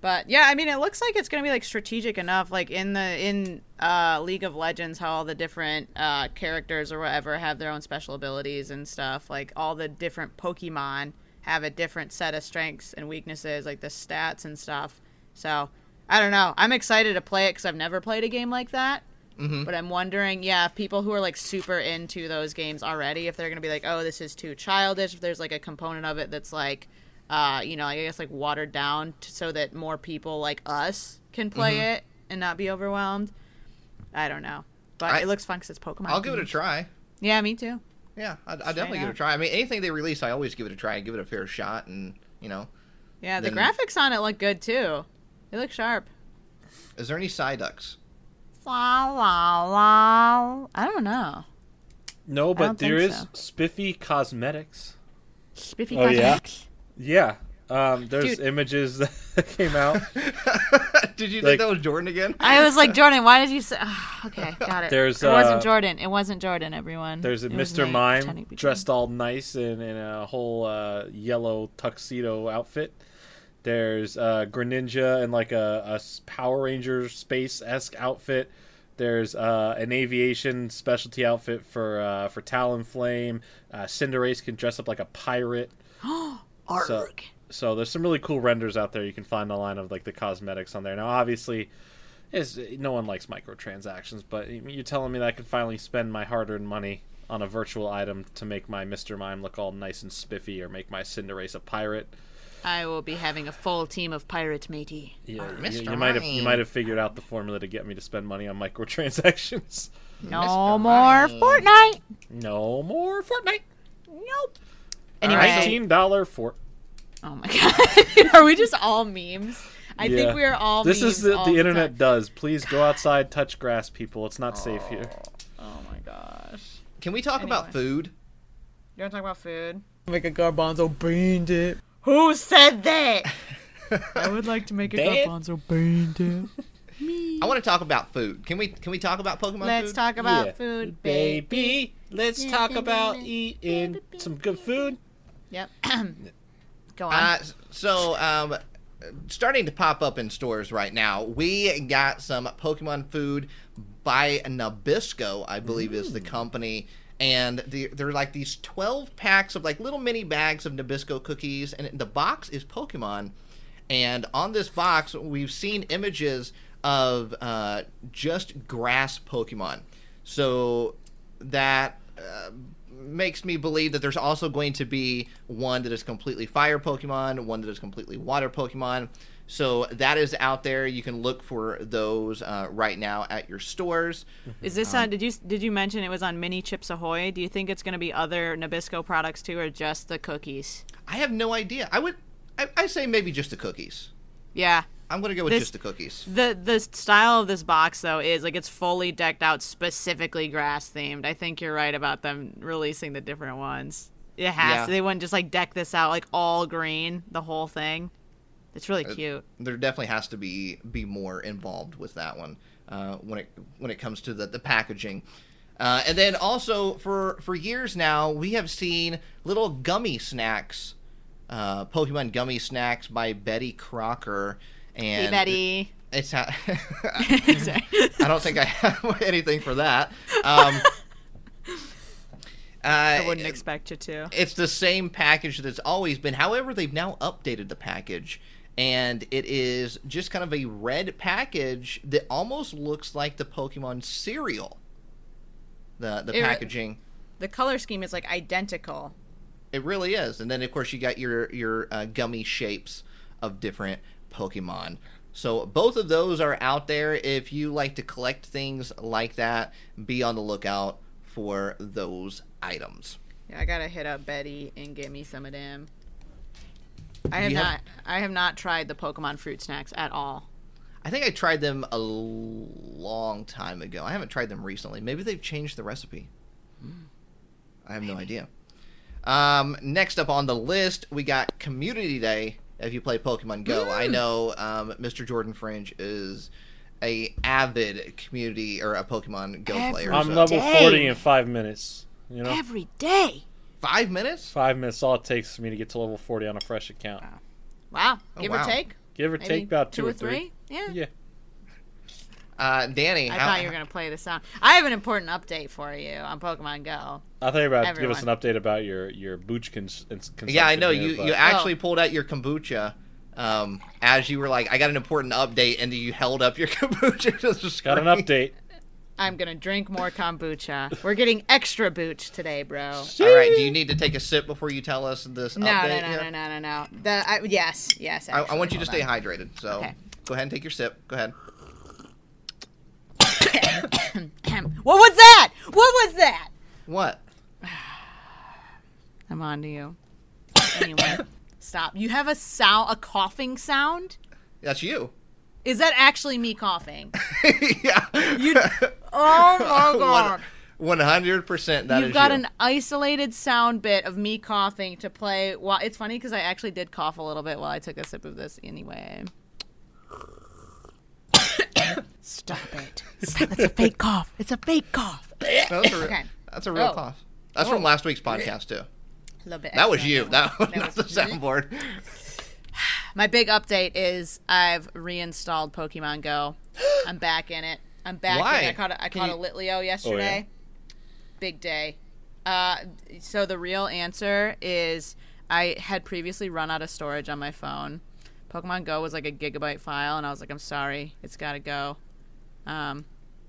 Speaker 2: But yeah, I mean, it looks like it's gonna be like strategic enough. Like in the in uh, League of Legends, how all the different uh, characters or whatever have their own special abilities and stuff. Like all the different Pokemon have a different set of strengths and weaknesses, like the stats and stuff. So I don't know. I'm excited to play it because I've never played a game like that. But I'm wondering, yeah, if people who are like super into those games already, if they're gonna be like, oh, this is too childish. If there's like a component of it that's like, uh, you know, I guess like watered down t- so that more people like us can play
Speaker 1: Mm-hmm.
Speaker 2: it and not be overwhelmed. I don't know, but
Speaker 1: I-
Speaker 2: it looks fun because it's Pokemon.
Speaker 1: I'll give it a try.
Speaker 2: yeah, me too.
Speaker 1: Yeah, I will definitely give it
Speaker 2: up.
Speaker 1: a try. I mean, anything they release, I always give it a try and give it a fair shot. And you know,
Speaker 2: Yeah, the
Speaker 1: Then-
Speaker 2: graphics on it look good too. They look sharp.
Speaker 1: is there any Psyducks?
Speaker 2: La la la. I don't know.
Speaker 3: No, but
Speaker 2: don't
Speaker 3: there
Speaker 2: think
Speaker 3: is
Speaker 2: so.
Speaker 3: Spiffy Cosmetics.
Speaker 2: Spiffy
Speaker 3: Oh, yeah?
Speaker 2: cosmetics.
Speaker 3: Yeah. Um, there's
Speaker 2: Dude.
Speaker 3: images [LAUGHS] that came out.
Speaker 1: [LAUGHS] Did you
Speaker 3: Like-
Speaker 1: think that was Jordan again?
Speaker 2: I was [LAUGHS] like Jordan. Why did you say? Ah, [SIGHS] okay, got it.
Speaker 3: There's,
Speaker 2: it wasn't
Speaker 3: uh,
Speaker 2: Jordan. It wasn't Jordan. Everyone.
Speaker 3: There's a
Speaker 2: It was
Speaker 3: Mr.
Speaker 2: me pretending
Speaker 3: Mime
Speaker 2: to be
Speaker 3: dressed all nice in, in a whole uh, yellow tuxedo outfit. There's uh, Greninja in like a, a s- Power Ranger space esque outfit. There's uh, an aviation specialty outfit for uh, for Talonflame. Uh, Cinderace can dress up like a pirate. so, so there's some really cool renders out there you can find online of like the cosmetics on there. Now, obviously, is no one likes microtransactions, but you're telling me that I can finally spend my hard-earned money on a virtual item to make my Mister Mime look all nice and spiffy, or make my Cinderace a pirate.
Speaker 2: Ah, I will be having a full team of pirate matey.
Speaker 3: Yeah, you-
Speaker 1: Mr.
Speaker 3: you, might have you
Speaker 1: Mime.
Speaker 3: might have figured out the formula to get me to spend money on microtransactions. [LAUGHS]
Speaker 2: No
Speaker 1: Mr.
Speaker 2: more
Speaker 1: Mime.
Speaker 2: Fortnite.
Speaker 3: No more Fortnite.
Speaker 2: Nope. Anyway.
Speaker 3: nineteen dollar for
Speaker 2: Oh my god. [LAUGHS] are we just all memes? I
Speaker 3: Yeah.
Speaker 2: think we are all.
Speaker 3: this
Speaker 2: memes
Speaker 3: is the,
Speaker 2: all
Speaker 3: the internet
Speaker 2: time.
Speaker 3: does. Please go outside, touch grass, people. It's not safe here.
Speaker 2: Oh my gosh.
Speaker 1: Can we talk about food?
Speaker 2: You want to talk about food?
Speaker 5: Make a garbanzo bean dip.
Speaker 2: Who said that?
Speaker 5: I would like to make a
Speaker 3: Dip.
Speaker 5: garbanzo bean dip.
Speaker 1: I want to talk about food. Can we can we talk about Pokemon?
Speaker 2: Let's
Speaker 1: food?
Speaker 2: talk about
Speaker 3: Yeah.
Speaker 2: food, babe.
Speaker 3: Baby, let's talk about eating some good food.
Speaker 2: Yep. [CLEARS THROAT] Go on.
Speaker 1: Uh, so, um, starting to pop up in stores right now, we got some Pokemon food by Nabisco, I believe is the company. And the, they're like these 12 packs of like little mini bags of Nabisco cookies. And the box is Pokemon. And on this box, we've seen images of uh, just grass Pokemon. So that uh, makes me believe that there's also going to be one that is completely fire Pokemon, one that is completely water Pokemon. So that is out there. You can look for those uh, right now at your stores.
Speaker 2: Is this on? Did you did you mention it was on Mini Chips Ahoy? Do you think it's going to be other Nabisco products too, or just the cookies?
Speaker 1: I have no idea. I would, I, I say maybe just the cookies.
Speaker 2: Yeah.
Speaker 1: I'm gonna go with
Speaker 2: This-
Speaker 1: just the cookies.
Speaker 2: The the style of this box though is like it's fully decked out, specifically grass themed. I think you're right about them releasing the different ones. It has.
Speaker 1: Yeah.
Speaker 2: To, they wouldn't just like deck this out like all green, the whole thing. It's really
Speaker 1: Uh,
Speaker 2: cute.
Speaker 1: There definitely has to be be more involved with that one uh, when it when it comes to the the packaging. Uh, and then also for for years now, we have seen little gummy snacks, uh, Pokemon gummy snacks by Betty Crocker. And [LAUGHS]
Speaker 2: Hey, Betty.
Speaker 1: It's not.
Speaker 2: E. [LAUGHS] Sorry.
Speaker 1: I don't think I have [LAUGHS] anything for that. Um,
Speaker 2: [LAUGHS] I wouldn't
Speaker 1: uh,
Speaker 2: expect you to.
Speaker 1: it's the same package that it's always been. However, they've now updated the package, and it is just kind of a red package that almost looks like the Pokemon cereal. The the
Speaker 2: It re-
Speaker 1: packaging,
Speaker 2: The color scheme is like identical.
Speaker 1: it really is. And then of course you got your your uh, gummy shapes of different Pokemon. So both of those are out there. If you like to collect things like that, be on the lookout for those items.
Speaker 2: Yeah, I gotta hit up Betty and get me some of them. I have
Speaker 1: You
Speaker 2: not.
Speaker 1: have-
Speaker 2: I have not tried the Pokemon fruit snacks at all.
Speaker 1: I think I tried them a long time ago. I haven't tried them recently. Maybe they've changed the recipe. I have no idea. Um, next up on the list, we got Community Day. If you play Pokemon Go, I know um, Mr. Jordan Fringe is a avid community or a Pokemon Go player.
Speaker 3: I'm
Speaker 1: so-
Speaker 3: level
Speaker 9: Dang.
Speaker 3: 40 in five minutes. You
Speaker 1: Oh.
Speaker 3: know,
Speaker 9: Every day.
Speaker 1: Five minutes?
Speaker 3: five minutes all it takes for me to get to level 40 on a fresh account.
Speaker 2: Wow,
Speaker 1: Oh,
Speaker 2: give
Speaker 1: wow.
Speaker 2: or take.
Speaker 3: Give or
Speaker 2: Maybe
Speaker 3: take about two,
Speaker 2: or three. Yeah.
Speaker 3: Yeah.
Speaker 1: Uh, Danny,
Speaker 2: I
Speaker 1: how-
Speaker 2: thought you were gonna play the song. I have an important update for you on Pokemon Go.
Speaker 3: I thought you were about to give us an
Speaker 2: Everyone.
Speaker 3: update about your your booch cons- consumption.
Speaker 1: [LAUGHS] Yeah, I know
Speaker 3: here,
Speaker 1: you.
Speaker 3: but-
Speaker 1: You actually
Speaker 2: Oh.
Speaker 1: pulled out your kombucha um, as you were like, "I got an important update," and you held up your [LAUGHS] kombucha to the
Speaker 3: got
Speaker 1: screen.
Speaker 3: an update.
Speaker 2: I'm gonna drink more kombucha. We're getting extra booch today, bro.
Speaker 1: All right. Do you need to take a sip before you tell us this
Speaker 2: No, no,
Speaker 1: update?
Speaker 2: no,
Speaker 1: here?
Speaker 2: no, no, no, no. The I, yes, yes.
Speaker 1: I, I
Speaker 2: actually,
Speaker 1: want you to
Speaker 2: hold
Speaker 1: stay
Speaker 2: on.
Speaker 1: hydrated. So
Speaker 2: Okay.
Speaker 1: go ahead and take your sip. Go ahead.
Speaker 2: Ahem. [CLEARS THROAT] what was that? What was that?
Speaker 1: What?
Speaker 2: I'm on to you.
Speaker 1: [COUGHS]
Speaker 2: Anyway, stop. You have a sound, a coughing sound.
Speaker 1: That's you. [LAUGHS]
Speaker 2: Is that actually me coughing?
Speaker 1: yeah. You.
Speaker 2: Oh
Speaker 1: [LAUGHS]
Speaker 2: my god!
Speaker 1: One hundred percent. That
Speaker 2: You've
Speaker 1: is
Speaker 2: got
Speaker 1: you.
Speaker 2: an isolated sound bit of me coughing to play. While it's funny because I actually did cough a little bit while I took a sip of this. Anyway,
Speaker 9: Stop it. Stop. It's a fake cough. It's a fake cough.
Speaker 1: No, that's, a re-
Speaker 2: Okay.
Speaker 1: that's a real
Speaker 2: Oh.
Speaker 1: cough. That's from last week's podcast too.
Speaker 2: a little bit.
Speaker 1: That was
Speaker 2: extra.
Speaker 1: you. [LAUGHS] That was
Speaker 2: That
Speaker 1: not the
Speaker 2: was-
Speaker 1: soundboard.
Speaker 2: My big update is I've reinstalled Pokemon
Speaker 1: [GASPS]
Speaker 2: Go. I'm back in it. I'm back.
Speaker 1: Why?
Speaker 2: In it. I caught a, I
Speaker 1: Can
Speaker 2: caught
Speaker 1: you- Oh,
Speaker 2: a Litleo yesterday. Big day. Uh, so the real answer is I had previously run out of storage on my phone. Pokemon Go was like a gigabyte file, and I was like, I'm sorry, it's got to go. Um,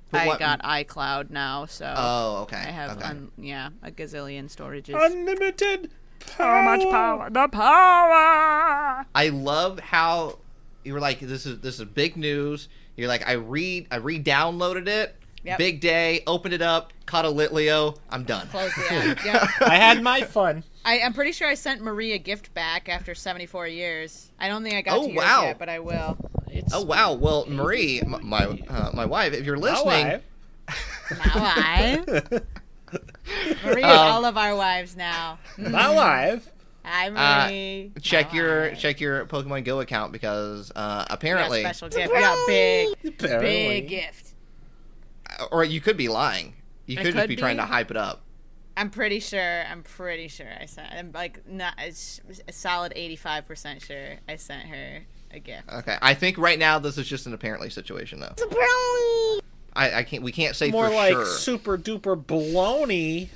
Speaker 1: But
Speaker 2: I
Speaker 1: what-
Speaker 2: got iCloud now, so
Speaker 1: Oh, okay.
Speaker 2: I have
Speaker 1: okay.
Speaker 2: un- yeah a gazillion storages.
Speaker 3: Unlimited. Power.
Speaker 2: The power.
Speaker 1: I love how you were like, this is this is big news. You're like, I read, I re-downloaded it.
Speaker 2: Yep.
Speaker 1: Big day. Opened it up. Caught a Litleo. I'm done.
Speaker 2: Close
Speaker 1: [LAUGHS]
Speaker 2: the app. Yep.
Speaker 3: [LAUGHS] I had my fun.
Speaker 2: I, I'm pretty sure I sent Marie a gift back after 74 years. I don't think I got
Speaker 1: Oh,
Speaker 2: to yours
Speaker 1: wow.
Speaker 2: yet, but I will.
Speaker 3: It's
Speaker 1: Oh wow. Well, Marie, m- my uh, my wife, if you're
Speaker 3: my
Speaker 1: listening,
Speaker 3: wife.
Speaker 2: My wife.
Speaker 1: [LAUGHS]
Speaker 2: Marie is
Speaker 1: Um,
Speaker 2: all of our wives now.
Speaker 3: [LAUGHS] My wife.
Speaker 2: Hi,
Speaker 1: Uh,
Speaker 2: Marie.
Speaker 1: check
Speaker 2: My
Speaker 1: your
Speaker 2: wife.
Speaker 1: check your Pokemon Go account because uh,
Speaker 2: We got a
Speaker 1: apparently,
Speaker 2: special gift. We got a big,
Speaker 3: Apparently.
Speaker 2: big gift.
Speaker 1: or you could be lying. You
Speaker 2: I
Speaker 1: could, just
Speaker 2: could
Speaker 1: be, trying
Speaker 2: be.
Speaker 1: to hype it up.
Speaker 2: I'm pretty sure. I'm pretty sure I sent. I'm like not it's a solid 85% sure I sent her a gift.
Speaker 1: Okay, I think right now this is just an apparently situation though. I, I can't. We can't say
Speaker 3: More
Speaker 1: for
Speaker 3: like
Speaker 1: sure.
Speaker 3: super duper baloney,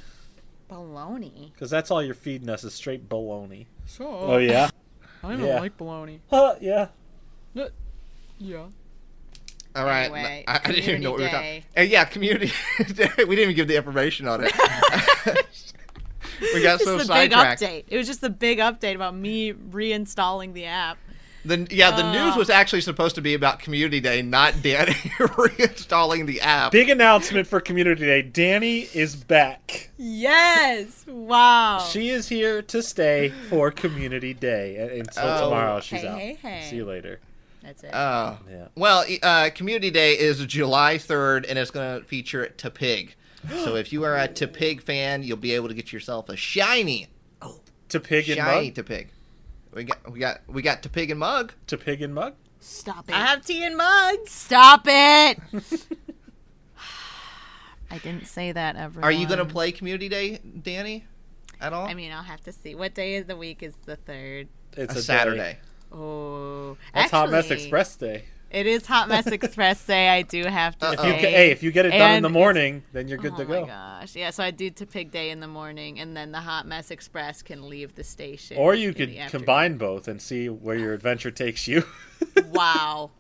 Speaker 2: Baloney.
Speaker 3: because that's all you're feeding us is straight baloney.
Speaker 5: So,
Speaker 3: Oh yeah.
Speaker 5: I don't
Speaker 3: yeah.
Speaker 5: like bologna.
Speaker 3: Huh, yeah.
Speaker 5: Yeah.
Speaker 1: All right.
Speaker 2: Anyway,
Speaker 1: I, I didn't even know what we were
Speaker 2: Community
Speaker 1: talking. Uh, yeah, community. [LAUGHS] Day. we didn't even give the information on it. [LAUGHS] we got
Speaker 2: It's
Speaker 1: so
Speaker 2: the big
Speaker 1: sidetracked.
Speaker 2: update. It was just the big update about me reinstalling the app.
Speaker 1: The, yeah, the news was actually supposed to be about Community Day, not [LAUGHS] Danny reinstalling the app.
Speaker 3: Big announcement for Community Day. Danny is back.
Speaker 2: Yes! Wow.
Speaker 3: She is here to stay for Community Day uh, until
Speaker 1: Oh.
Speaker 3: tomorrow. She's
Speaker 2: Hey,
Speaker 3: out.
Speaker 2: hey, hey.
Speaker 3: See you later.
Speaker 2: That's it.
Speaker 1: Oh.
Speaker 3: Yeah.
Speaker 1: Well, e- uh, Community Day is July 3rd, and it's going to feature Tapig. So if you are a Tapig fan, you'll be able to get yourself a shiny,
Speaker 3: To pig and
Speaker 1: shiny
Speaker 3: mug.
Speaker 1: Tapig. We got we got we got to pig and mug.
Speaker 3: To pig and mug.
Speaker 9: Stop
Speaker 2: I
Speaker 9: it.
Speaker 2: have tea and mugs.
Speaker 9: Stop it.
Speaker 2: [LAUGHS]
Speaker 9: I didn't say that, everyone.
Speaker 1: Are you gonna play Community Day, Danny? At all?
Speaker 2: I mean, I'll have to see. What day of the week is the third?
Speaker 3: It's
Speaker 1: a
Speaker 3: day.
Speaker 1: Saturday.
Speaker 2: Oh,
Speaker 3: That's Hot Mess
Speaker 2: actually,
Speaker 3: Express Day.
Speaker 2: It is Hot Mess Express
Speaker 3: [LAUGHS]
Speaker 2: Day. I do have to
Speaker 1: If
Speaker 3: If you
Speaker 2: say.
Speaker 3: ca- hey, if you get it done in
Speaker 2: oh. And
Speaker 3: the
Speaker 2: it's-
Speaker 3: morning, then you're good
Speaker 2: oh
Speaker 3: to
Speaker 2: my
Speaker 3: go.
Speaker 2: gosh! Yeah, so I do to Pig Day in the morning, and then the Hot Mess Express can leave the station.
Speaker 3: Or you
Speaker 2: in
Speaker 3: could
Speaker 2: the afternoon.
Speaker 3: combine both and see where your adventure takes you. [LAUGHS]
Speaker 2: Wow!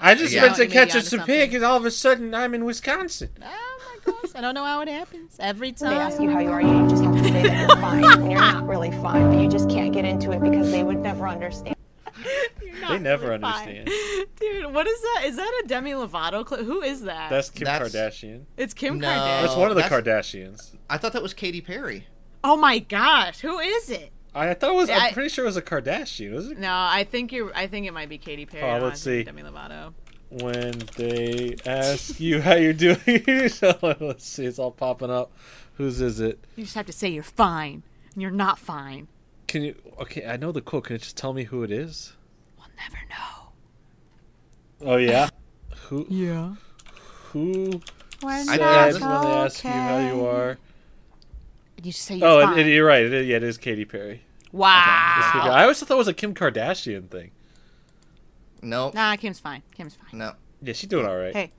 Speaker 3: I just
Speaker 1: Yeah.
Speaker 3: went to
Speaker 2: You may be
Speaker 3: catch
Speaker 2: onto
Speaker 3: a some
Speaker 2: something.
Speaker 3: pig, and all of a sudden I'm in Wisconsin.
Speaker 2: Oh my gosh! I don't know how it happens every
Speaker 10: They
Speaker 2: time.
Speaker 10: ask you how you are, you just have to say that you're fine, and you're not really fine, but you just can't get into it because they would never understand.
Speaker 3: They never
Speaker 2: really fine.
Speaker 3: understand.
Speaker 2: Dude, what is that? Is that a Demi Lovato clip? Who is that?
Speaker 3: That's Kim
Speaker 1: That's-
Speaker 3: Kardashian.
Speaker 2: it's Kim
Speaker 1: No.
Speaker 2: Kardashian.
Speaker 3: That's one of the
Speaker 1: that's-
Speaker 3: Kardashians.
Speaker 1: I thought that was Katy Perry.
Speaker 2: Oh my gosh! Who is it?
Speaker 3: I, I thought it was.
Speaker 2: Yeah,
Speaker 3: I'm
Speaker 2: I-
Speaker 3: pretty sure it was a Kardashian. Was it
Speaker 2: No, I think you're. I think it might be Katy Perry.
Speaker 3: Oh,
Speaker 2: I don't
Speaker 3: let's
Speaker 2: think
Speaker 3: see.
Speaker 2: Demi Lovato.
Speaker 3: when they ask you how you're doing? [LAUGHS] so, let's see. It's all popping up. Whose is it?
Speaker 9: You just have to say you're fine and you're not fine.
Speaker 3: Can you? Okay, I know the quote. Can you just tell me who it is?
Speaker 9: We'll never know.
Speaker 3: Oh yeah. who?
Speaker 5: Yeah.
Speaker 3: Who
Speaker 6: We're
Speaker 1: I-
Speaker 3: said
Speaker 1: yeah,
Speaker 3: when
Speaker 1: this
Speaker 3: they
Speaker 1: is-
Speaker 3: ask you how you are?
Speaker 9: And you just say you're
Speaker 3: Oh,
Speaker 9: fine.
Speaker 3: it, it- you're right. It, yeah, it is Katy Perry.
Speaker 2: Wow.
Speaker 3: It's Katy Perry. I always thought it was a Kim Kardashian thing.
Speaker 1: No.
Speaker 9: Nah, Kim's fine. Kim's fine.
Speaker 1: No. Uh,
Speaker 3: Yeah, she's doing all right.
Speaker 9: Hey,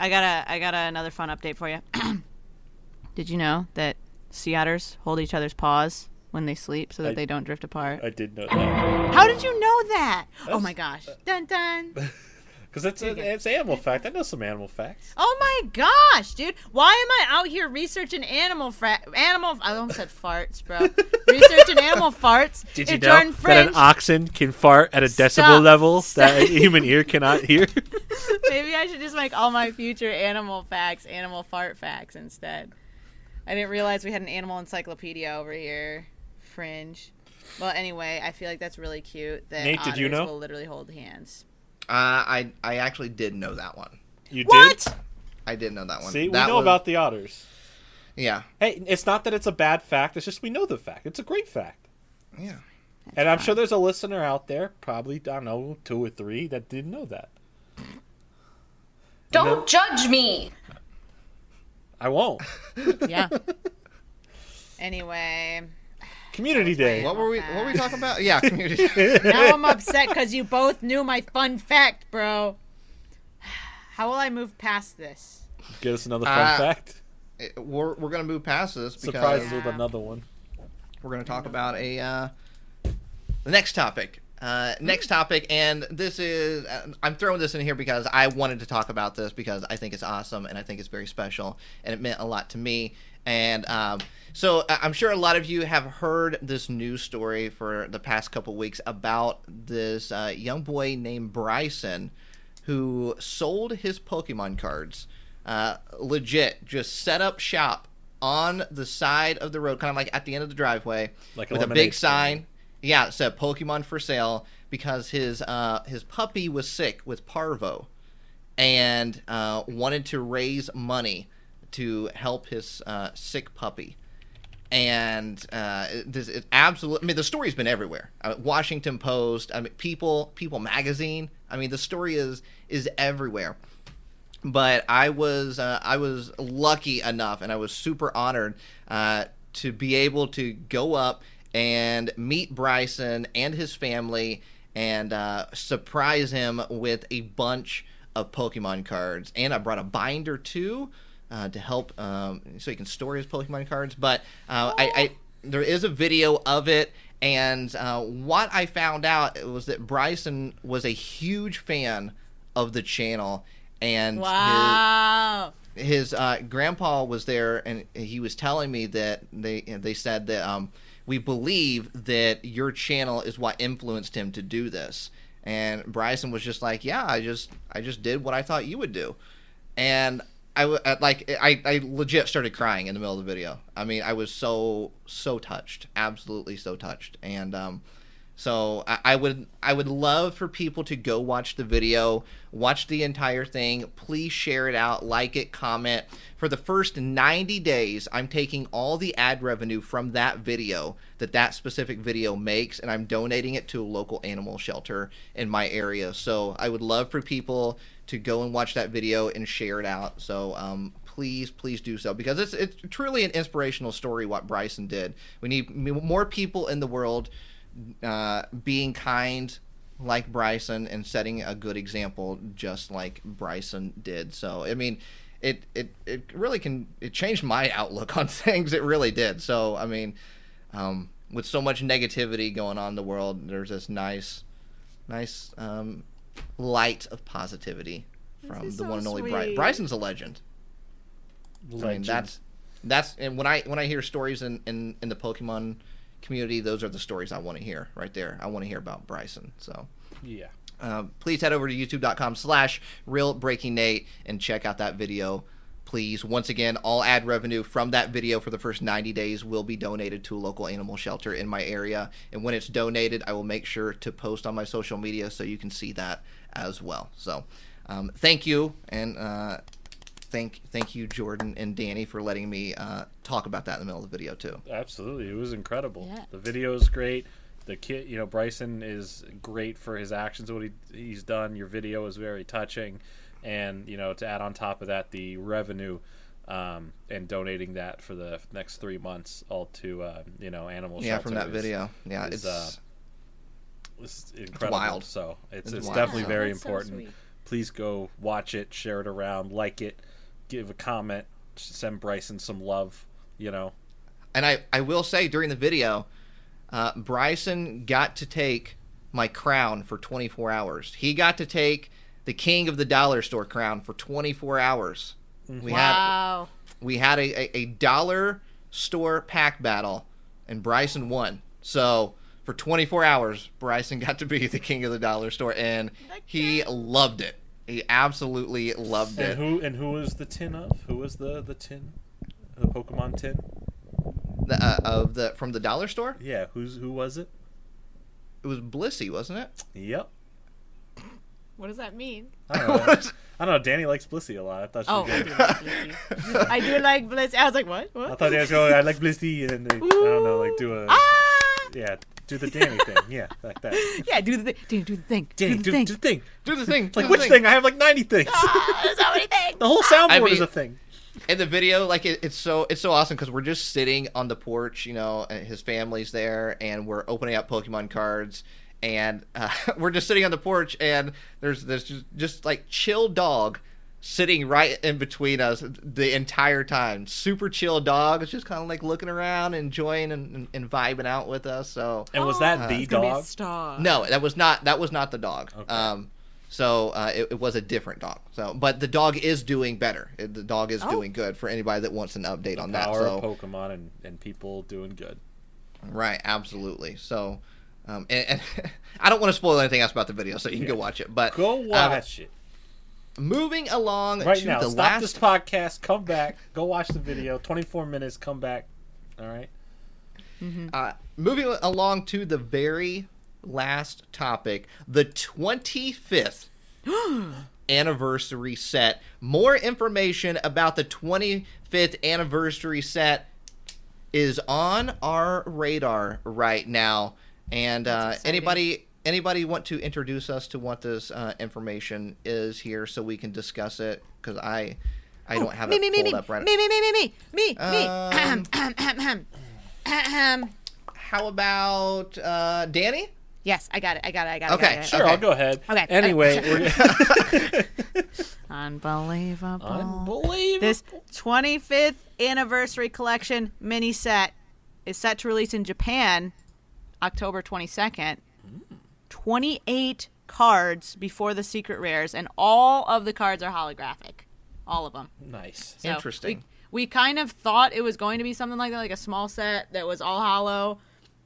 Speaker 9: I got a I got a, another fun update for you. [CLEARS THROAT] Did you know that sea otters hold each other's paws when they sleep so that
Speaker 3: I-
Speaker 9: they don't drift apart?
Speaker 3: I did know that
Speaker 9: How did you know that?
Speaker 2: Oh my gosh.
Speaker 9: Dun dun.
Speaker 3: because it's a, it's animal fact. I know some animal facts.
Speaker 2: Oh my gosh, dude! Why am I out here researching animal fra- animal? I almost said farts,
Speaker 3: [LAUGHS]
Speaker 2: bro. researching animal farts.
Speaker 3: Did
Speaker 2: It
Speaker 3: you know
Speaker 2: darn
Speaker 3: that an
Speaker 2: fringe.
Speaker 3: oxen can fart at a decibel
Speaker 2: Stop.
Speaker 3: level
Speaker 2: Stop.
Speaker 3: that a human ear
Speaker 2: [LAUGHS]
Speaker 3: cannot hear?
Speaker 2: [LAUGHS] Maybe I should just make all my future animal facts animal fart facts instead. I didn't realize we had an animal encyclopedia over here. Fringe. Well, anyway, I feel like that's really cute. That
Speaker 3: Nate, did you
Speaker 2: otters
Speaker 3: know?
Speaker 2: Will literally hold hands.
Speaker 1: Uh, I I actually did know that one.
Speaker 3: You
Speaker 2: What?
Speaker 1: I did know that one.
Speaker 3: did. See, we
Speaker 1: That
Speaker 3: know
Speaker 1: was-
Speaker 3: about the otters.
Speaker 1: Yeah.
Speaker 3: Hey, it's not that it's a bad fact. It's just we know the fact. It's a great fact.
Speaker 1: Yeah.
Speaker 3: and I'm sure there's a listener out there, probably I don't know two or three, that didn't know that.
Speaker 7: Don't judge me.
Speaker 3: I won't. [LAUGHS]
Speaker 9: Yeah.
Speaker 2: Anyway,
Speaker 3: Community Day.
Speaker 1: What were we What were we talking about?
Speaker 3: [LAUGHS]
Speaker 1: Yeah, community.
Speaker 2: now I'm upset because you both knew my fun fact, bro. [SIGHS] How will I move past this?
Speaker 3: Get us another fun
Speaker 1: Uh,
Speaker 3: fact.
Speaker 1: we're we're gonna move past this because
Speaker 3: Surprise us with another one.
Speaker 1: we're going to talk about a uh, the next topic. Uh, next topic, and this is uh, I'm throwing this in here because I wanted to talk about this because I think it's awesome and I think it's very special and it meant a lot to me. And um, so I- I'm sure a lot of you have heard this news story for the past couple weeks about this uh, young boy named Bryson who sold his Pokemon cards. Uh, legit, just set up shop on the side of the road, kind of like at the end of the driveway,
Speaker 3: Like a
Speaker 1: with a
Speaker 3: lemonade
Speaker 1: big sign. Yeah, it said Pokemon for sale because his uh, his puppy was sick with parvo, and uh, wanted to raise money to help his uh, sick puppy and uh, it- this it absolutely. I mean, the story's been everywhere. I mean, Washington Post. I mean, People, People Magazine. I mean, the story is is everywhere. But I was uh, I was lucky enough, and I was super honored uh, to be able to go up and meet Bryson and his family, and uh, surprise him with a bunch of Pokemon cards, and I brought a binder too uh, to help um, so he can store his Pokemon cards. But uh, I, I there is a video of it, and uh, what I found out was that Bryson was a huge fan of the channel, and his-
Speaker 2: Wow.
Speaker 1: his uh, grandpa was there, and he was telling me that they they said that um, we believe that your channel is what influenced him to do this. And Bryson was just like, "Yeah, I just I just did what I thought you would do," and I w- I- like I, I legit started crying in the middle of the video. I mean, I was so so touched, absolutely so touched, and um, So I, I would I would love for people to go watch the video, watch the entire thing. Please share it out, like it, comment. For the first 90 days, I'm taking all the ad revenue from that video that that specific video makes, and I'm donating it to a local animal shelter in my area. So I would love for people to go and watch that video and share it out. So um, please, please do so because it's it's truly an inspirational story what Bryson did. We need m- more people in the world uh, being kind like Bryson and setting a good example just like Bryson did. So I mean, it it it really can it changed my outlook on [LAUGHS] things. It really did. So I mean, um, with so much negativity going on in the world, there's this nice nice um, light of positivity from the
Speaker 2: is
Speaker 1: one and
Speaker 2: so
Speaker 1: only Bry-
Speaker 2: sweet.
Speaker 1: Bryson's a legend. I mean, that's that's and when I when I hear stories in in, in the Pokemon community, those are the stories I want to hear right there. I want to hear about Bryson. So
Speaker 3: Yeah.
Speaker 1: uh, please head over to youtube.com slash real breaking nate and check out that video please once again all ad revenue from that video for the first 90 days will be donated to a local animal shelter in my area and when it's donated i will make sure to post on my social media so you can see that as well so um, thank you and uh, thank thank you jordan and danny for letting me uh, talk about that in the middle of the video too
Speaker 3: Absolutely, it was incredible.
Speaker 9: Yeah.
Speaker 3: The video is great. The kid, you know, Bryson is great for his actions. What he he's done. Your video is very touching, and you know, to add on top of that, the revenue um, and donating that for the next three months, all to uh, you know, animal
Speaker 1: yeah from that
Speaker 3: shelter is-
Speaker 1: video yeah
Speaker 3: is,
Speaker 1: it's
Speaker 3: uh, is incredible.
Speaker 1: wild.
Speaker 3: So it's
Speaker 1: It's
Speaker 3: it's,
Speaker 1: wild.
Speaker 3: definitely
Speaker 1: Yeah,
Speaker 3: very
Speaker 9: that's so
Speaker 3: important.
Speaker 9: sweet.
Speaker 3: Please go watch it, share it around, like it, give a comment, send Bryson some love. You know,
Speaker 1: And I, I will say during the video, uh, Bryson got to take my crown for 24 hours. He got to take the king of the dollar store crown for 24 hours. We had
Speaker 9: Wow.
Speaker 1: we had a, a, a dollar store pack battle, and Bryson won. So for 24 hours, Bryson got to be the king of the dollar store, and he loved it. He absolutely loved
Speaker 3: and
Speaker 1: it.
Speaker 3: who and who was the tin of? Who was the the tin? The Pokemon tin?
Speaker 1: The, uh, of the from the dollar store,
Speaker 3: Yeah, who's who was it?
Speaker 1: it was Blissey, wasn't it?
Speaker 3: Yep.
Speaker 2: What does that mean?
Speaker 3: I don't know. I don't know. Danny likes Blissey a lot. I thought she.
Speaker 9: Oh, I
Speaker 3: did.
Speaker 9: do
Speaker 1: Uh, [LAUGHS]
Speaker 9: like Blissey.
Speaker 2: I do like Bliss. I was like, what?
Speaker 3: I
Speaker 2: What?
Speaker 3: thought Danny was going. I like Blissey, and then I don't know, like do a yeah, do the Danny thing. Yeah, like that.
Speaker 9: Ah! Yeah, do the thing. Do the thing.
Speaker 3: Danny, do,
Speaker 9: do the thing.
Speaker 3: do the thing.
Speaker 1: Do the thing.
Speaker 3: Like
Speaker 1: do the
Speaker 3: which thing? I have like ninety things.
Speaker 2: Ah.
Speaker 9: Ah, so many things.
Speaker 3: the whole soundboard
Speaker 1: I mean-
Speaker 3: is a thing.
Speaker 1: in the video like it, it's so it's so awesome because we're just sitting on the porch you know and his family's there and we're opening up pokemon cards and uh, [LAUGHS] we're just sitting on the porch and there's this just, just like chill dog sitting right in between us the entire time super chill dog it's just kind of like looking around enjoying and, and, and vibing out with us so
Speaker 3: And was
Speaker 2: Ah.
Speaker 3: that the
Speaker 9: Ah, It's gonna be a
Speaker 3: dog?
Speaker 9: star.
Speaker 1: no, that was not that was not the dog.
Speaker 3: Okay.
Speaker 1: Um, so uh, it, it was a different dog. So, but the dog is doing better. It- The dog is doing good for anybody that wants an update on that.
Speaker 3: Power
Speaker 1: So,
Speaker 3: of Pokemon and, and people doing good.
Speaker 1: right, absolutely. So, um, and, [LAUGHS] and I don't want to spoil anything else about the video, so you can go watch it. But
Speaker 3: Go
Speaker 1: um,
Speaker 3: watch it
Speaker 1: moving along
Speaker 3: right
Speaker 1: to
Speaker 3: now.
Speaker 1: the
Speaker 3: Stop
Speaker 1: last.
Speaker 3: this podcast. Come back. Go watch the video. Twenty four minutes. Come back. All right.
Speaker 1: Uh, moving along to the very last topic,
Speaker 9: [GASPS]
Speaker 1: the 25th anniversary set. More information about the 25th anniversary set is on our radar right now. And uh, anybody anybody want to introduce us to what this uh, information is here so we can discuss it? Because I I don't have
Speaker 9: Oh, me,
Speaker 1: it
Speaker 9: me,
Speaker 1: pulled
Speaker 9: me, me,
Speaker 1: up right
Speaker 9: me, me, me, me, me, me, me.
Speaker 1: Um,
Speaker 9: [CLEARS THROAT] Ahem, ahem, ahem, ahem. Ahem.
Speaker 1: How about uh, Danny?
Speaker 9: Yes, I got it. I got it. I got it. I
Speaker 1: Okay,
Speaker 9: got it.
Speaker 1: sure.
Speaker 3: Sure, I'll go ahead.
Speaker 9: Okay.
Speaker 2: [LAUGHS]
Speaker 3: Anyway, we're
Speaker 9: Unbelievable.
Speaker 3: unbelievable.
Speaker 9: This 25th anniversary collection mini set is set to release in Japan October 22nd. 28 cards before the secret rares, and all of the cards are holographic. All of them.
Speaker 3: nice.
Speaker 9: So
Speaker 1: Interesting.
Speaker 9: We, we kind of thought it was going to be something like that, like a small set that was all hollow.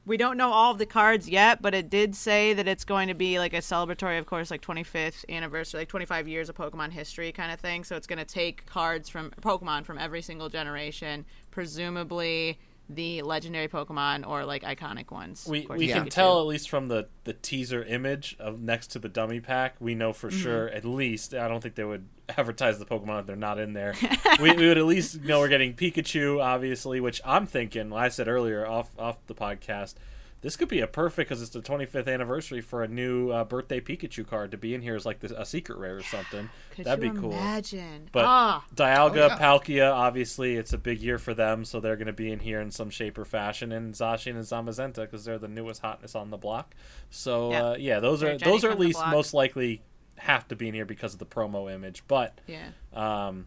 Speaker 9: We don't know all of the cards yet, but it did say that it's going to be like a celebratory, of course, like 25th anniversary, like 25 years of Pokemon history kind of thing. So it's going to take cards from Pokemon from every single generation, presumably
Speaker 2: the legendary Pokemon or like iconic ones.
Speaker 3: We
Speaker 2: Of course,
Speaker 3: we
Speaker 2: Pikachu.
Speaker 3: can tell at least from the the teaser image of next to the dummy pack. We know for
Speaker 2: Mm-hmm.
Speaker 3: sure at least. I don't think they would [LAUGHS] advertise the Pokemon if they're not
Speaker 2: [LAUGHS]
Speaker 3: in there. we, we would at least know we're getting Pikachu, obviously, which I'm thinking. I said earlier off off the podcast. This could be a perfect because it's the 25th anniversary for a new uh, birthday Pikachu card to be in here is like this, a secret rare or something.
Speaker 2: [SIGHS] Could
Speaker 3: That'd
Speaker 2: you
Speaker 3: be cool.
Speaker 2: Imagine.
Speaker 3: But
Speaker 2: ah,
Speaker 3: Dialga,
Speaker 1: Oh, yeah.
Speaker 3: Palkia, obviously, it's a big year for them, so they're going to be in here in some shape or fashion, and Zacian and Zamazenta because they're the newest hotness on the block. So
Speaker 2: Yeah.
Speaker 3: uh, yeah, those
Speaker 2: They're
Speaker 3: are
Speaker 2: Jenny
Speaker 3: those are
Speaker 2: from
Speaker 3: at
Speaker 2: the
Speaker 3: least
Speaker 2: block.
Speaker 3: most likely have to be in here because of the promo image. But
Speaker 2: yeah.
Speaker 3: um,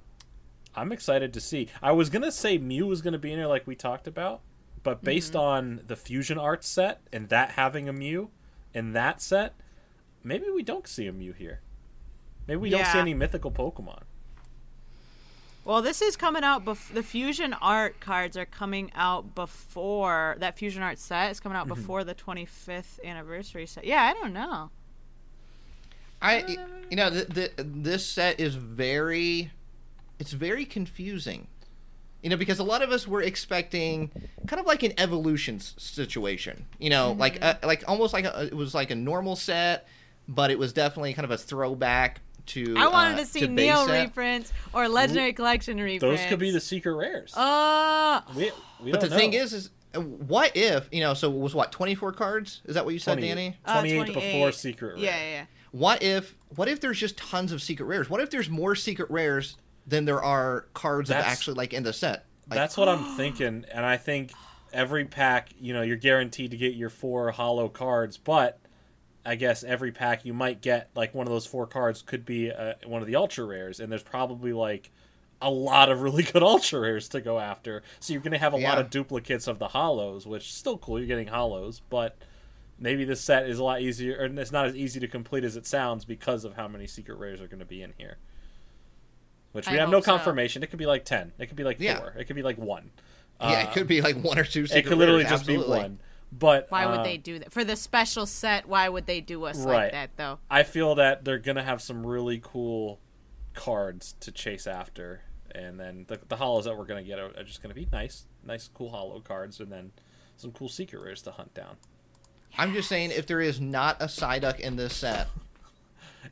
Speaker 3: I'm excited to see. I was gonna say Mew was gonna be in here like we talked about, but based
Speaker 2: Mm-hmm.
Speaker 3: on the fusion art set and that having a Mew in that set, maybe we don't see a Mew here. Maybe we don't see
Speaker 2: Yeah.
Speaker 3: any mythical Pokemon.
Speaker 2: Well, this is coming out. Bef- the fusion art cards are coming out before that fusion art set is coming out
Speaker 3: Mm-hmm.
Speaker 2: before the 25th anniversary set. Yeah, I don't know.
Speaker 1: I,
Speaker 2: Uh.
Speaker 1: you know, th th this set is very, it's very confusing. You know, because a lot of us were expecting kind of like an evolution s- situation. You know,
Speaker 2: Mm-hmm.
Speaker 1: like uh, like almost like a, it was like a normal set, but it was definitely kind of a throwback to.
Speaker 2: I wanted
Speaker 1: uh,
Speaker 2: to see
Speaker 1: base
Speaker 2: Neo
Speaker 1: set.
Speaker 2: reprints or Legendary Collection reprints.
Speaker 3: Those could be the secret rares.
Speaker 2: Uh,
Speaker 3: we, we
Speaker 1: But the
Speaker 3: don't
Speaker 1: thing
Speaker 3: know.
Speaker 1: is, is uh, what if you know? So it was what twenty four cards? Is that what you said,
Speaker 3: 20
Speaker 1: Danny?
Speaker 2: Uh,
Speaker 3: 28,
Speaker 2: 28.
Speaker 3: before secret rare.
Speaker 2: yeah, yeah, yeah.
Speaker 1: What if what if there's just tons of secret rares? What if there's more secret rares than there are cards that
Speaker 3: That's-
Speaker 1: actually like in the set? Like,
Speaker 3: That's what I'm thinking, and I think every pack, you know, you're guaranteed to get your four hollow cards, but I guess every pack you might get like one of those four cards could be uh, one of the ultra rares, and there's probably like a lot of [LAUGHS] really good ultra rares to go after. So you're gonna have a lot
Speaker 1: Yeah.
Speaker 3: of duplicates of the hollows, which is still cool. You're getting hollows, but maybe this set is a lot easier, or it's not as easy to complete as it sounds because of how many secret rares are gonna be in here. Which we
Speaker 2: I
Speaker 3: have no
Speaker 2: hope so.
Speaker 3: confirmation. It could be like ten. It could be like
Speaker 1: Yeah.
Speaker 3: four. It could be like one.
Speaker 1: yeah, it could be like one or two.
Speaker 3: It
Speaker 1: Secret
Speaker 3: could literally
Speaker 1: rares,
Speaker 3: just
Speaker 1: absolutely.
Speaker 3: be one. But
Speaker 2: Why would
Speaker 3: uh,
Speaker 2: they do that for the special set? Why would they do us
Speaker 3: Right.
Speaker 2: like that though?
Speaker 3: I feel that they're gonna have some really cool cards to chase after, and then the, the hollows that we're gonna get are, are just gonna be nice, nice, cool hollow cards, and then some cool secret rares to hunt down.
Speaker 1: I'm just saying, if there is not a Psyduck in this set,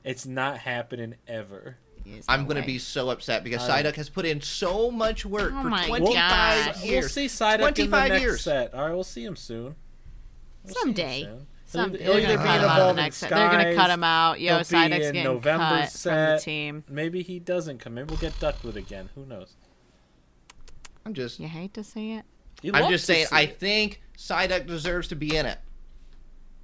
Speaker 3: It's not happening ever.
Speaker 2: There's
Speaker 1: I'm
Speaker 2: no
Speaker 1: gonna
Speaker 2: way.
Speaker 1: be so upset because
Speaker 3: Uh,
Speaker 1: Psyduck has put in so much work
Speaker 2: Oh
Speaker 1: for
Speaker 2: my
Speaker 1: 25
Speaker 2: gosh.
Speaker 1: years.
Speaker 3: We'll see Psyduck in the
Speaker 1: 25
Speaker 3: next
Speaker 1: years.
Speaker 3: set. All right, we'll see him soon. We'll see him
Speaker 2: Someday.
Speaker 3: soon. He'll-
Speaker 2: Someday.
Speaker 3: he'll
Speaker 2: They're
Speaker 3: either
Speaker 2: gonna
Speaker 3: be
Speaker 2: cut him
Speaker 3: in
Speaker 2: out of the
Speaker 3: Evolving
Speaker 2: next set. They're gonna cut
Speaker 3: Skies,
Speaker 2: him out. Yo,
Speaker 3: He'll be
Speaker 2: Psyducke's
Speaker 3: in
Speaker 2: getting
Speaker 3: November
Speaker 2: cut from the
Speaker 3: set.
Speaker 2: team.
Speaker 3: Maybe he doesn't come. Maybe we'll get Duckwood again. Who knows?
Speaker 1: I'm just,
Speaker 2: You hate to see it.
Speaker 3: You
Speaker 1: I'm
Speaker 3: love
Speaker 1: just
Speaker 3: to
Speaker 1: saying,
Speaker 3: see
Speaker 1: I
Speaker 3: it.
Speaker 1: think Psyduck deserves to be in it.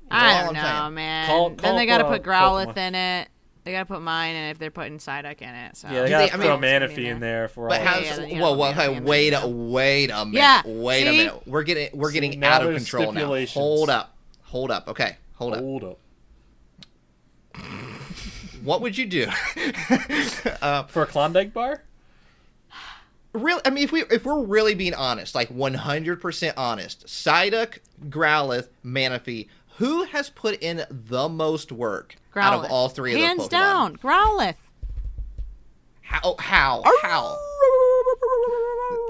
Speaker 2: I
Speaker 1: all
Speaker 2: don't
Speaker 1: I'm
Speaker 2: know,
Speaker 1: saying.
Speaker 2: man.
Speaker 3: Call-
Speaker 2: then
Speaker 3: call
Speaker 2: they gotta
Speaker 3: up
Speaker 2: put Growlithe
Speaker 3: Pokemon.
Speaker 2: in it. They gotta put mine in it if they're putting Psyduck in it. So
Speaker 3: Yeah, they
Speaker 1: Do they-
Speaker 3: gotta
Speaker 1: I
Speaker 3: throw
Speaker 1: mean-
Speaker 3: Manaphy in there for
Speaker 1: But
Speaker 3: all.
Speaker 1: how's
Speaker 2: yeah, then you
Speaker 1: whoa,
Speaker 2: don't
Speaker 1: whoa,
Speaker 2: have to be
Speaker 1: hey,
Speaker 2: in
Speaker 1: wait a wait a minute.
Speaker 2: Yeah,
Speaker 1: wait a
Speaker 2: see?
Speaker 1: minute. We're getting we're
Speaker 3: See,
Speaker 1: getting
Speaker 3: now
Speaker 1: out of
Speaker 3: there's
Speaker 1: control now.
Speaker 3: stipulations. Oh.
Speaker 1: Hold up. Hold up. Okay. Hold up.
Speaker 3: Hold up.
Speaker 1: What would you do?
Speaker 3: For a Klondike bar?
Speaker 1: Real I mean if we if we're really being honest, like 100% honest, Psyduck, Growlithe, Manaphy, who has put in the most work
Speaker 2: Growlithe.
Speaker 1: out of all three of
Speaker 2: Hands
Speaker 1: the Pokemon?
Speaker 2: down, Growlithe.
Speaker 1: How oh, how how?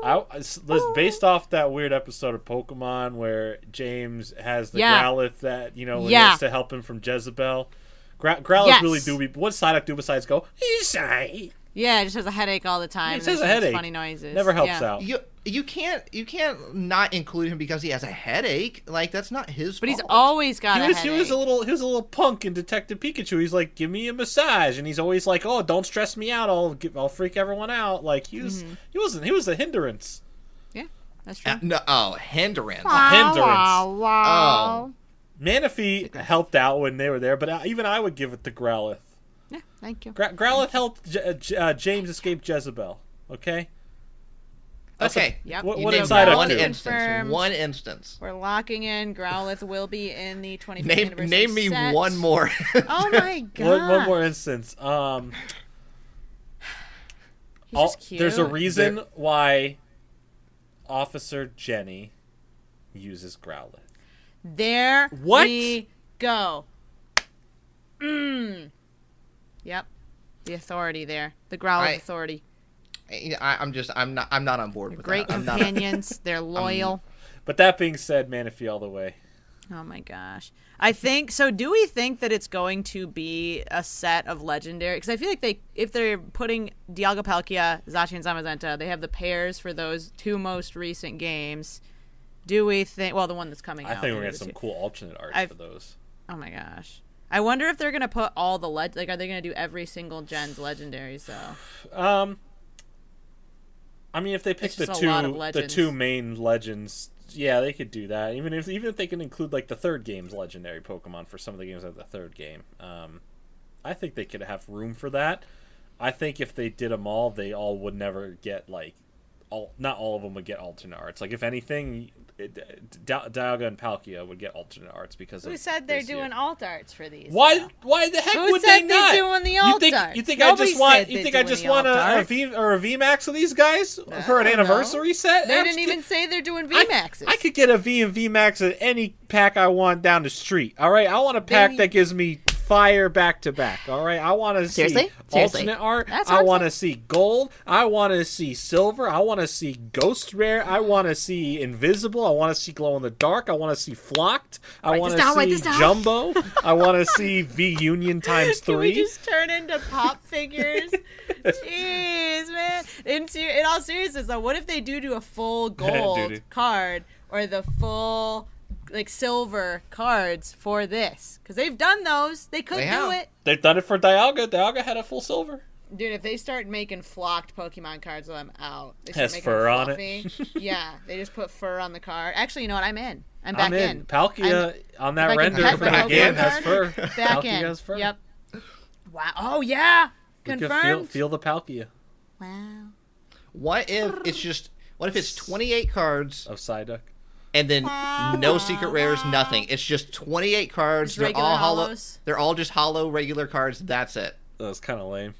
Speaker 3: I, I- s- listen, based off that weird episode of Pokemon where James has the
Speaker 2: Yeah.
Speaker 3: Growlithe that, you know, when
Speaker 2: Yeah.
Speaker 3: he has to help him from Jezebel. Gra- Growlithe
Speaker 2: Yes.
Speaker 3: really do be. What Psyduck do besides go, Isai?
Speaker 2: Yeah, it just has a headache all the time.
Speaker 3: He
Speaker 2: and
Speaker 3: just has
Speaker 2: just
Speaker 3: a
Speaker 2: makes
Speaker 3: headache.
Speaker 2: Funny noises.
Speaker 3: Never helps
Speaker 2: Yeah.
Speaker 3: out.
Speaker 1: You you can't you can't not include him because he has a headache. Like that's not his
Speaker 2: But he's
Speaker 1: fault.
Speaker 2: always got
Speaker 3: He
Speaker 2: a
Speaker 3: was, he
Speaker 2: headache.
Speaker 3: was a little he was a little punk in Detective Pikachu. He's like, give me a massage, and he's always like, oh, don't stress me out. I'll give, I'll freak everyone out. Like he was he wasn't he was a hindrance.
Speaker 2: yeah, that's true.
Speaker 1: Uh, no, oh, hindrance.
Speaker 3: hindrance.
Speaker 1: Oh.
Speaker 3: Manaphy helped out when they were there, but uh, even I would give it to Growlithe.
Speaker 2: yeah, thank you.
Speaker 3: Gra- Growlithe helped Je- uh, Je- uh, James escape Jezebel. Okay.
Speaker 1: Okay.
Speaker 2: Yep.
Speaker 3: What,
Speaker 1: You
Speaker 3: what
Speaker 1: named
Speaker 3: did Psyduck
Speaker 1: one
Speaker 3: do?
Speaker 1: instance.
Speaker 2: Confirmed.
Speaker 1: One instance.
Speaker 2: We're locking in. Growlithe will be in the 25th
Speaker 1: Name
Speaker 2: anniversary
Speaker 1: name me
Speaker 2: set.
Speaker 1: one more.
Speaker 3: [LAUGHS]
Speaker 2: Oh
Speaker 1: [LAUGHS]
Speaker 2: my god.
Speaker 3: One, one more instance. Um,
Speaker 2: He's
Speaker 3: all-
Speaker 2: just cute.
Speaker 3: there's a reason why Officer Jenny uses Growlithe.
Speaker 2: There
Speaker 3: What?
Speaker 2: we go. Mm. Yep. The authority there. The Growlithe
Speaker 1: I-
Speaker 2: authority.
Speaker 1: I, I'm just I'm not I'm not on board with
Speaker 2: Great
Speaker 1: that. I'm not- [LAUGHS]
Speaker 2: companions. They're loyal.
Speaker 3: But that being said, Manaphy all the way.
Speaker 2: Oh my gosh. I think so. Do we think that it's going to be a set of legendary? Because I feel like they, if they're putting Dialga Palkia, Zachi, and Zamazenta, they have the pairs for those two most recent games. Do we think? Well, the one that's coming
Speaker 3: I
Speaker 2: out.
Speaker 3: think we're
Speaker 2: maybe the
Speaker 3: gonna get some
Speaker 2: two.
Speaker 3: cool alternate art
Speaker 2: I've-
Speaker 3: for those.
Speaker 2: Oh my gosh. I wonder if they're gonna put all the leg. Like, are they gonna do every single gen's legendaries [SIGHS] though?
Speaker 3: Um, I mean, if they pick
Speaker 2: It's
Speaker 3: the
Speaker 2: just a lot of
Speaker 3: two the
Speaker 2: legends.
Speaker 3: two main legends, yeah, they could do that. Even if even if they can include like the third game's legendary Pokemon for some of the games of the third game, um, I think they could have room for that. I think if they did them all, they all would never get like all. Not all of them would get alternate arts. Like if anything, it, Di- Dialga and Palkia would get alternate arts because
Speaker 11: Who
Speaker 3: of
Speaker 11: said they're
Speaker 3: this year.
Speaker 11: doing alt arts for these?
Speaker 3: Why? Why the heck
Speaker 11: Who
Speaker 3: would
Speaker 11: said
Speaker 3: they
Speaker 11: they're
Speaker 3: not?
Speaker 11: doing the
Speaker 3: you think,
Speaker 11: alt-art?
Speaker 3: you think I
Speaker 11: Nobody
Speaker 3: just want?
Speaker 11: said
Speaker 3: You
Speaker 11: they're
Speaker 3: think I
Speaker 11: doing
Speaker 3: just
Speaker 11: the
Speaker 3: want a, a
Speaker 11: alt-art.
Speaker 3: V or a VMAX of these guys for an
Speaker 11: don't know.
Speaker 3: anniversary set?
Speaker 11: They
Speaker 3: I'm
Speaker 11: didn't
Speaker 3: ki-
Speaker 11: even say they're doing
Speaker 3: I-
Speaker 11: VMAXs.
Speaker 3: I, could get a V and VMAX at any pack I want down the street. All right, I want a pack
Speaker 11: They-
Speaker 3: that gives me fire back to back. All right, I want to see
Speaker 11: Seriously? Seriously.
Speaker 3: alternate art.
Speaker 11: That's what
Speaker 3: I
Speaker 11: I'm
Speaker 3: want to see gold. I want to see silver. I want to see ghost rare. I want to see invisible. I want to see glow in the dark. I want to see flocked. I
Speaker 2: Write
Speaker 3: want
Speaker 2: this down, write
Speaker 3: to
Speaker 2: this
Speaker 3: see
Speaker 2: down. [LAUGHS]
Speaker 3: jumbo. I want to see V Union times
Speaker 2: Can we
Speaker 3: three.
Speaker 2: just turn into
Speaker 3: [LAUGHS]
Speaker 2: pop figures? Jeez, man. In, ser- in all seriousness, though, what if they do do a
Speaker 3: [LAUGHS]
Speaker 2: full gold
Speaker 3: Doo-doo.
Speaker 2: card or the full like silver cards for this? Because they've done those. They could
Speaker 1: They
Speaker 2: do
Speaker 1: have.
Speaker 2: it,
Speaker 3: They've done it for Dialga. Dialga had a full silver.
Speaker 2: dude. If they start making flocked Pokemon cards, I'm out. They start
Speaker 3: Has
Speaker 2: making
Speaker 3: fur
Speaker 2: them
Speaker 3: on it.
Speaker 2: fluffy. yeah, they just put fur on the card. Actually, you know what? I'm in. I'm back
Speaker 3: I'm in.
Speaker 2: in.
Speaker 3: Palkia on
Speaker 2: if I
Speaker 3: that
Speaker 2: can
Speaker 3: render
Speaker 2: pet
Speaker 3: for
Speaker 2: my
Speaker 3: that
Speaker 2: Pokemon
Speaker 3: game
Speaker 2: card,
Speaker 3: has fur.
Speaker 2: Back
Speaker 3: Palkia
Speaker 2: in.
Speaker 3: has fur.
Speaker 2: Yep. Wow. Oh yeah.
Speaker 3: You can
Speaker 2: Confirmed.
Speaker 3: Feel, feel the Palkia
Speaker 2: Wow.
Speaker 1: What if it's just? What if it's 28 cards
Speaker 3: of Psyduck.
Speaker 1: and then no secret rares, nothing? It's just 28 cards.
Speaker 2: Just
Speaker 1: they're
Speaker 2: regular
Speaker 1: all hollow.
Speaker 2: hollows?
Speaker 1: They're all just hollow regular cards. That's it.
Speaker 3: That was kind of lame.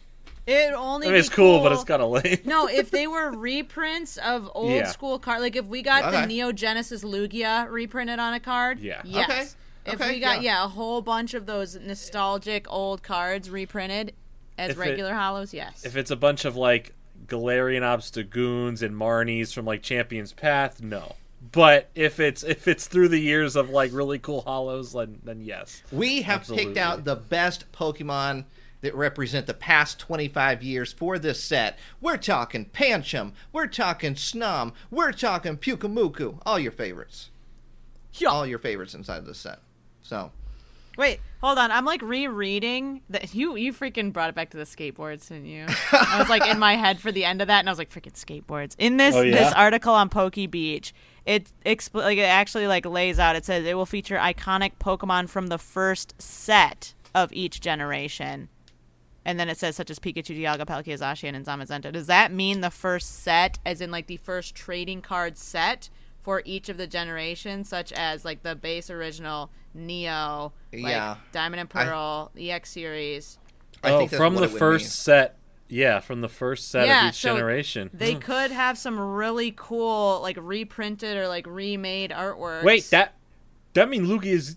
Speaker 2: It only.
Speaker 3: I mean,
Speaker 2: be
Speaker 3: it's cool, but it's kind of lame. [LAUGHS]
Speaker 2: no, if they were reprints of old
Speaker 3: Yeah.
Speaker 2: school card, like if we got
Speaker 1: Okay.
Speaker 2: the Neo Genesis Lugia reprinted on a card,
Speaker 3: Yeah. Okay.
Speaker 2: yes. If
Speaker 1: Okay,
Speaker 2: we got
Speaker 1: yeah.
Speaker 2: yeah. a whole bunch of those nostalgic old cards reprinted as
Speaker 3: If it-
Speaker 2: regular hollows, yes.
Speaker 3: If it's a bunch of like Galarian Obstagoons and Marnies from like Champions Path, no. But if it's if it's through the years of like really cool hollows, then then yes.
Speaker 1: We have picked
Speaker 3: Absolutely.
Speaker 1: out the best Pokemon that represent the past 25 years for this set. We're talking Pancham, we're talking Snom, we're talking Pukamuku, all your favorites. All your favorites inside this set. So,
Speaker 2: Wait, hold on. I'm like rereading that you you freaking brought it back to the skateboards, didn't you? I was like in
Speaker 3: [LAUGHS]
Speaker 2: my head for the end of that, and I was like, freaking skateboards. In this
Speaker 3: Oh, yeah?
Speaker 2: this article on Pokey Beach, it expl- like it actually like lays out. It says it will feature iconic Pokemon from the first set of each generation. And then it says such as Pikachu, Dialga, Palkia, Zacian, and Zamazenta. Does that mean the first set, as in like the first trading card set for each of the generations, such as like the base original Neo, like
Speaker 1: Yeah.
Speaker 2: Diamond and
Speaker 1: I-
Speaker 2: Pearl, EX series?
Speaker 1: I
Speaker 3: oh,
Speaker 1: think that's
Speaker 3: from
Speaker 1: what
Speaker 3: the
Speaker 1: it would
Speaker 3: first
Speaker 1: mean.
Speaker 3: set. Yeah, from the first set
Speaker 2: Yeah,
Speaker 3: of each
Speaker 2: so
Speaker 3: generation.
Speaker 2: They could have some really cool, like reprinted or like remade artwork.
Speaker 3: Wait, that that mean Lugia is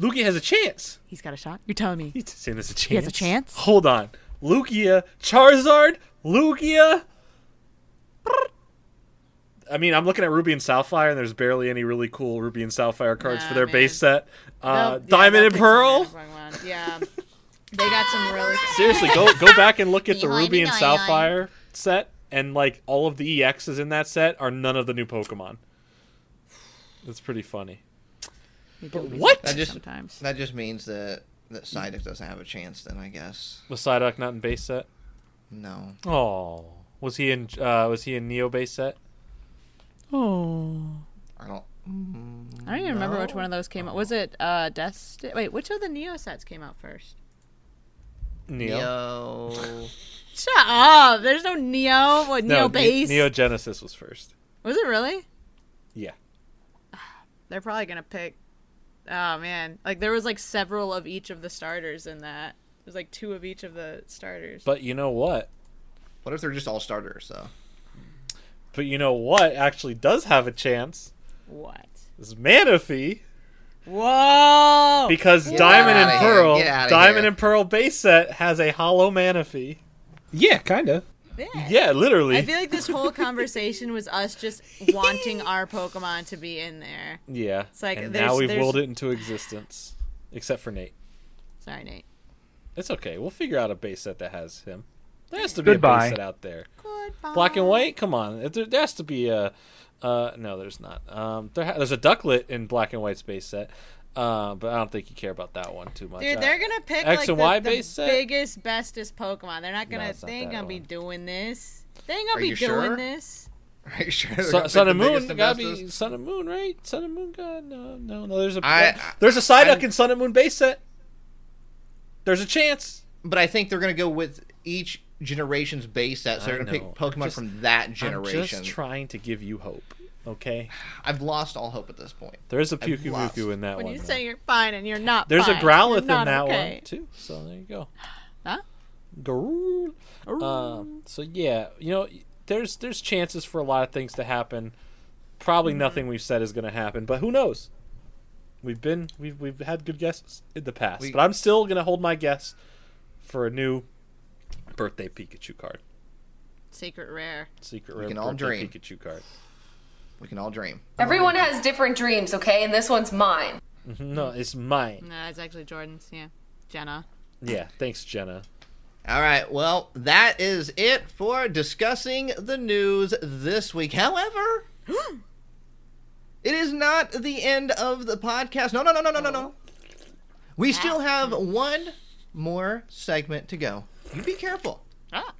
Speaker 3: Lugia has a chance.
Speaker 2: he's got a shot. You're telling me?
Speaker 3: He's saying there's a chance.
Speaker 2: has a chance?
Speaker 3: Hold on, Lugia, Charizard, Lugia. I mean, I'm looking at Ruby and Sapphire, and there's barely any really cool Ruby and Sapphire cards
Speaker 2: Nah,
Speaker 3: for their
Speaker 2: man.
Speaker 3: base set. Uh,
Speaker 2: They'll- yeah,
Speaker 3: Diamond
Speaker 2: they'll pick
Speaker 3: and
Speaker 2: some
Speaker 3: Pearl.
Speaker 2: random Pokemon. Yeah, they got some really.
Speaker 3: Seriously, go go back and look at the
Speaker 2: Behind
Speaker 3: Ruby and
Speaker 2: an eye-eye.
Speaker 3: Sapphire set, and like all of the EXs in that set are none of the new Pokemon. It's pretty funny. What?
Speaker 1: That just
Speaker 2: Sometimes.
Speaker 1: that just means that that Psyduck doesn't have a chance then, I guess.
Speaker 3: Was Psyduck not in base set?
Speaker 1: No.
Speaker 3: Oh, was he in? Uh, was he in Neo base set?
Speaker 2: Oh.
Speaker 1: I don't
Speaker 2: I don't even remember which one of those came out. Was it uh Desti- Wait, which of the Neo sets came out first?
Speaker 3: Neo.
Speaker 1: Neo.
Speaker 2: Shut up! There's no Neo. What Neo
Speaker 3: Ne-
Speaker 2: base?
Speaker 3: Neo Genesis was first.
Speaker 2: Was it really?
Speaker 3: Yeah.
Speaker 2: They're probably gonna pick. Oh man, like there was like several of each of the starters in that. There's like two of each of the starters.
Speaker 3: But you know what?
Speaker 1: [LAUGHS] What if they're just all starters though? [LAUGHS]
Speaker 3: But you know what actually does have a chance
Speaker 2: what?
Speaker 3: is Manaphy
Speaker 2: Whoa!
Speaker 3: because Diamond and
Speaker 1: outta here.
Speaker 3: Pearl,
Speaker 1: Get outta
Speaker 3: Diamond
Speaker 1: here.
Speaker 3: and Pearl base set has a hollow Manaphy. Yeah, kind of.
Speaker 2: bit.
Speaker 3: Yeah, literally.
Speaker 2: I feel like this whole conversation was us just wanting our Pokemon to be in there.
Speaker 3: yeah.
Speaker 2: It's like
Speaker 3: and
Speaker 2: there's-
Speaker 3: now we've
Speaker 2: there's-
Speaker 3: willed it into existence, except for Nate.
Speaker 2: Sorry, Nate.
Speaker 3: It's okay. We'll figure out a base set that has him. There has to be a
Speaker 5: Goodbye.
Speaker 3: base set out there. Black and white. Come on. If There, there has to be a. Uh, no, there's not. Um, there ha- there's a ducklet in black and white space set, uh, but I don't think you care about that one too much.
Speaker 2: Dude,
Speaker 3: Uh,
Speaker 2: they're gonna pick
Speaker 3: X
Speaker 2: like
Speaker 3: and
Speaker 2: the,
Speaker 3: Y
Speaker 2: the
Speaker 3: base set.
Speaker 2: biggest, bestest Pokemon. They're not gonna.
Speaker 3: it's not
Speaker 2: they ain't
Speaker 3: that
Speaker 2: gonna be doing this. They ain't gonna
Speaker 3: Are
Speaker 2: be
Speaker 3: you
Speaker 2: doing
Speaker 3: sure?
Speaker 2: this.
Speaker 1: Are you sure?
Speaker 3: Sun, Sun and Moon gotta be Sun and Moon, right? Sun and Moon, God, no, no, no. There's a
Speaker 1: I-
Speaker 3: there's a Psyduck in Sun and Moon base set. There's a chance,
Speaker 1: but I think they're gonna go with each generation's base set, so they're
Speaker 3: I
Speaker 1: gonna pick
Speaker 3: know.
Speaker 1: Pokemon
Speaker 3: Just-
Speaker 1: from that
Speaker 3: I'm
Speaker 1: generation.
Speaker 3: just trying to give you hope. Okay,
Speaker 1: I've lost all hope at this point.
Speaker 3: there is a
Speaker 1: I've
Speaker 3: Puku
Speaker 1: lost.
Speaker 3: Muku in that
Speaker 2: When
Speaker 3: one.
Speaker 2: you
Speaker 3: though.
Speaker 2: say you're fine and you're not.
Speaker 3: There's a
Speaker 2: fine,
Speaker 3: Growlithe
Speaker 2: you're
Speaker 3: in
Speaker 2: not
Speaker 3: that
Speaker 2: okay.
Speaker 3: one too. So there you go.
Speaker 2: [GASPS] Huh?
Speaker 3: Garou. Um, so yeah, you know, there's there's chances for a lot of things to happen. Probably
Speaker 2: Mm-hmm.
Speaker 3: nothing we've said is going to happen, but who knows? We've been we've we've had good guesses in the past,
Speaker 1: We-
Speaker 3: but I'm still going to hold my guess for a new birthday Pikachu card,
Speaker 2: Secret rare.
Speaker 3: secret
Speaker 1: We
Speaker 3: rare
Speaker 1: can all
Speaker 3: birthday
Speaker 1: dream.
Speaker 3: Pikachu card.
Speaker 1: We can all dream.
Speaker 7: Everyone has different dreams, okay? And this one's mine.
Speaker 3: Mhm, No, it's mine.
Speaker 2: No, it's actually Jordan's. Yeah, Jenna.
Speaker 3: Yeah, thanks, Jenna.
Speaker 1: All right, well, that is it for discussing the news this week. However, [GASPS] it is not the end of the podcast. No, no, no, no, no, no, no. We still have one more segment to go. You be careful.
Speaker 2: Ah.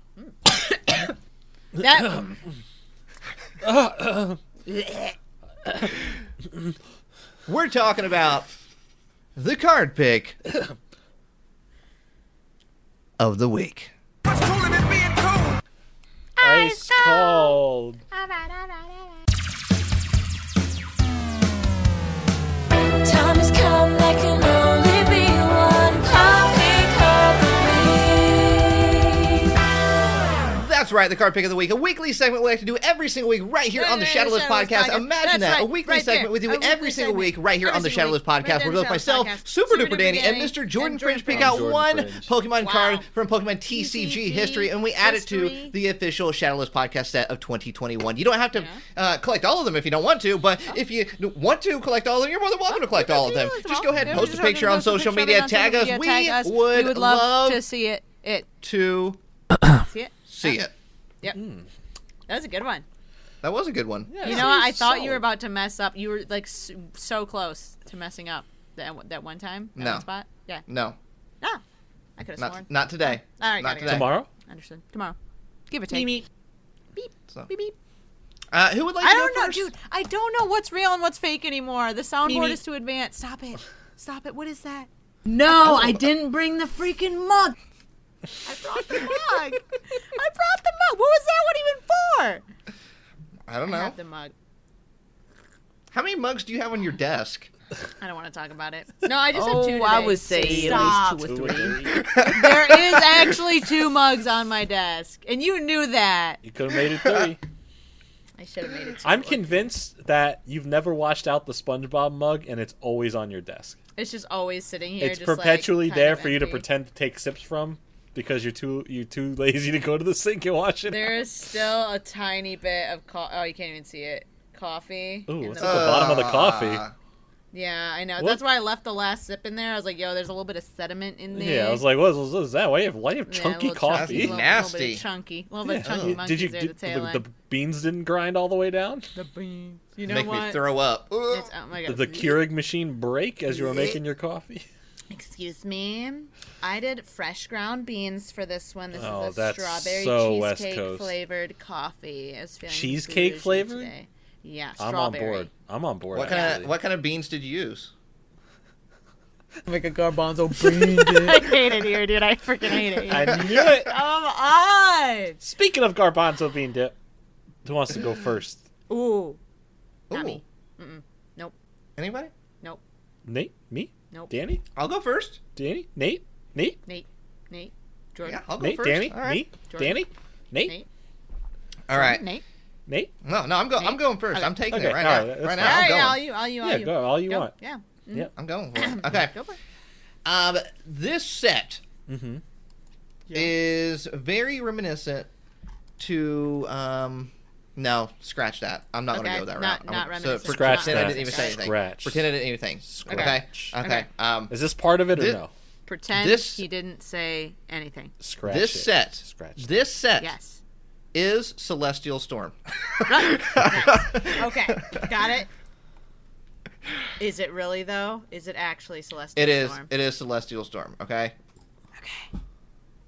Speaker 2: that.
Speaker 1: We're talking about the card pick of the week.
Speaker 3: Ice cold.
Speaker 12: Time has come, there can only be one
Speaker 1: That's right, the card pick of the week, a weekly segment we like to do every single week right here
Speaker 2: Right
Speaker 1: on the
Speaker 2: here on
Speaker 1: Shadowless
Speaker 2: the Shadowless
Speaker 1: Podcast.
Speaker 2: Podcast.
Speaker 1: Imagine
Speaker 2: That's
Speaker 1: that, a
Speaker 2: right,
Speaker 1: weekly
Speaker 2: right
Speaker 1: segment
Speaker 2: there.
Speaker 1: with you
Speaker 2: A
Speaker 1: every
Speaker 2: weekly
Speaker 1: single
Speaker 2: segment.
Speaker 1: week right here
Speaker 2: Every
Speaker 1: on the
Speaker 2: single
Speaker 1: Shadowless
Speaker 2: week, right
Speaker 1: Podcast.
Speaker 2: there
Speaker 1: We're
Speaker 2: on
Speaker 1: both
Speaker 2: the
Speaker 1: myself,
Speaker 2: Shadowless Podcast.
Speaker 1: Super
Speaker 2: Super
Speaker 1: Duper
Speaker 2: Duper
Speaker 1: Danny, and
Speaker 2: Danny,
Speaker 1: Mr. Jordan
Speaker 2: and Jordan
Speaker 1: Fringe pick
Speaker 2: Fringe.
Speaker 1: out
Speaker 2: Jordan
Speaker 1: one
Speaker 3: Fringe.
Speaker 1: Pokemon
Speaker 2: Wow.
Speaker 1: card from Pokemon TCG
Speaker 2: TCG
Speaker 1: history, and we add it to
Speaker 2: history.
Speaker 1: the official Shadowless Podcast set of 2021. You don't have to uh, collect all of them if you don't want to, but if you want to collect all of them, you're more than welcome to collect all of them. Just go ahead and post a picture on social media, tag us. We would,
Speaker 2: love,
Speaker 1: love
Speaker 2: to see it. It
Speaker 1: to
Speaker 2: see it.
Speaker 1: see it.
Speaker 2: Yep. That was a good one.
Speaker 1: That was a good one.
Speaker 2: you know, what? I thought you were about to mess up. You were like s- so close to messing up that that one time. That
Speaker 1: No.
Speaker 2: one spot. Yeah.
Speaker 1: No,
Speaker 2: No. I could have sworn.
Speaker 1: not not today.
Speaker 2: All
Speaker 1: not
Speaker 2: right, gotta go.
Speaker 1: today.
Speaker 3: Tomorrow?
Speaker 2: Understood. Tomorrow. Give or take. Beep beep
Speaker 1: So.
Speaker 2: beep beep.
Speaker 1: Uh, who would like
Speaker 2: I
Speaker 1: to go
Speaker 2: don't know,
Speaker 1: first?
Speaker 2: dude. I don't know what's real and what's fake anymore. The soundboard is too advanced. Stop it. Stop it. What is that? No, I didn't bring the freaking mug. I brought the mug. I brought the mug. What was that one even for?
Speaker 1: I don't
Speaker 2: I
Speaker 1: know.
Speaker 2: have the mug.
Speaker 1: How many mugs do you have on your desk?
Speaker 2: I don't want to talk about it. No, I just have two.
Speaker 13: Oh, I
Speaker 2: today.
Speaker 13: would say at least
Speaker 2: Stop.
Speaker 13: two or three.
Speaker 2: there is actually two mugs on my desk, and you knew that.
Speaker 3: You could have made it three.
Speaker 2: I should have made it. Two.
Speaker 3: [LAUGHS] I'm convinced that you've never washed out the SpongeBob mug, and it's always on your desk.
Speaker 2: It's just always sitting here.
Speaker 3: it's
Speaker 2: just, like,
Speaker 3: perpetually
Speaker 2: kind
Speaker 3: there
Speaker 2: of
Speaker 3: for you to
Speaker 2: empty.
Speaker 3: pretend to take sips from because you're too you're too lazy to go to the sink and wash it.
Speaker 2: There is still a tiny bit of coffee. Oh, you can't even see it. Coffee.
Speaker 3: Ooh,
Speaker 2: in
Speaker 3: it's
Speaker 2: the-
Speaker 3: at the bottom of the
Speaker 1: Uh,
Speaker 3: coffee.
Speaker 2: yeah, I know.
Speaker 3: What?
Speaker 2: That's why I left the last sip in there. I was like, "Yo, there's a little bit of sediment in there."
Speaker 3: Yeah, I was like, what is, what is that? Why do you have why do you have
Speaker 2: Yeah, a
Speaker 3: chunky
Speaker 2: little
Speaker 3: coffee?
Speaker 2: Chunky,
Speaker 1: That's
Speaker 2: a little- little bit
Speaker 1: nasty.
Speaker 2: of chunky, a little bit of chunky
Speaker 3: [LAUGHS] Yeah.
Speaker 2: monkeys
Speaker 3: Did you
Speaker 2: there
Speaker 3: did-
Speaker 2: at the tail
Speaker 3: the,
Speaker 2: end.
Speaker 3: the beans didn't grind all the way down?
Speaker 14: The beans.
Speaker 2: you know
Speaker 1: make
Speaker 2: what?
Speaker 1: me throw up. Ugh.
Speaker 2: It's- oh my
Speaker 3: Did
Speaker 2: god.
Speaker 3: the Keurig machine break as you were making
Speaker 2: [LAUGHS]
Speaker 3: your coffee?
Speaker 2: Excuse me. I did fresh ground beans for this one. This
Speaker 3: Oh,
Speaker 2: is a
Speaker 3: that's
Speaker 2: strawberry
Speaker 3: so West
Speaker 2: cheesecake
Speaker 3: Coast.
Speaker 2: flavored coffee. I was feeling
Speaker 3: Cheesecake
Speaker 2: bougie
Speaker 3: flavored?
Speaker 2: Today. Yeah,
Speaker 3: I'm on
Speaker 2: strawberry. [LAUGHS]
Speaker 3: board. I'm on board.
Speaker 1: What kind
Speaker 3: actually.
Speaker 1: of what kind of beans did you use?
Speaker 14: Make a garbanzo bean. dude.
Speaker 2: I hate it here, dude. I freaking hate it. Here.
Speaker 3: I knew it. [LAUGHS]
Speaker 2: Come on.
Speaker 3: Speaking of garbanzo bean dip, who wants
Speaker 2: [LAUGHS]
Speaker 3: to go first?
Speaker 2: Ooh.
Speaker 1: Ooh.
Speaker 2: Not me. Nope.
Speaker 1: Anybody?
Speaker 2: Nope.
Speaker 3: Nate? Me?
Speaker 2: Nope.
Speaker 3: Danny?
Speaker 1: I'll go first.
Speaker 3: Danny? Nate? Nate?
Speaker 2: Nate. Nate. Jordan.
Speaker 1: Yeah, I'll go
Speaker 3: Nate?
Speaker 1: first.
Speaker 3: Danny?
Speaker 1: All right.
Speaker 3: Me?
Speaker 2: Jordan.
Speaker 3: Danny? Nate?
Speaker 2: Nate.
Speaker 1: All right.
Speaker 2: Nate.
Speaker 3: Nate?
Speaker 1: No, no, I'm going. I'm going first. I'm taking
Speaker 3: Okay,
Speaker 1: it right
Speaker 3: all
Speaker 1: now.
Speaker 3: right, that's
Speaker 1: Right
Speaker 3: fine.
Speaker 1: now, I'm
Speaker 2: all right, all
Speaker 1: going.
Speaker 2: you, all you, all
Speaker 3: Yeah,
Speaker 2: you.
Speaker 3: go all you
Speaker 2: Go.
Speaker 3: want.
Speaker 2: Yeah.
Speaker 3: Yep.
Speaker 1: I'm going. For
Speaker 2: [CLEARS THROAT]
Speaker 1: it. Okay.
Speaker 2: Go for it.
Speaker 1: Um, this set
Speaker 3: Mhm.
Speaker 1: is very reminiscent to. Um, no, scratch that. I'm not
Speaker 9: Okay,
Speaker 1: going to go that
Speaker 9: not-
Speaker 1: route. I'm-
Speaker 9: not reminiscent.
Speaker 1: pre-
Speaker 3: Scratch
Speaker 1: pretend I
Speaker 3: that.
Speaker 1: didn't even say anything.
Speaker 3: Scratch.
Speaker 1: Pretend I didn't even think.
Speaker 3: Scratch.
Speaker 1: Okay. Okay.
Speaker 9: Okay.
Speaker 1: Um,
Speaker 3: Is this part of it or
Speaker 1: Thi-
Speaker 3: no?
Speaker 9: Pretend
Speaker 1: This-
Speaker 9: he didn't say anything.
Speaker 3: Scratch
Speaker 1: this
Speaker 3: it.
Speaker 1: set.
Speaker 3: Scratch. it.
Speaker 1: This set
Speaker 9: Yes.
Speaker 1: is Celestial Storm.
Speaker 9: Okay. Got it. Is it really though? Is it actually Celestial
Speaker 1: It is.
Speaker 9: Storm?
Speaker 1: It is Celestial Storm. Okay. Okay.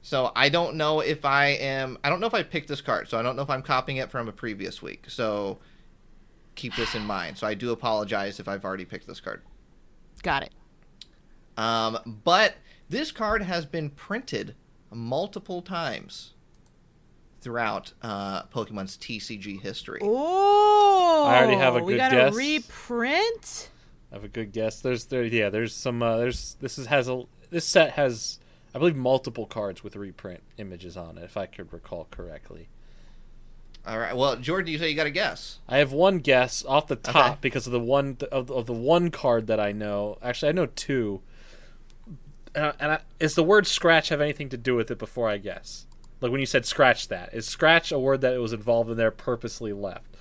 Speaker 1: So I don't know if I am. I don't know if I picked this card. So I don't know if I'm copying it from a previous week. So keep this in mind. So I do apologize if I've already picked this card.
Speaker 9: Got it.
Speaker 1: Um, but this card has been printed multiple times throughout uh, Pokemon's TCG history.
Speaker 9: Oh,
Speaker 3: I already have a
Speaker 9: we
Speaker 3: good
Speaker 9: got
Speaker 3: guess.
Speaker 9: a reprint.
Speaker 3: I have a good guess. There's there yeah, there's some uh, there's this is has a this set has I believe multiple cards with reprint images on it if I could recall correctly.
Speaker 1: All right. Well, Jordan, you say you got a guess.
Speaker 3: I have one guess off the top
Speaker 1: Okay.
Speaker 3: because of the one of, of the one card that I know. Actually, I know two. And, I, and I, is the word scratch have anything to do with it before I guess? Like when you said scratch that, is scratch a word that was involved in there purposely left?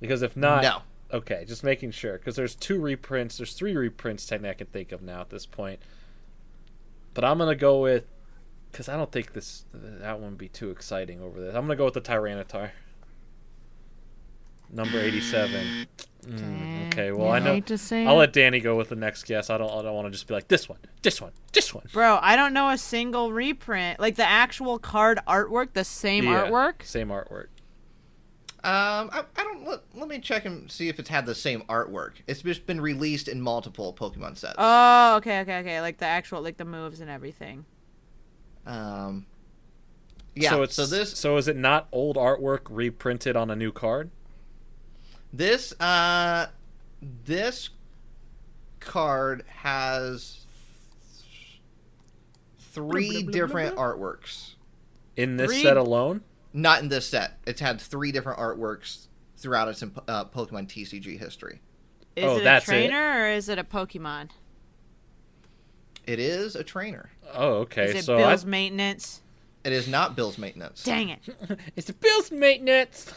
Speaker 3: Because if not,
Speaker 1: No.
Speaker 3: Okay, just making sure because there's two reprints, there's three reprints technically I can think of now at this point. But I'm gonna go with because I don't think this that one would be too exciting over this. I'm gonna go with the Tyranitar. Number eighty-seven. Mm, okay, well I know.
Speaker 9: hate to say
Speaker 3: I'll
Speaker 9: it.
Speaker 3: let Danny go with the next guess. I don't. I don't want to just be like this one, this one, this one.
Speaker 9: Bro, I don't know a single reprint. Like the actual card artwork, the same
Speaker 3: Yeah,
Speaker 9: artwork.
Speaker 3: Same artwork.
Speaker 1: Um, I, I don't. Let, let me check and see if it's had the same artwork. It's just been released in multiple Pokemon sets.
Speaker 9: Oh, okay, okay, okay. Like the actual, like the moves and everything.
Speaker 1: um, yeah. So,
Speaker 3: Uh, So it's
Speaker 1: this
Speaker 3: So is it not old artwork reprinted on a new card?
Speaker 1: this uh this card has three different artworks.
Speaker 3: In this
Speaker 9: Three-
Speaker 3: set alone?
Speaker 1: Not in this set. It's had three different artworks throughout its uh, Pokemon TCG history.
Speaker 9: Is
Speaker 3: Oh,
Speaker 9: it
Speaker 3: that's
Speaker 9: a
Speaker 3: it.
Speaker 9: trainer or is it a Pokemon?
Speaker 1: It is a trainer.
Speaker 3: Oh, okay.
Speaker 9: Is it
Speaker 3: so
Speaker 9: Bill's
Speaker 3: I,
Speaker 9: maintenance?
Speaker 1: It is not Bill's maintenance.
Speaker 9: Dang it.
Speaker 3: it's Bill's maintenance.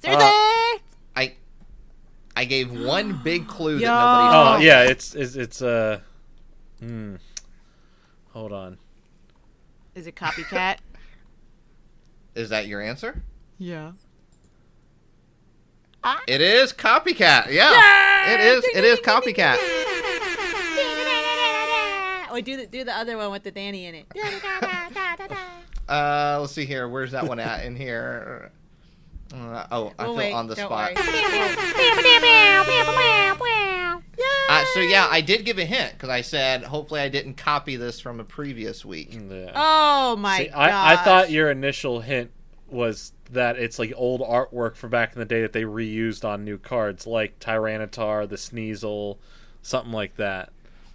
Speaker 9: Seriously?
Speaker 3: Uh,
Speaker 1: I I gave one big clue that
Speaker 9: Yo.
Speaker 1: nobody
Speaker 3: Oh,
Speaker 1: saw.
Speaker 9: Oh.
Speaker 3: yeah, it's it's it's uh hmm. Hold on.
Speaker 9: is it copycat? [LAUGHS]
Speaker 1: Is that your answer?
Speaker 5: Yeah.
Speaker 1: It is copycat. Yeah. It is it is copycat.
Speaker 9: or Ah, do the, do the other one with the Danny in it.
Speaker 1: Uh let's see here. Where's that one at in here? Uh, oh, I
Speaker 9: We'll
Speaker 1: feel
Speaker 9: wait,
Speaker 1: on the
Speaker 9: don't
Speaker 1: spot.
Speaker 9: worry.
Speaker 1: Uh, so yeah, I did give a hint because I said hopefully I didn't copy this from a previous week.
Speaker 3: Hmm, Yeah.
Speaker 9: Oh my
Speaker 3: See,
Speaker 9: god.
Speaker 3: I, I thought your initial hint was that it's like old artwork from back in the day that they reused on new cards, like Tyranitar, the Sneasel, something like that.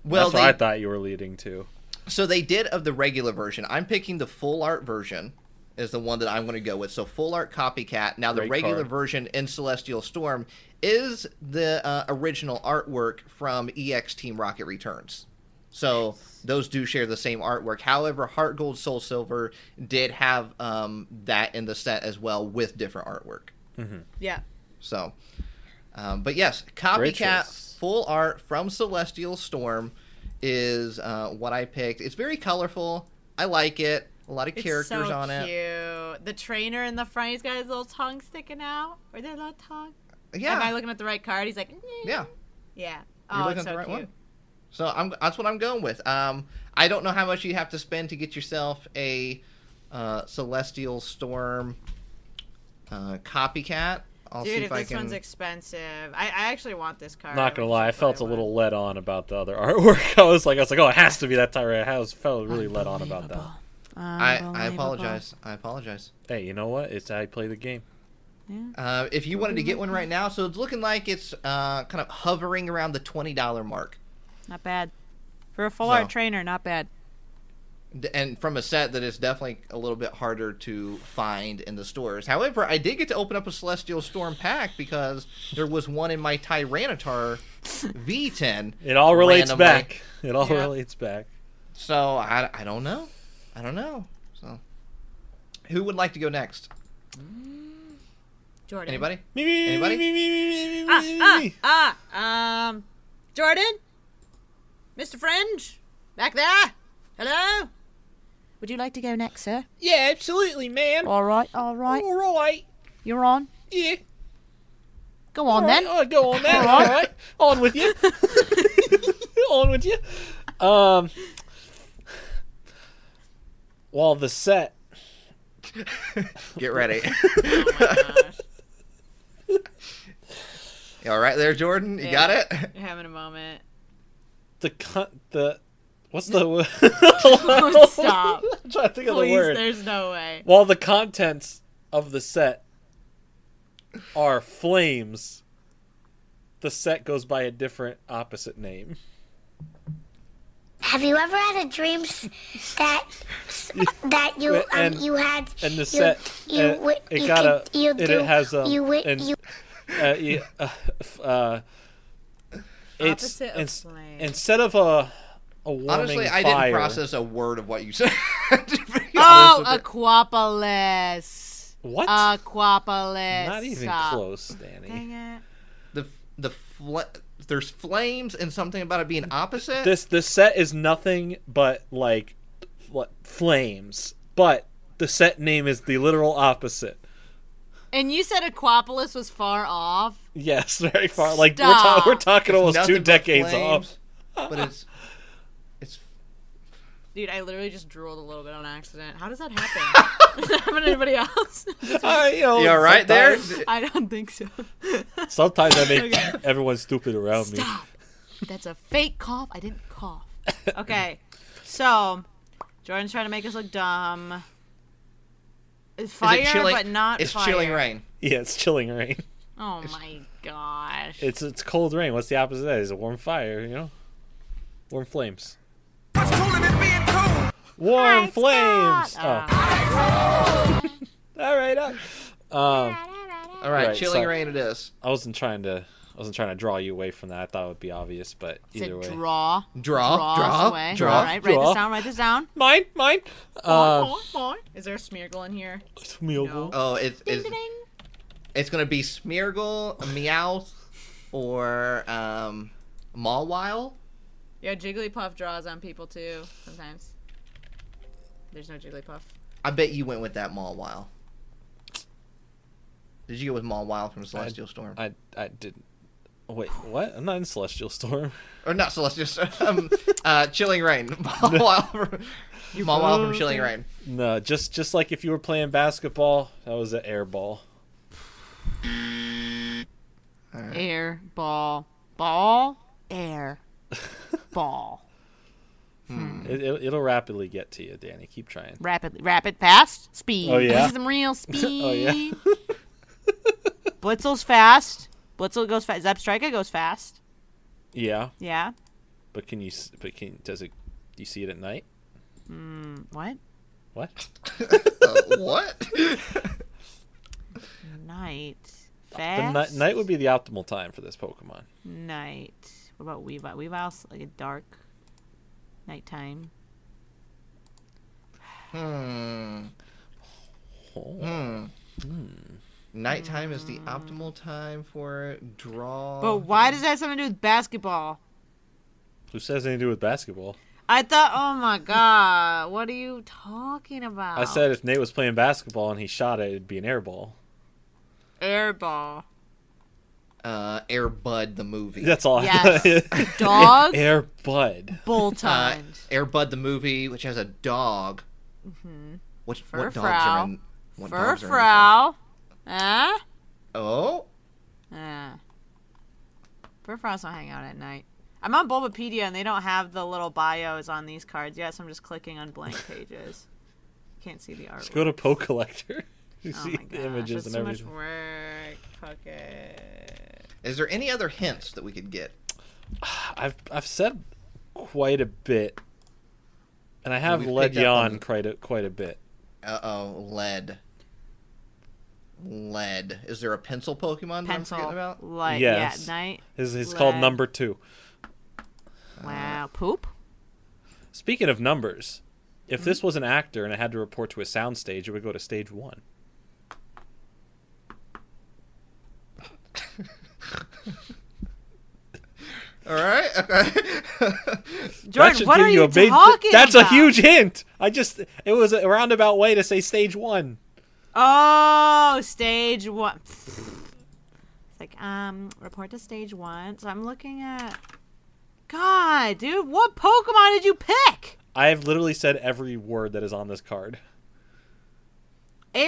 Speaker 1: Well,
Speaker 3: That's what I
Speaker 1: they-
Speaker 3: thought you were leading to.
Speaker 1: So they did of the regular version. I'm picking the full art version is the one that I'm going to go with. So full art copycat. Now the
Speaker 3: Great
Speaker 1: regular
Speaker 3: card.
Speaker 1: version in Celestial Storm is the uh, original artwork from EX Team Rocket Returns. So those do share the same artwork. However, Heart Gold Soul Silver did have um, that in the set as well with different artwork.
Speaker 9: Yeah.
Speaker 1: So, um, but yes,
Speaker 3: Great
Speaker 1: copycat
Speaker 3: choice.
Speaker 1: full art from Celestial Storm is uh, what I picked. It's very colorful. I like it. A lot of characters on it.
Speaker 9: Cute. The trainer in the front, he's got his little tongue sticking out. Or their little tongue. Am I
Speaker 1: Yeah,
Speaker 9: looking at the right card? He's like, "Eh."
Speaker 1: yeah.
Speaker 9: Yeah.
Speaker 1: You're
Speaker 9: Oh,
Speaker 1: looking
Speaker 9: it's
Speaker 1: at
Speaker 9: so
Speaker 1: the right
Speaker 9: cute.
Speaker 1: one. So I'm, that's what I'm going with. Um, I don't know how much you have to spend to get yourself a uh, Celestial Storm uh, copycat. I'll see
Speaker 9: Dude,
Speaker 1: if,
Speaker 9: if
Speaker 1: I
Speaker 9: this
Speaker 1: can.
Speaker 9: one's expensive, I, I actually want this card.
Speaker 3: Not gonna lie, I
Speaker 9: That's
Speaker 3: felt a
Speaker 9: what
Speaker 3: little
Speaker 9: want.
Speaker 3: let on about the other [LAUGHS] artwork. I was like, I was like, oh, it has to be that Tyrant. I was felt really let on about that.
Speaker 1: I, I
Speaker 9: Unbelievable.
Speaker 1: apologize. I apologize.
Speaker 3: Hey, you know what? It's how you play the game.
Speaker 1: Uh, if you wanted to get one right now, so it's looking like it's uh, kind of hovering around the twenty dollar mark,
Speaker 9: Not bad. For a full
Speaker 1: No.
Speaker 9: art trainer, not bad.
Speaker 1: D- and from a set that is definitely a little bit harder to find in the stores. However, I did get to open up a Celestial Storm pack because there was one in my Tyranitar V10.
Speaker 3: It all relates
Speaker 1: randomly.
Speaker 3: back. It all relates back.
Speaker 1: So I, I don't know, I don't know. So who would like to go next?
Speaker 2: Jordan.
Speaker 1: Anybody?
Speaker 3: Me, me,
Speaker 1: Anybody?
Speaker 3: me, me, me, me, me, me, me, me,
Speaker 2: Ah,
Speaker 3: me.
Speaker 2: ah, ah. Um, Jordan? Mr. Fringe? Back there? Hello? Would you like to go next, sir?
Speaker 3: Yeah, absolutely, ma'am.
Speaker 2: All right, all right.
Speaker 3: All right.
Speaker 2: You're on.
Speaker 3: Yeah.
Speaker 2: Go on
Speaker 3: All right,
Speaker 2: then.
Speaker 3: I'll go on then. All right. On with you. [LAUGHS] on with you. Um, while the set
Speaker 1: Get ready. [LAUGHS] You all right there, Jordan? You got it?
Speaker 2: You're having a moment.
Speaker 1: [LAUGHS]
Speaker 3: the con- the what's the word? [LAUGHS]
Speaker 2: Stop.
Speaker 3: I'm trying to think of the
Speaker 15: Please,
Speaker 3: word.
Speaker 15: there's no way.
Speaker 3: While the contents of the set are flames, the set goes by a different opposite name.
Speaker 12: Have you ever had a dream s- that s- that you um,
Speaker 3: [LAUGHS] And-
Speaker 12: you had
Speaker 3: and the
Speaker 12: you,
Speaker 3: set
Speaker 12: you,
Speaker 3: uh,
Speaker 12: wi-
Speaker 3: it
Speaker 12: you
Speaker 3: got a
Speaker 12: could- you
Speaker 3: and
Speaker 12: do-
Speaker 3: it has um
Speaker 12: you, wi-
Speaker 3: and,
Speaker 12: you
Speaker 3: uh, yeah, uh, f- uh, it's
Speaker 1: Opposite of
Speaker 3: ins-
Speaker 1: flame.
Speaker 3: instead of a a warming
Speaker 1: Honestly, I
Speaker 3: fire-
Speaker 1: didn't process a word of what you said. [LAUGHS] to be honest
Speaker 2: Oh,
Speaker 1: with you.
Speaker 2: Aquapolis.
Speaker 1: What?
Speaker 2: Aquapolis.
Speaker 1: Not even
Speaker 2: Uh, Stop.
Speaker 1: close, Danny. the the fl- there's flames and something about it being opposite.
Speaker 3: this this set is nothing but like fl- flames, but the set name is the literal opposite.
Speaker 2: And you said Aquapolis was far off.
Speaker 3: Yes, [LAUGHS] very far. Like we're, ta-
Speaker 2: Stop.
Speaker 3: we're talking
Speaker 1: It's
Speaker 3: almost
Speaker 1: nothing
Speaker 3: two
Speaker 1: but
Speaker 3: decades
Speaker 1: flames,
Speaker 3: off.
Speaker 1: but it's
Speaker 2: [LAUGHS]
Speaker 1: it's
Speaker 2: Dude, I literally just drooled a little bit on accident. How does that happen?
Speaker 1: [LAUGHS]
Speaker 2: [LAUGHS] Does that happen to anybody else?
Speaker 3: [LAUGHS] Uh, you know,
Speaker 1: You all right there?
Speaker 3: sometimes-
Speaker 2: I don't think so.
Speaker 3: Sometimes I
Speaker 2: [LAUGHS]
Speaker 3: make
Speaker 2: Okay.
Speaker 3: everyone stupid around me.
Speaker 2: Stop. That's a fake cough. I didn't cough. [LAUGHS] Okay, so Jordan's trying to make us look dumb. It's Fire,
Speaker 1: chilling-
Speaker 2: but not
Speaker 1: it's
Speaker 2: fire.
Speaker 1: chilling rain.
Speaker 3: Yeah, it's chilling rain.
Speaker 2: Oh my gosh.
Speaker 3: It's it's cold rain. What's the opposite of that? It's a warm fire, you know? Warm flames. Warm flames. Oh. [LAUGHS] All right. All Oh. Um,
Speaker 1: All right, chilling rain it is.
Speaker 3: I wasn't trying to I wasn't trying to draw you away from that. I thought it would be obvious, but
Speaker 2: Said
Speaker 3: either way.
Speaker 2: draw.
Speaker 1: Draw,
Speaker 2: Draw.
Speaker 1: Oh, draw,
Speaker 2: away.
Speaker 1: draw,
Speaker 2: All right, write this
Speaker 3: draw.
Speaker 2: down. Write this down.
Speaker 3: Mine. Mine. Um,
Speaker 1: Uh,
Speaker 2: Is there a smeargle in here?
Speaker 1: Oh, it's it's, it's gonna be Smeargle, Meowth, or um, Mawile.
Speaker 2: Yeah, Jigglypuff draws on people too sometimes. There's no Jigglypuff.
Speaker 1: I bet you went with that Mawile. Did you go with Mawile from Celestial Storm?
Speaker 3: I I didn't. Wait, what? I'm not in Celestial Storm. [LAUGHS]
Speaker 1: Or not Celestial Storm. [LAUGHS] Um, uh, Chilling Rain. [LAUGHS] Mawile from, Mawile from Chilling
Speaker 3: [LAUGHS]
Speaker 1: Rain.
Speaker 3: No, just just like if you were playing basketball, that was an air ball.
Speaker 2: Air ball ball air ball.
Speaker 3: It, it, it'll rapidly get to you, Danny. Keep trying.
Speaker 2: Rapid rapid fast speed.
Speaker 3: Oh, yeah?
Speaker 2: This is some real speed.
Speaker 3: [LAUGHS] Oh, yeah.
Speaker 2: Blitzel's fast. Blitzel goes fast. Zebstrika goes fast.
Speaker 3: Yeah,
Speaker 2: Yeah.
Speaker 3: but can you? s- But can does it? Do you see it at night?
Speaker 2: Mm, what?
Speaker 3: What? Uh,
Speaker 1: what?
Speaker 2: Night.
Speaker 3: The
Speaker 2: Fast.
Speaker 3: night, night would be the optimal time for this Pokemon.
Speaker 2: Night. What about Weavile? Weavile's like a dark nighttime.
Speaker 1: Hmm. Hmm. Nighttime is the optimal time for
Speaker 3: Oh,
Speaker 1: draw.
Speaker 2: But why does that have something to do with basketball?
Speaker 3: Who says anything to do with basketball?
Speaker 2: I thought, oh my god, what are you talking about?
Speaker 3: I said if Nate was playing basketball and he shot it, it'd be an air ball.
Speaker 2: airball.
Speaker 1: uh, Air Bud the movie?
Speaker 3: That's all. I- [LAUGHS]
Speaker 2: Yes. Dog?
Speaker 3: Air Bud.
Speaker 2: Bull
Speaker 1: Uh,
Speaker 2: time.
Speaker 1: Air Bud the movie, which has a dog.
Speaker 2: Mhm.
Speaker 1: Which
Speaker 2: Fur
Speaker 1: what dogs are
Speaker 2: Frau.
Speaker 1: in?
Speaker 3: Uh,
Speaker 1: What
Speaker 2: Fur
Speaker 1: dogs are in this one?
Speaker 2: Frau. Huh?
Speaker 1: Oh,
Speaker 2: Uh. Fur Frau's don't hang out at night. I'm on Bulbapedia and they don't have the little bios on these cards yet, so I'm just clicking on
Speaker 3: [LAUGHS]
Speaker 2: blank pages. Can't see the artwork.
Speaker 3: Just go to Poe Collector. [LAUGHS] You
Speaker 2: Oh
Speaker 3: see
Speaker 2: my
Speaker 3: the
Speaker 2: gosh,
Speaker 3: images
Speaker 2: that's
Speaker 3: and
Speaker 2: too
Speaker 3: everything.
Speaker 2: Much work. Fuck it.
Speaker 1: is there any other hints that we could get?
Speaker 3: I've I've said quite a bit, and I have
Speaker 1: We've
Speaker 3: led
Speaker 1: picked up
Speaker 3: Jan
Speaker 1: on-
Speaker 3: quite a, quite a bit.
Speaker 1: Uh oh, lead. Lead. Is there a pencil Pokemon? that I'm
Speaker 2: Pencil.
Speaker 1: forgetting about?
Speaker 2: Light.
Speaker 3: yes,
Speaker 2: Yeah, night.
Speaker 3: His he's called
Speaker 2: lead.
Speaker 3: number two.
Speaker 1: Uh,
Speaker 2: Wow. Poop?
Speaker 3: Speaking of numbers, if this was an actor and it had to report to a soundstage, it would go to stage one.
Speaker 1: All right. Okay.
Speaker 3: That should give a big- [LAUGHS] That's a huge hint. I just it was a roundabout way to say stage one.
Speaker 2: [LAUGHS] Oh, stage one. [LAUGHS] It's like, um, report to stage one. So I'm looking at. God, dude, what Pokemon did you pick?
Speaker 3: I have literally said every word that is on this card.
Speaker 2: Airball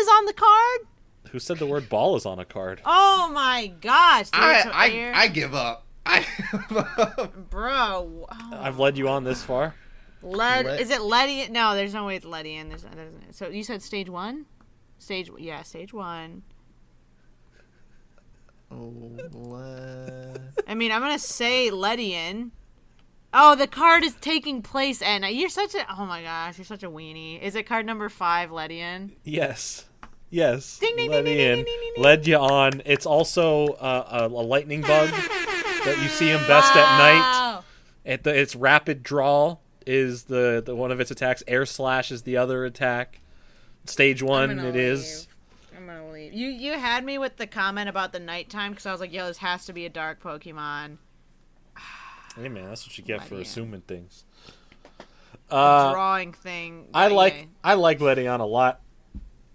Speaker 2: is on the card?
Speaker 3: Who said the word ball is on a card?
Speaker 2: Oh my gosh. dude,
Speaker 1: I,
Speaker 2: so
Speaker 1: I,
Speaker 2: air-
Speaker 1: I give up. [LAUGHS]
Speaker 2: Bro. oh,
Speaker 3: I've led you on this far.
Speaker 2: Lead,
Speaker 3: Let-
Speaker 2: is it Letty? No, there's no way it's Letty in. There's, there's so you said stage one, stage yeah, stage one. I mean, I'm gonna say Ledian. Oh, the card is taking place, and you're such a oh my gosh, you're such a weenie. Is it card number five, Ledian?
Speaker 3: Yes. Yes.
Speaker 2: Ding, ding,
Speaker 3: led
Speaker 2: ding,
Speaker 3: in. Led you on. It's also uh, a, a lightning bug that you see him best at night. At the, its rapid draw is the, the one of its attacks. Air slash is the other attack. Stage one,
Speaker 2: gonna
Speaker 3: it is.
Speaker 2: I'm gonna leave. You you had me with the comment about the nighttime because I was like, yo, this has to be a dark Pokemon.
Speaker 3: Hey man, that's what you get for
Speaker 2: Ledian.
Speaker 3: assuming things.
Speaker 2: the
Speaker 3: Uh,
Speaker 2: drawing thing.
Speaker 3: I
Speaker 2: but
Speaker 3: like
Speaker 2: yay.
Speaker 3: I like Ledion a lot.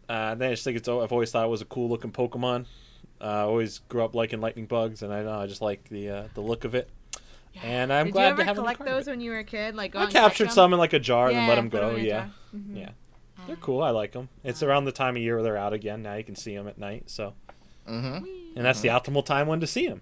Speaker 3: Uh, then I just think it's I've always thought it was a cool looking Pokemon. Uh, I always grew up liking lightning bugs, and I know I just like the uh, the look of it. And I'm
Speaker 2: Did
Speaker 3: glad
Speaker 2: you ever
Speaker 3: to have it in
Speaker 2: collect
Speaker 3: the card.
Speaker 2: those when you were a kid? Like go
Speaker 3: I
Speaker 2: and collect
Speaker 3: captured
Speaker 2: them?
Speaker 3: some in like a jar and then let
Speaker 2: Yeah,
Speaker 3: them
Speaker 2: put
Speaker 3: go.
Speaker 2: 'em in a
Speaker 3: yeah,
Speaker 2: jar. Mhm.
Speaker 3: yeah,
Speaker 1: Ah.
Speaker 3: they're cool. I like them. It's around the time of year where they're out again. Now you can see them at night. So,
Speaker 1: Mm-hmm.
Speaker 3: and that's the optimal time when to see them.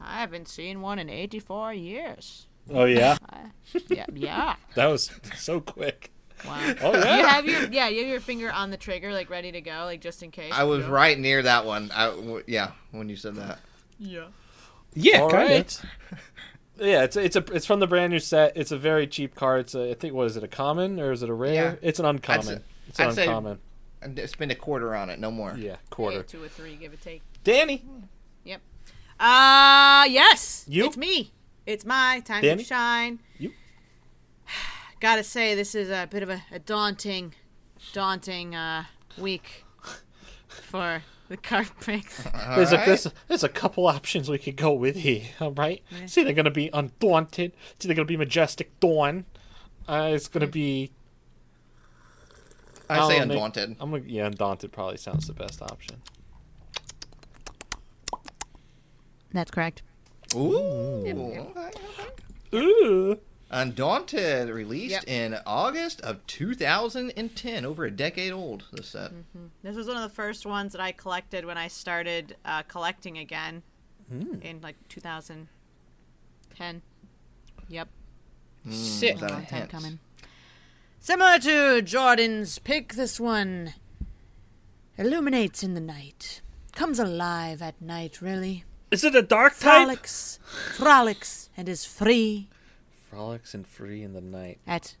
Speaker 2: I haven't seen one in 84
Speaker 3: [LAUGHS]
Speaker 2: years.
Speaker 3: Oh yeah,
Speaker 2: I- yeah, yeah.
Speaker 3: that was [LAUGHS] so quick.
Speaker 2: Wow.
Speaker 1: [LAUGHS]
Speaker 3: Oh yeah.
Speaker 2: You have your yeah, you have your finger on the trigger, like ready to go, like just in case.
Speaker 1: I was
Speaker 2: Yeah.
Speaker 1: right near that one. I w yeah, when you said that.
Speaker 2: Yeah.
Speaker 3: Yeah,
Speaker 2: All
Speaker 3: kinda.
Speaker 2: right.
Speaker 3: Yeah, it's it's a it's from the brand new set. It's a very cheap card. It's a, I think what is it a common or is it a rare? It's an uncommon.
Speaker 1: I'd say-
Speaker 3: it's an
Speaker 1: I'd say-
Speaker 3: uncommon.
Speaker 1: I'd spend a quarter on it, no more.
Speaker 3: Yeah, quarter.
Speaker 2: Two or three, give or take.
Speaker 3: Danny.
Speaker 2: Yep. Uh yes.
Speaker 3: You?
Speaker 2: It's me. It's my time
Speaker 3: Danny?
Speaker 2: to shine.
Speaker 3: You?
Speaker 2: [SIGHS] Gotta say, this is a bit of a, a daunting, daunting uh,
Speaker 3: [LAUGHS]
Speaker 2: week for the card breaks.
Speaker 3: There's a there's, there's a couple options we could go with here. All right. See, they're gonna be undaunted. See, they're gonna be majestic dawn. Uh, it's gonna be.
Speaker 1: I say
Speaker 2: Oh,
Speaker 3: don't know.
Speaker 1: undaunted.
Speaker 3: I'm gonna yeah, undaunted probably sounds the best option.
Speaker 2: That's correct.
Speaker 1: Ooh.
Speaker 3: Ooh.
Speaker 1: Undaunted, released
Speaker 2: Yep.
Speaker 1: in August of 2010, over a decade old. This set.
Speaker 2: Mm-hmm. This was one of the first ones that I collected when I started uh, collecting again
Speaker 1: Hmm.
Speaker 2: in like 2010. Yep.
Speaker 1: Mm,
Speaker 2: Sick.
Speaker 1: is that a
Speaker 2: Long time
Speaker 1: hint?
Speaker 2: coming. Similar to Jordan's pick, this one illuminates in the night, comes alive at night, really.
Speaker 3: Is it a dark
Speaker 2: Frolics, frolics, and is free
Speaker 3: Frolics and free in the night.
Speaker 2: at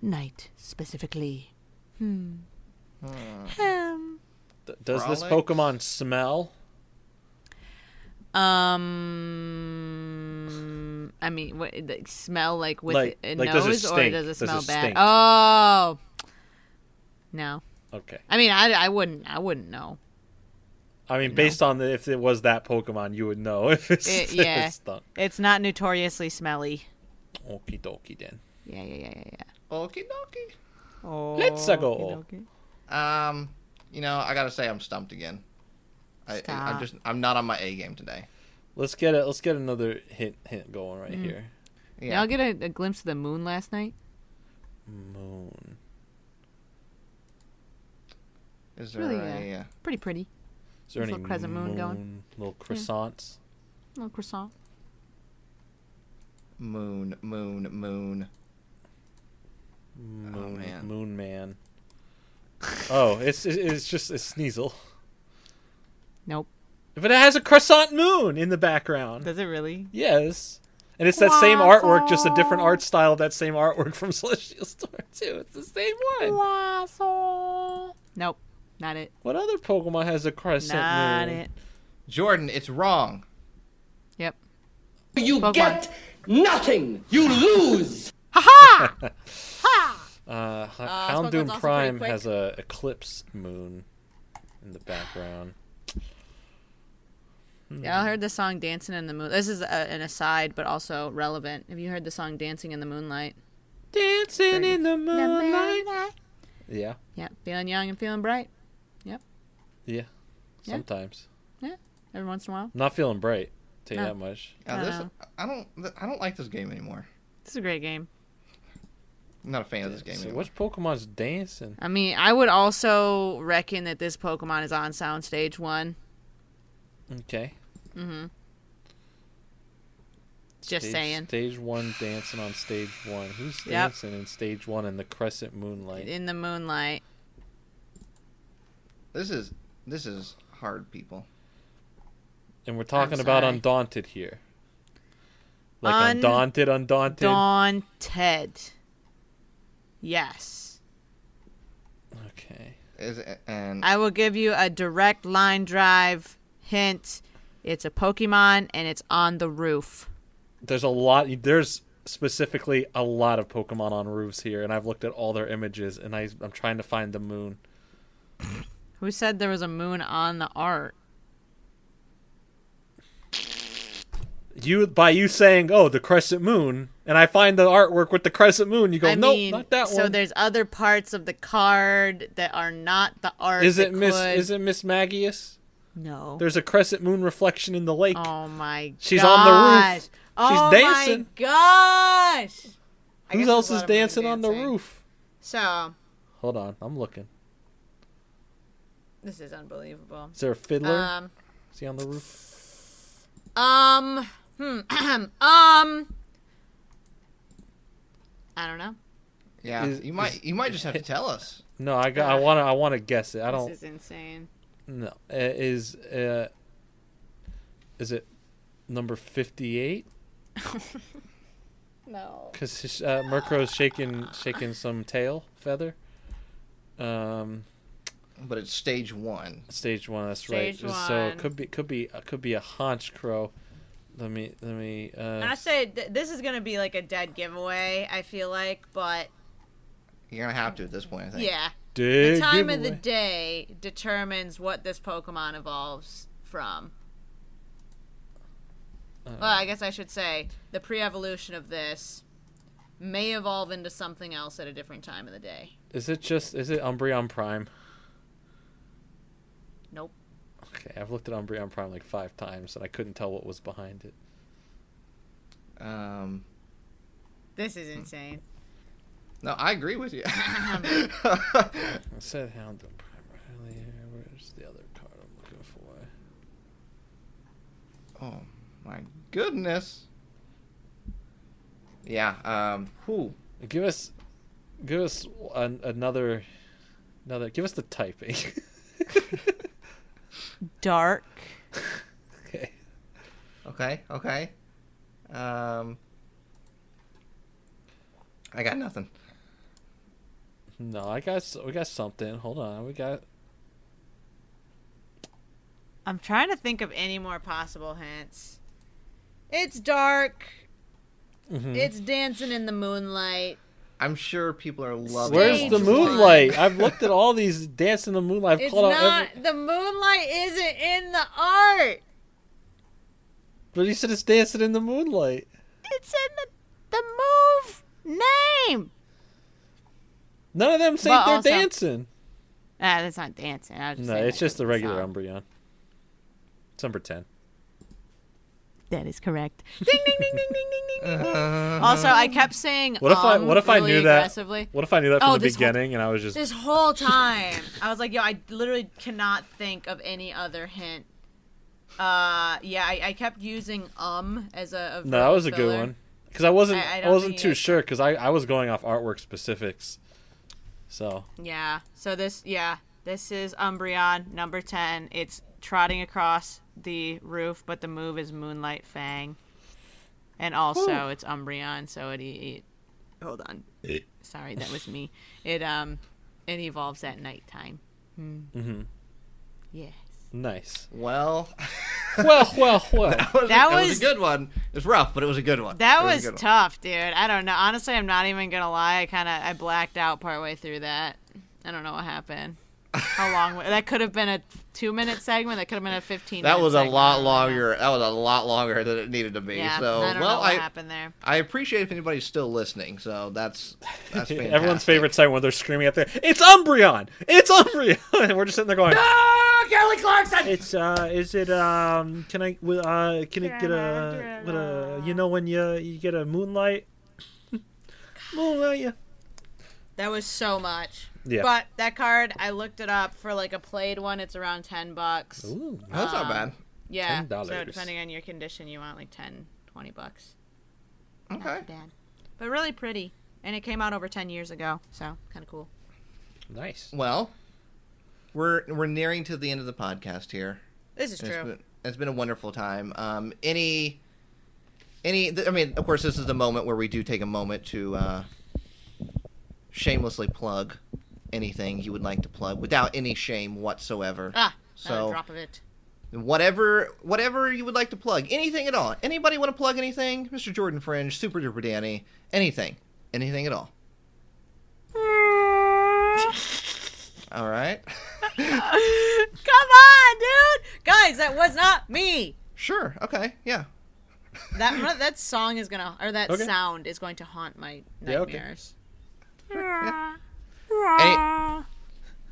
Speaker 2: night specifically. Hmm.
Speaker 3: D- does this
Speaker 2: Frolics?
Speaker 3: Pokemon smell?
Speaker 2: Um, I mean, what the smell like with
Speaker 3: Like-
Speaker 2: a
Speaker 3: like, does it
Speaker 2: nose, or
Speaker 3: stink?
Speaker 2: does it
Speaker 3: Does it
Speaker 2: smell bad?
Speaker 3: stink?
Speaker 2: Oh, no.
Speaker 3: Okay.
Speaker 2: I mean, I, I wouldn't I wouldn't know.
Speaker 3: I mean, based on the, if it was that Pokemon, you would know [LAUGHS] if it's
Speaker 2: It-
Speaker 3: it,
Speaker 2: yeah.
Speaker 3: it's not.
Speaker 2: It's not notoriously smelly.
Speaker 3: Okie dokie then.
Speaker 2: Yeah, yeah, yeah, yeah, yeah.
Speaker 1: Okie dokie.
Speaker 2: Oh,
Speaker 3: Let's go.
Speaker 1: Um, you know, I gotta say I'm stumped again. I, I'm
Speaker 3: Stop.
Speaker 1: just I'm not on my A game today.
Speaker 3: Let's get it. Let's get another hint hint going right
Speaker 2: Mm.
Speaker 3: here.
Speaker 2: Y'all get a, a glimpse of the moon last night.
Speaker 3: Moon.
Speaker 1: Is there
Speaker 2: Really,
Speaker 1: a,
Speaker 2: uh, pretty pretty.
Speaker 3: Is there
Speaker 2: This
Speaker 3: any
Speaker 2: little crescent moon going?
Speaker 3: Little croissants.
Speaker 2: Little croissant.
Speaker 1: moon, moon, moon?
Speaker 3: Moon, Moon man. oh, it's it's- it's just it's Sneasel.
Speaker 2: Nope.
Speaker 3: But it has a crescent moon in the background.
Speaker 2: Does it really?
Speaker 3: Yes. And it's that same artwork, just a different art style of that same artwork from [LAUGHS] Celestial Star too. It's the same one.
Speaker 2: Nope, not it.
Speaker 3: What other Pokemon has a crescent
Speaker 2: Not
Speaker 3: moon?
Speaker 2: it.
Speaker 1: Jordan, it's wrong.
Speaker 2: Yep.
Speaker 16: You
Speaker 2: Pokemon.
Speaker 16: get nothing. You lose.
Speaker 2: Ha
Speaker 3: ha! Uh,
Speaker 16: Uh,
Speaker 3: Houndoom
Speaker 16: Smuggler's also pretty
Speaker 3: Prime
Speaker 16: quick.
Speaker 3: has a eclipsed moon in the background.
Speaker 2: Y'all heard the song "Dancing in the Moon." This is a, an aside, but also relevant. Have you heard the song "Dancing in the Moonlight"?
Speaker 3: Dancing in the moonlight. Yeah.
Speaker 2: Yeah, feeling young and feeling bright. Yep.
Speaker 3: Yeah.
Speaker 2: Yeah.
Speaker 3: Sometimes.
Speaker 2: Yeah. Every once in a while.
Speaker 3: I'm not feeling bright. Tell you
Speaker 2: No.
Speaker 3: that much.
Speaker 1: Yeah,
Speaker 2: I
Speaker 1: this,
Speaker 2: don't
Speaker 1: I don't. I don't like this game anymore.
Speaker 2: This is a great game.
Speaker 1: I'm not a fan of this game
Speaker 3: So
Speaker 1: anymore.
Speaker 3: which Pokemon's dancing?
Speaker 2: I mean, I would also reckon that this Pokemon is on Soundstage One.
Speaker 3: Okay.
Speaker 2: Mm-hmm. Just
Speaker 3: Stage-
Speaker 2: saying.
Speaker 3: Stage one dancing on stage one. Who's
Speaker 2: Yep.
Speaker 3: dancing in stage one in the crescent moonlight?
Speaker 2: In the moonlight.
Speaker 1: This is this is hard, people.
Speaker 3: And we're talking about
Speaker 2: sorry.
Speaker 3: Undaunted here. Like
Speaker 2: Un-
Speaker 3: Undaunted, Undaunted.
Speaker 2: Dawn Ted. Yes.
Speaker 3: okay.
Speaker 1: Is it- and
Speaker 2: I will give you a direct line drive hint. It's a Pokemon and it's on the roof.
Speaker 3: There's a lot. There's specifically a lot of Pokemon on roofs here, and I've looked at all their images, and I, I'm trying to find the moon.
Speaker 2: Who said there was a moon on the art?
Speaker 3: You by you saying, "Oh, the crescent moon," and I find the artwork with the crescent moon. You go,
Speaker 2: I
Speaker 3: "Nope,
Speaker 2: mean,
Speaker 3: not that
Speaker 2: so
Speaker 3: one."
Speaker 2: there's other parts of the card that are not the art.
Speaker 3: Is it
Speaker 2: that
Speaker 3: Miss?
Speaker 2: could-
Speaker 3: Is it Miss Magius?
Speaker 2: No.
Speaker 3: There's a crescent moon reflection in the lake.
Speaker 2: Oh my
Speaker 3: She's on the roof.
Speaker 2: gosh.
Speaker 3: She's
Speaker 2: Oh
Speaker 3: dancing.
Speaker 2: my gosh. I guess
Speaker 3: Who
Speaker 2: there's
Speaker 3: else
Speaker 2: a
Speaker 3: is
Speaker 2: lot of moon
Speaker 3: dancing on the roof?
Speaker 2: So
Speaker 3: Hold on, I'm looking.
Speaker 2: this is unbelievable.
Speaker 3: Is there a fiddler?
Speaker 2: Um,
Speaker 3: is he on the roof?
Speaker 2: Um, hmm, [CLEARS THROAT] um, I don't know.
Speaker 1: yeah,
Speaker 3: Is-
Speaker 1: you might
Speaker 3: is-
Speaker 1: you
Speaker 3: [LAUGHS]
Speaker 1: might just have to tell us.
Speaker 3: No, I got. I want to. I want to guess it. I don't.
Speaker 2: uh, This is insane.
Speaker 3: No, Uh, is uh, is it number fifty-eight?
Speaker 2: No.
Speaker 3: Because uh, Murkrow's shaking shaking some tail feather. Um,
Speaker 1: but it's stage one.
Speaker 3: Stage one. That's
Speaker 2: Stage
Speaker 3: right. So it
Speaker 2: one.
Speaker 3: could be could be uh, could be a haunch crow. Let me let me.
Speaker 2: I
Speaker 3: Uh,
Speaker 2: say th- this is gonna be like a dead giveaway. I feel like, but
Speaker 1: You're gonna have to at this point. I think.
Speaker 2: yeah,
Speaker 3: Dead
Speaker 2: the time of the
Speaker 3: giveaway.
Speaker 2: day determines what this Pokemon evolves from.
Speaker 3: uh,
Speaker 2: Well, I guess I should say the pre-evolution of this may evolve into something else at a different time of the day.
Speaker 3: is it just is it Umbreon Prime?
Speaker 2: Nope.
Speaker 3: Okay, I've looked at Umbreon Prime like five times and I couldn't tell what was behind it.
Speaker 1: Um.
Speaker 2: This is
Speaker 3: Hmm.
Speaker 2: insane.
Speaker 1: No, I agree with
Speaker 2: [LAUGHS]
Speaker 1: you. [LAUGHS]
Speaker 3: I said Hound of Prime earlier. Where's the other card I'm looking for?
Speaker 1: oh my goodness. Yeah. Um. Who?
Speaker 3: Give us, give us an, another, another. Give us the typing. [LAUGHS]
Speaker 2: Dark.
Speaker 3: okay.
Speaker 1: Okay. Okay. Um. I got nothing.
Speaker 3: No, I got s- we got something. Hold on, we got.
Speaker 2: I'm trying to think of any more possible hints. It's dark.
Speaker 3: Mhm.
Speaker 2: It's dancing in the moonlight.
Speaker 1: I'm sure people are loving.
Speaker 3: Where's the
Speaker 1: this.
Speaker 2: [LAUGHS]
Speaker 3: moonlight? I've looked at all these dance in the moonlight. I've
Speaker 2: it's
Speaker 3: called out
Speaker 2: not.
Speaker 3: every.
Speaker 2: The moonlight isn't in the art.
Speaker 3: But he said it's dancing in the moonlight.
Speaker 2: It's in the the move name.
Speaker 3: None of them say
Speaker 2: But
Speaker 3: they're
Speaker 2: also-
Speaker 3: dancing.
Speaker 2: Ah, that's not dancing. I was just
Speaker 3: No,
Speaker 2: saying
Speaker 3: it's
Speaker 2: that
Speaker 3: just the
Speaker 2: doesn't
Speaker 3: regular um,
Speaker 2: sound-
Speaker 3: Umbreon. It's number ten.
Speaker 2: That is correct. [LAUGHS] ding ding ding ding ding ding ding.
Speaker 3: Uh,
Speaker 2: Also, I kept saying.
Speaker 3: What if I
Speaker 2: um
Speaker 3: what if I
Speaker 2: really
Speaker 3: knew that?
Speaker 2: aggressively.
Speaker 3: What if I knew that from
Speaker 2: Oh,
Speaker 3: the
Speaker 2: this whole-
Speaker 3: beginning and I was just
Speaker 2: This whole time, I was like, "Yo, I literally cannot think of any other hint." Uh, yeah, I, I kept using um as a. a
Speaker 3: No, that was a
Speaker 2: filler.
Speaker 3: good one. Because I wasn't
Speaker 2: I- I
Speaker 3: I,
Speaker 2: don't
Speaker 3: wasn't
Speaker 2: think
Speaker 3: too
Speaker 2: it-
Speaker 3: sure because I, I was going off artwork specifics. So
Speaker 2: Yeah. So this, yeah, this is Umbreon number ten. It's trotting across the roof, but the move is Moonlight Fang, and also it's Umbreon, so it, it. Hold on. Sorry, that was me. It um, it evolves at nighttime. Hmm.
Speaker 3: hmm
Speaker 2: Yes. [LAUGHS]
Speaker 3: Nice.
Speaker 1: Well. [LAUGHS]
Speaker 3: Well, well, well.
Speaker 1: that was,
Speaker 2: That
Speaker 1: that was
Speaker 2: was-
Speaker 1: a good one. It was rough, but it was a good one.
Speaker 2: That
Speaker 1: It a
Speaker 2: was,
Speaker 1: good one.
Speaker 2: tough, dude. I don't know. Honestly, I'm not even gonna lie. I kind of I blacked out partway through that. I don't know what happened. How long? wa- that could have been a two-minute segment. That could have been a fifteen.
Speaker 1: That was a lot longer. That was a lot longer than it needed to be.
Speaker 2: Yeah,
Speaker 1: so,
Speaker 2: I don't
Speaker 1: well,
Speaker 2: know what
Speaker 1: I
Speaker 2: happened there.
Speaker 1: I appreciate if anybody's still listening. So that's that's fantastic.
Speaker 3: [LAUGHS] Everyone's favorite segment where they're screaming at there. It's Umbreon. It's Umbreon. [LAUGHS] and we're just sitting there going.
Speaker 17: Kelly Clarkson.
Speaker 3: It's uh, is it um? Can I with uh? Can it get a uh, with a? You know when you you get a moonlight? Moonlight, yeah.
Speaker 2: That was so much.
Speaker 3: Yeah.
Speaker 2: But that card, I looked it up for like a played one. It's around ten bucks.
Speaker 3: Ooh. That's not
Speaker 2: Um,
Speaker 3: bad.
Speaker 2: Yeah. So
Speaker 3: $10.
Speaker 2: depending on your condition, you want like 10, 20 bucks.
Speaker 1: Okay.
Speaker 2: Not too bad. But really pretty, and it came out over ten years ago, so kind of cool.
Speaker 3: Nice.
Speaker 1: Well, we're we're nearing to the end of the podcast here.
Speaker 2: This is
Speaker 1: And
Speaker 2: true.
Speaker 1: It's been, it's been a wonderful time. Um, any, any. th- I mean, of course, this is the moment where we do take a moment to uh, shamelessly plug anything you would like to plug without any shame whatsoever.
Speaker 2: Ah, so
Speaker 1: so
Speaker 2: drop of it.
Speaker 1: whatever whatever you would like to plug, anything at all. Anybody want to plug anything? Mr. Jordan Fringe, Super Duper Danny, anything, anything at
Speaker 2: [LAUGHS]
Speaker 1: all. All
Speaker 2: [LAUGHS]
Speaker 1: right.
Speaker 2: Come on, dude, guys, that was not me.
Speaker 1: Sure. Okay. Yeah.
Speaker 2: That that song is gonna, or that
Speaker 1: Okay.
Speaker 2: sound is going to haunt my
Speaker 1: Yeah, okay.
Speaker 2: nightmares.
Speaker 1: Any-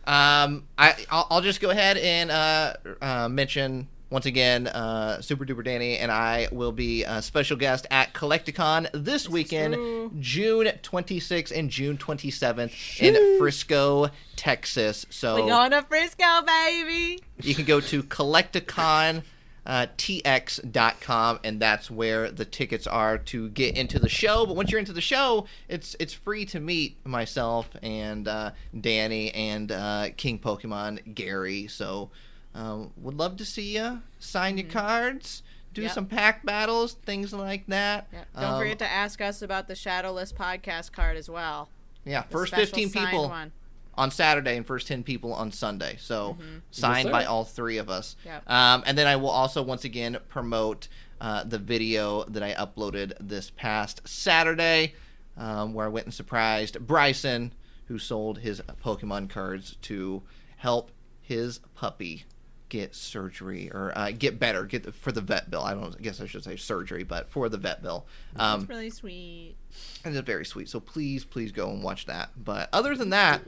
Speaker 1: um, I I'll, I'll just go ahead and uh, uh, mention once again uh, Super Duper Danny and I will be a special guest at Collecticon this weekend, June 26th and June 27th in Frisco, Texas. So
Speaker 2: We're going to Frisco, baby.
Speaker 1: you can go to collecticon uh, tx.com and that's where the tickets are to get into the show but once you're into the show it's it's free to meet myself and uh, danny and uh, king pokemon gary so um, would love to see you sign your cards do
Speaker 2: Mm-hmm. Yep.
Speaker 1: some pack battles things like that
Speaker 2: Don't
Speaker 1: Um,
Speaker 2: forget to ask us about the Shadowless podcast card as well.
Speaker 1: yeah
Speaker 2: The
Speaker 1: first
Speaker 2: special
Speaker 1: 15
Speaker 2: signed
Speaker 1: people
Speaker 2: one.
Speaker 1: on Saturday and first 10 people on Sunday. So
Speaker 2: Yes,
Speaker 1: signed
Speaker 2: sir.
Speaker 1: by all three of us.
Speaker 2: Yep.
Speaker 1: Um, and then I will also once again promote uh, the video that I uploaded this past Saturday um, where I went and surprised Bryson, who sold his Pokemon cards to help his puppy get surgery or uh, get better get the, for the vet bill i don't I guess i should say surgery but for the vet bill um,
Speaker 2: That's really sweet.
Speaker 1: and it's very sweet. So please, please go and watch that. But other than that,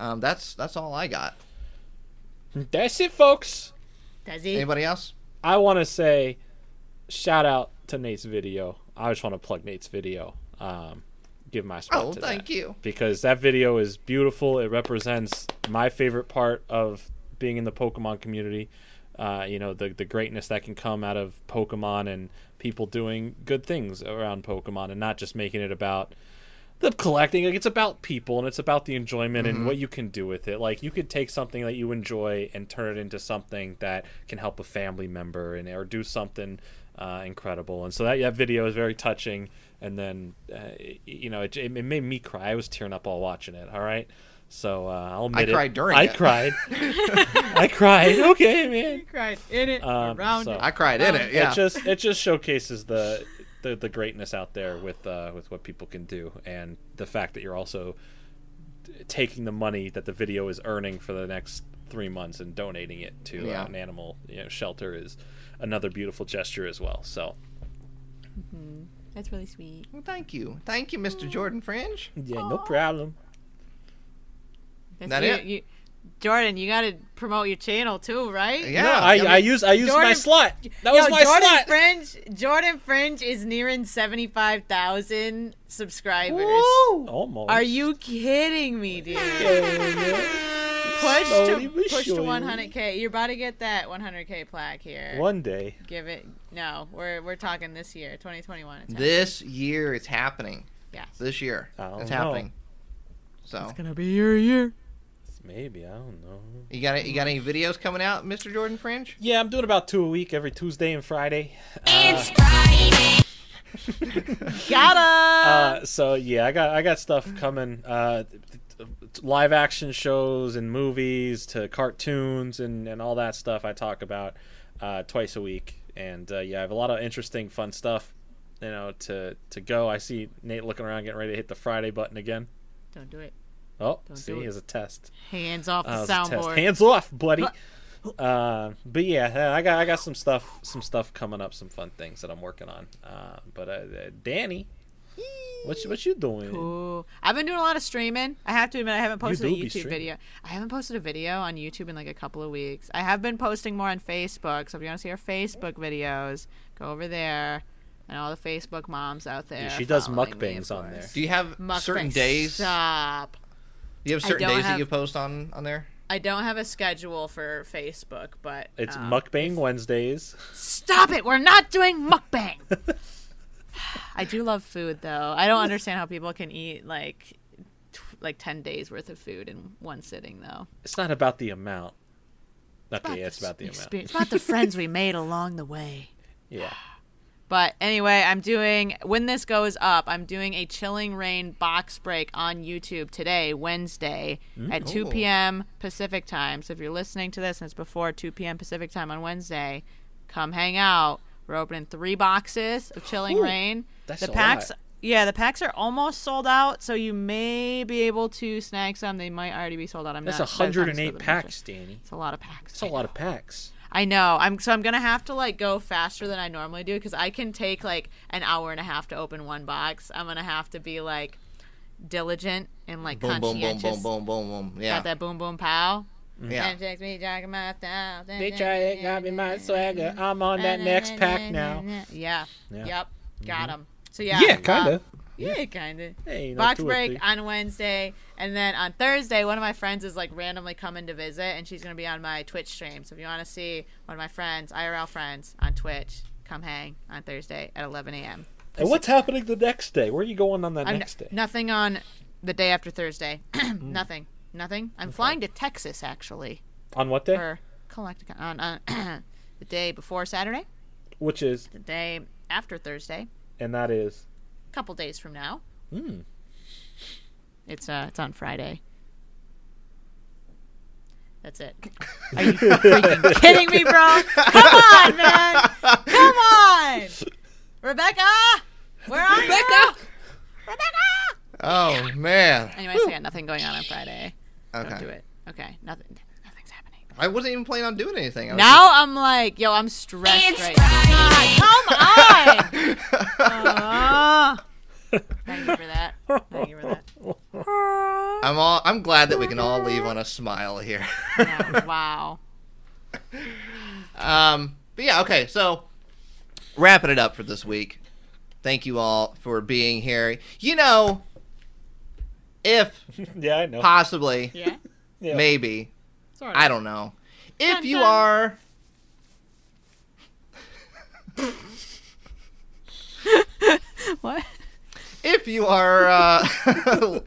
Speaker 1: um, that's that's all I got.
Speaker 3: That's it, folks.
Speaker 2: Does
Speaker 1: Anybody else?
Speaker 3: I want to say shout out to Nate's video. I just want to plug Nate's video. Um, give my spot.
Speaker 1: Oh,
Speaker 3: to
Speaker 1: thank
Speaker 3: that.
Speaker 1: you.
Speaker 3: Because that video is beautiful. It represents my favorite part of being in the Pokemon community. Uh, you know the the greatness that can come out of Pokemon and people doing good things around Pokemon and not just making it about the collecting like it's about people and it's about the enjoyment
Speaker 18: Mhm.
Speaker 1: Mm-hmm.
Speaker 3: and what you can do with it like you could take something that you enjoy and turn it into something that can help a family member and or do something uh, incredible and so that, that video is very touching and then uh, it- you know it, it made me cry i was tearing up while watching it all right so uh, i'll
Speaker 1: I
Speaker 3: admit it.
Speaker 1: cried during
Speaker 3: i
Speaker 1: it. [LAUGHS]
Speaker 3: cried i cried okay man
Speaker 2: You cried in it,
Speaker 3: um,
Speaker 2: around
Speaker 3: so-
Speaker 2: it. Uh,
Speaker 3: It just it just showcases the the, the greatness out there with uh, with what people can do, and the fact that you're also t- taking the money that the video is earning for the next three months and donating it to uh,
Speaker 18: Yeah.
Speaker 3: an animal you know, shelter is another beautiful gesture as well. So
Speaker 2: That's really sweet.
Speaker 1: Well, thank you, thank you, Mr. Jordan Fringe.
Speaker 3: yeah, no problem.
Speaker 2: That's
Speaker 1: That
Speaker 2: you-
Speaker 1: it?
Speaker 2: you- Jordan, you got to promote your channel too, right?
Speaker 1: Yeah, No, I- I mean- I use- I used my slot.
Speaker 3: That was my
Speaker 2: Jordan
Speaker 3: slot.
Speaker 2: Fringe, Jordan Fringe is nearing seventy-five thousand subscribers.
Speaker 3: Almost.
Speaker 2: Are you kidding me, dude? Push
Speaker 3: Slowly
Speaker 2: to
Speaker 3: but
Speaker 2: push to
Speaker 3: surely.
Speaker 2: one hundred k. You're about to get that one hundred k plaque here.
Speaker 3: One day.
Speaker 2: Give it. No, we're we're talking this year, twenty twenty one.
Speaker 1: This year, it's happening.
Speaker 2: Yeah.
Speaker 1: This year,
Speaker 3: don't
Speaker 1: it's
Speaker 3: know.
Speaker 1: happening. So
Speaker 5: It's gonna be your year.
Speaker 3: Maybe I don't know.
Speaker 1: you got you got any videos coming out, Mr. Jordan Fringe?
Speaker 3: Yeah, I'm doing about two a week every Tuesday and Friday.
Speaker 12: It's
Speaker 2: Gotta.
Speaker 3: Uh, so yeah, I got I got stuff coming. Uh, th- th- th- live action shows and movies to cartoons and and all that stuff. I talk about uh, twice a week, and uh, yeah, I have a lot of interesting, fun stuff. You know, to to go. I see Nate looking around, getting ready to hit the Friday button again.
Speaker 2: Don't do it.
Speaker 3: Oh,
Speaker 2: Don't do
Speaker 3: see,
Speaker 2: it.
Speaker 3: is a test.
Speaker 2: Hands off the
Speaker 3: Uh, it's a test.
Speaker 2: soundboard.
Speaker 3: Hands off,
Speaker 2: [LAUGHS]
Speaker 3: buddy. Uh, but yeah, I got I got some stuff some stuff coming up, some fun things that I'm working on. Uh, but uh, uh, Danny, what you- what you doing?
Speaker 2: Cool. I've been doing a lot of streaming. I have to admit, I haven't
Speaker 3: You
Speaker 2: posted a
Speaker 3: do be
Speaker 2: YouTube
Speaker 3: streaming.
Speaker 2: video. I haven't posted a video on YouTube in like a couple of weeks. I have been posting more on Facebook. So if you want to see our Facebook videos, go over there. And all the Facebook moms out there.
Speaker 3: Yeah, she does
Speaker 2: following me.
Speaker 3: mukbangs on there.
Speaker 1: Do you have
Speaker 2: Mukbang.
Speaker 1: certain days?
Speaker 2: Stop.
Speaker 1: Do you have
Speaker 2: Uh, I
Speaker 1: certain
Speaker 2: don't
Speaker 1: days
Speaker 2: have-
Speaker 1: that you post on on there?
Speaker 2: I don't have a schedule for Facebook, but
Speaker 3: It's
Speaker 2: um,
Speaker 3: mukbang Wednesdays.
Speaker 2: Stop it! We're not doing mukbang. [SIGHS] I do love food, though. I don't understand how people can eat like t- like ten days worth of food in one sitting, though.
Speaker 3: It's not about the amount. Okay, yeah, it's about the
Speaker 2: Experience. It's
Speaker 3: amount.
Speaker 2: about the friends we made along the way.
Speaker 3: yeah.
Speaker 2: But anyway, I'm doing when this goes up, I'm doing a chilling rain box break on YouTube today, Wednesday,
Speaker 19: Mm.
Speaker 2: at 2
Speaker 19: Cool.
Speaker 2: p.m. Pacific time. So if you're listening to this and it's before 2 p.m. Pacific time on Wednesday, come hang out. We're opening three boxes of chilling
Speaker 19: Ooh,
Speaker 2: rain.
Speaker 19: that's
Speaker 2: the
Speaker 19: a
Speaker 2: packs
Speaker 19: lot.
Speaker 2: yeah, the packs are almost sold out, so you may be able to snag some. They might already be sold out. I'm
Speaker 3: That's
Speaker 2: not by the time this goes up, I'm
Speaker 3: 108
Speaker 2: not
Speaker 3: packs,
Speaker 2: sure.
Speaker 3: Danny.
Speaker 2: It's a lot of packs.
Speaker 3: It's a lot of packs.
Speaker 2: I know. I'm so I'm gonna have to like go faster than I normally do because I can take like an hour and a half to open one box. I'm gonna have to be like diligent and like
Speaker 1: Boom, boom, boom,
Speaker 2: conscientious.
Speaker 1: boom, boom, boom, boom. Yeah.
Speaker 2: Got that boom boom pow.
Speaker 1: Mhm. Yeah.
Speaker 2: And takes me jogging my style.
Speaker 3: They try it, got me my swagger. I'm on that next pack now.
Speaker 2: Yeah.
Speaker 3: Yeah.
Speaker 2: Yep. Got
Speaker 1: Mm-hmm.
Speaker 3: Mhm.
Speaker 2: him. So yeah.
Speaker 3: Yeah, kinda.
Speaker 2: uh, yeah, kinda.
Speaker 3: Hey, not
Speaker 2: Box
Speaker 3: two or
Speaker 2: break
Speaker 3: three.
Speaker 2: on Wednesday, and then on Thursday, one of my friends is like randomly coming to visit, and she's gonna be on my Twitch stream. So if you want to see one of my friends, IRL friends on Twitch, come hang on Thursday at 11 a.m.
Speaker 3: And what's happening the next day? Where are you going on the
Speaker 2: I'm-
Speaker 3: next day?
Speaker 2: Nothing on the day after Thursday. [CLEARS THROAT]
Speaker 3: Mm.
Speaker 2: nothing. Nothing. I'm flying to Texas actually
Speaker 3: On what day?
Speaker 2: for Collecticon on, on [CLEARS THROAT] the day before Saturday,
Speaker 3: Which is,
Speaker 2: the day after Thursday,
Speaker 3: and that is.
Speaker 2: a couple days from now.
Speaker 3: Hmm.
Speaker 2: It's uh, it's on Friday. That's it.
Speaker 19: Are
Speaker 3: [LAUGHS]
Speaker 19: you freaking
Speaker 2: kidding me, bro? Come on, man. Come on, Rebecca. Where are you?
Speaker 1: Oh man.
Speaker 2: Anyway, so yeah, nothing going on on Friday.
Speaker 1: Okay.
Speaker 2: Don't do it. Okay, nothing.
Speaker 1: I wasn't even planning on doing anything. I was
Speaker 2: Now I'm like, yo, I'm stressed right now. [LAUGHS] God, come on. Uh, [LAUGHS] thank you for that. Thank you for [LAUGHS] that.
Speaker 1: just- I'm all. I'm glad that we can all leave on a smile here. [LAUGHS]
Speaker 2: Wow.
Speaker 1: Um, but yeah, okay. So wrapping it up for this week. Thank you all for being here. You know, if
Speaker 3: yeah, I know.
Speaker 1: possibly,
Speaker 2: yeah,
Speaker 3: Yeah.
Speaker 1: maybe,
Speaker 3: Sorta.
Speaker 1: I don't know. If
Speaker 3: Dun,
Speaker 1: you
Speaker 3: dun.
Speaker 1: are,
Speaker 2: what?
Speaker 1: If you are uh,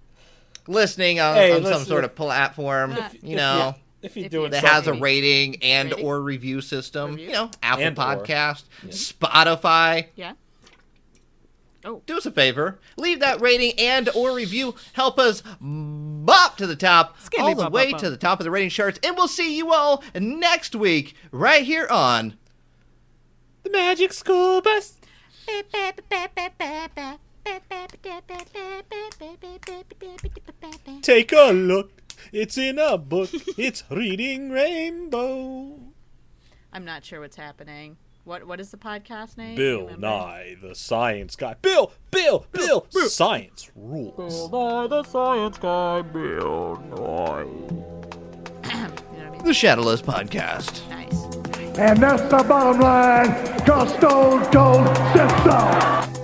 Speaker 1: [LAUGHS] listening on,
Speaker 3: Hey,
Speaker 1: on some
Speaker 3: listen,
Speaker 1: sort
Speaker 3: if-
Speaker 1: of platform,
Speaker 3: if- if
Speaker 1: you know.
Speaker 3: you- if you If do you- it
Speaker 1: that has a
Speaker 3: something-
Speaker 1: rating and
Speaker 3: Uh, Rating?
Speaker 1: or review system, you know, Apple
Speaker 3: And or.
Speaker 1: Podcast, Spotify,
Speaker 2: Yeah.
Speaker 1: do us a favor leave that rating and or review help us bop to the top all the
Speaker 2: bop,
Speaker 1: way
Speaker 2: bop,
Speaker 1: to
Speaker 2: bop.
Speaker 1: the top of the rating charts and we'll see you all next week right here on
Speaker 3: the magic school bus Take a look. It's in a book. [LAUGHS] it's Reading Rainbow.
Speaker 2: I'm not sure what's happening. What What is the podcast name?
Speaker 3: Bill Nye, the science guy. Bill, Bill, Bill, science rules. Bill Nye, the science guy. Bill
Speaker 1: the shadowless podcast
Speaker 2: nice
Speaker 5: And that's the bottom line, because Stone Cold steps out.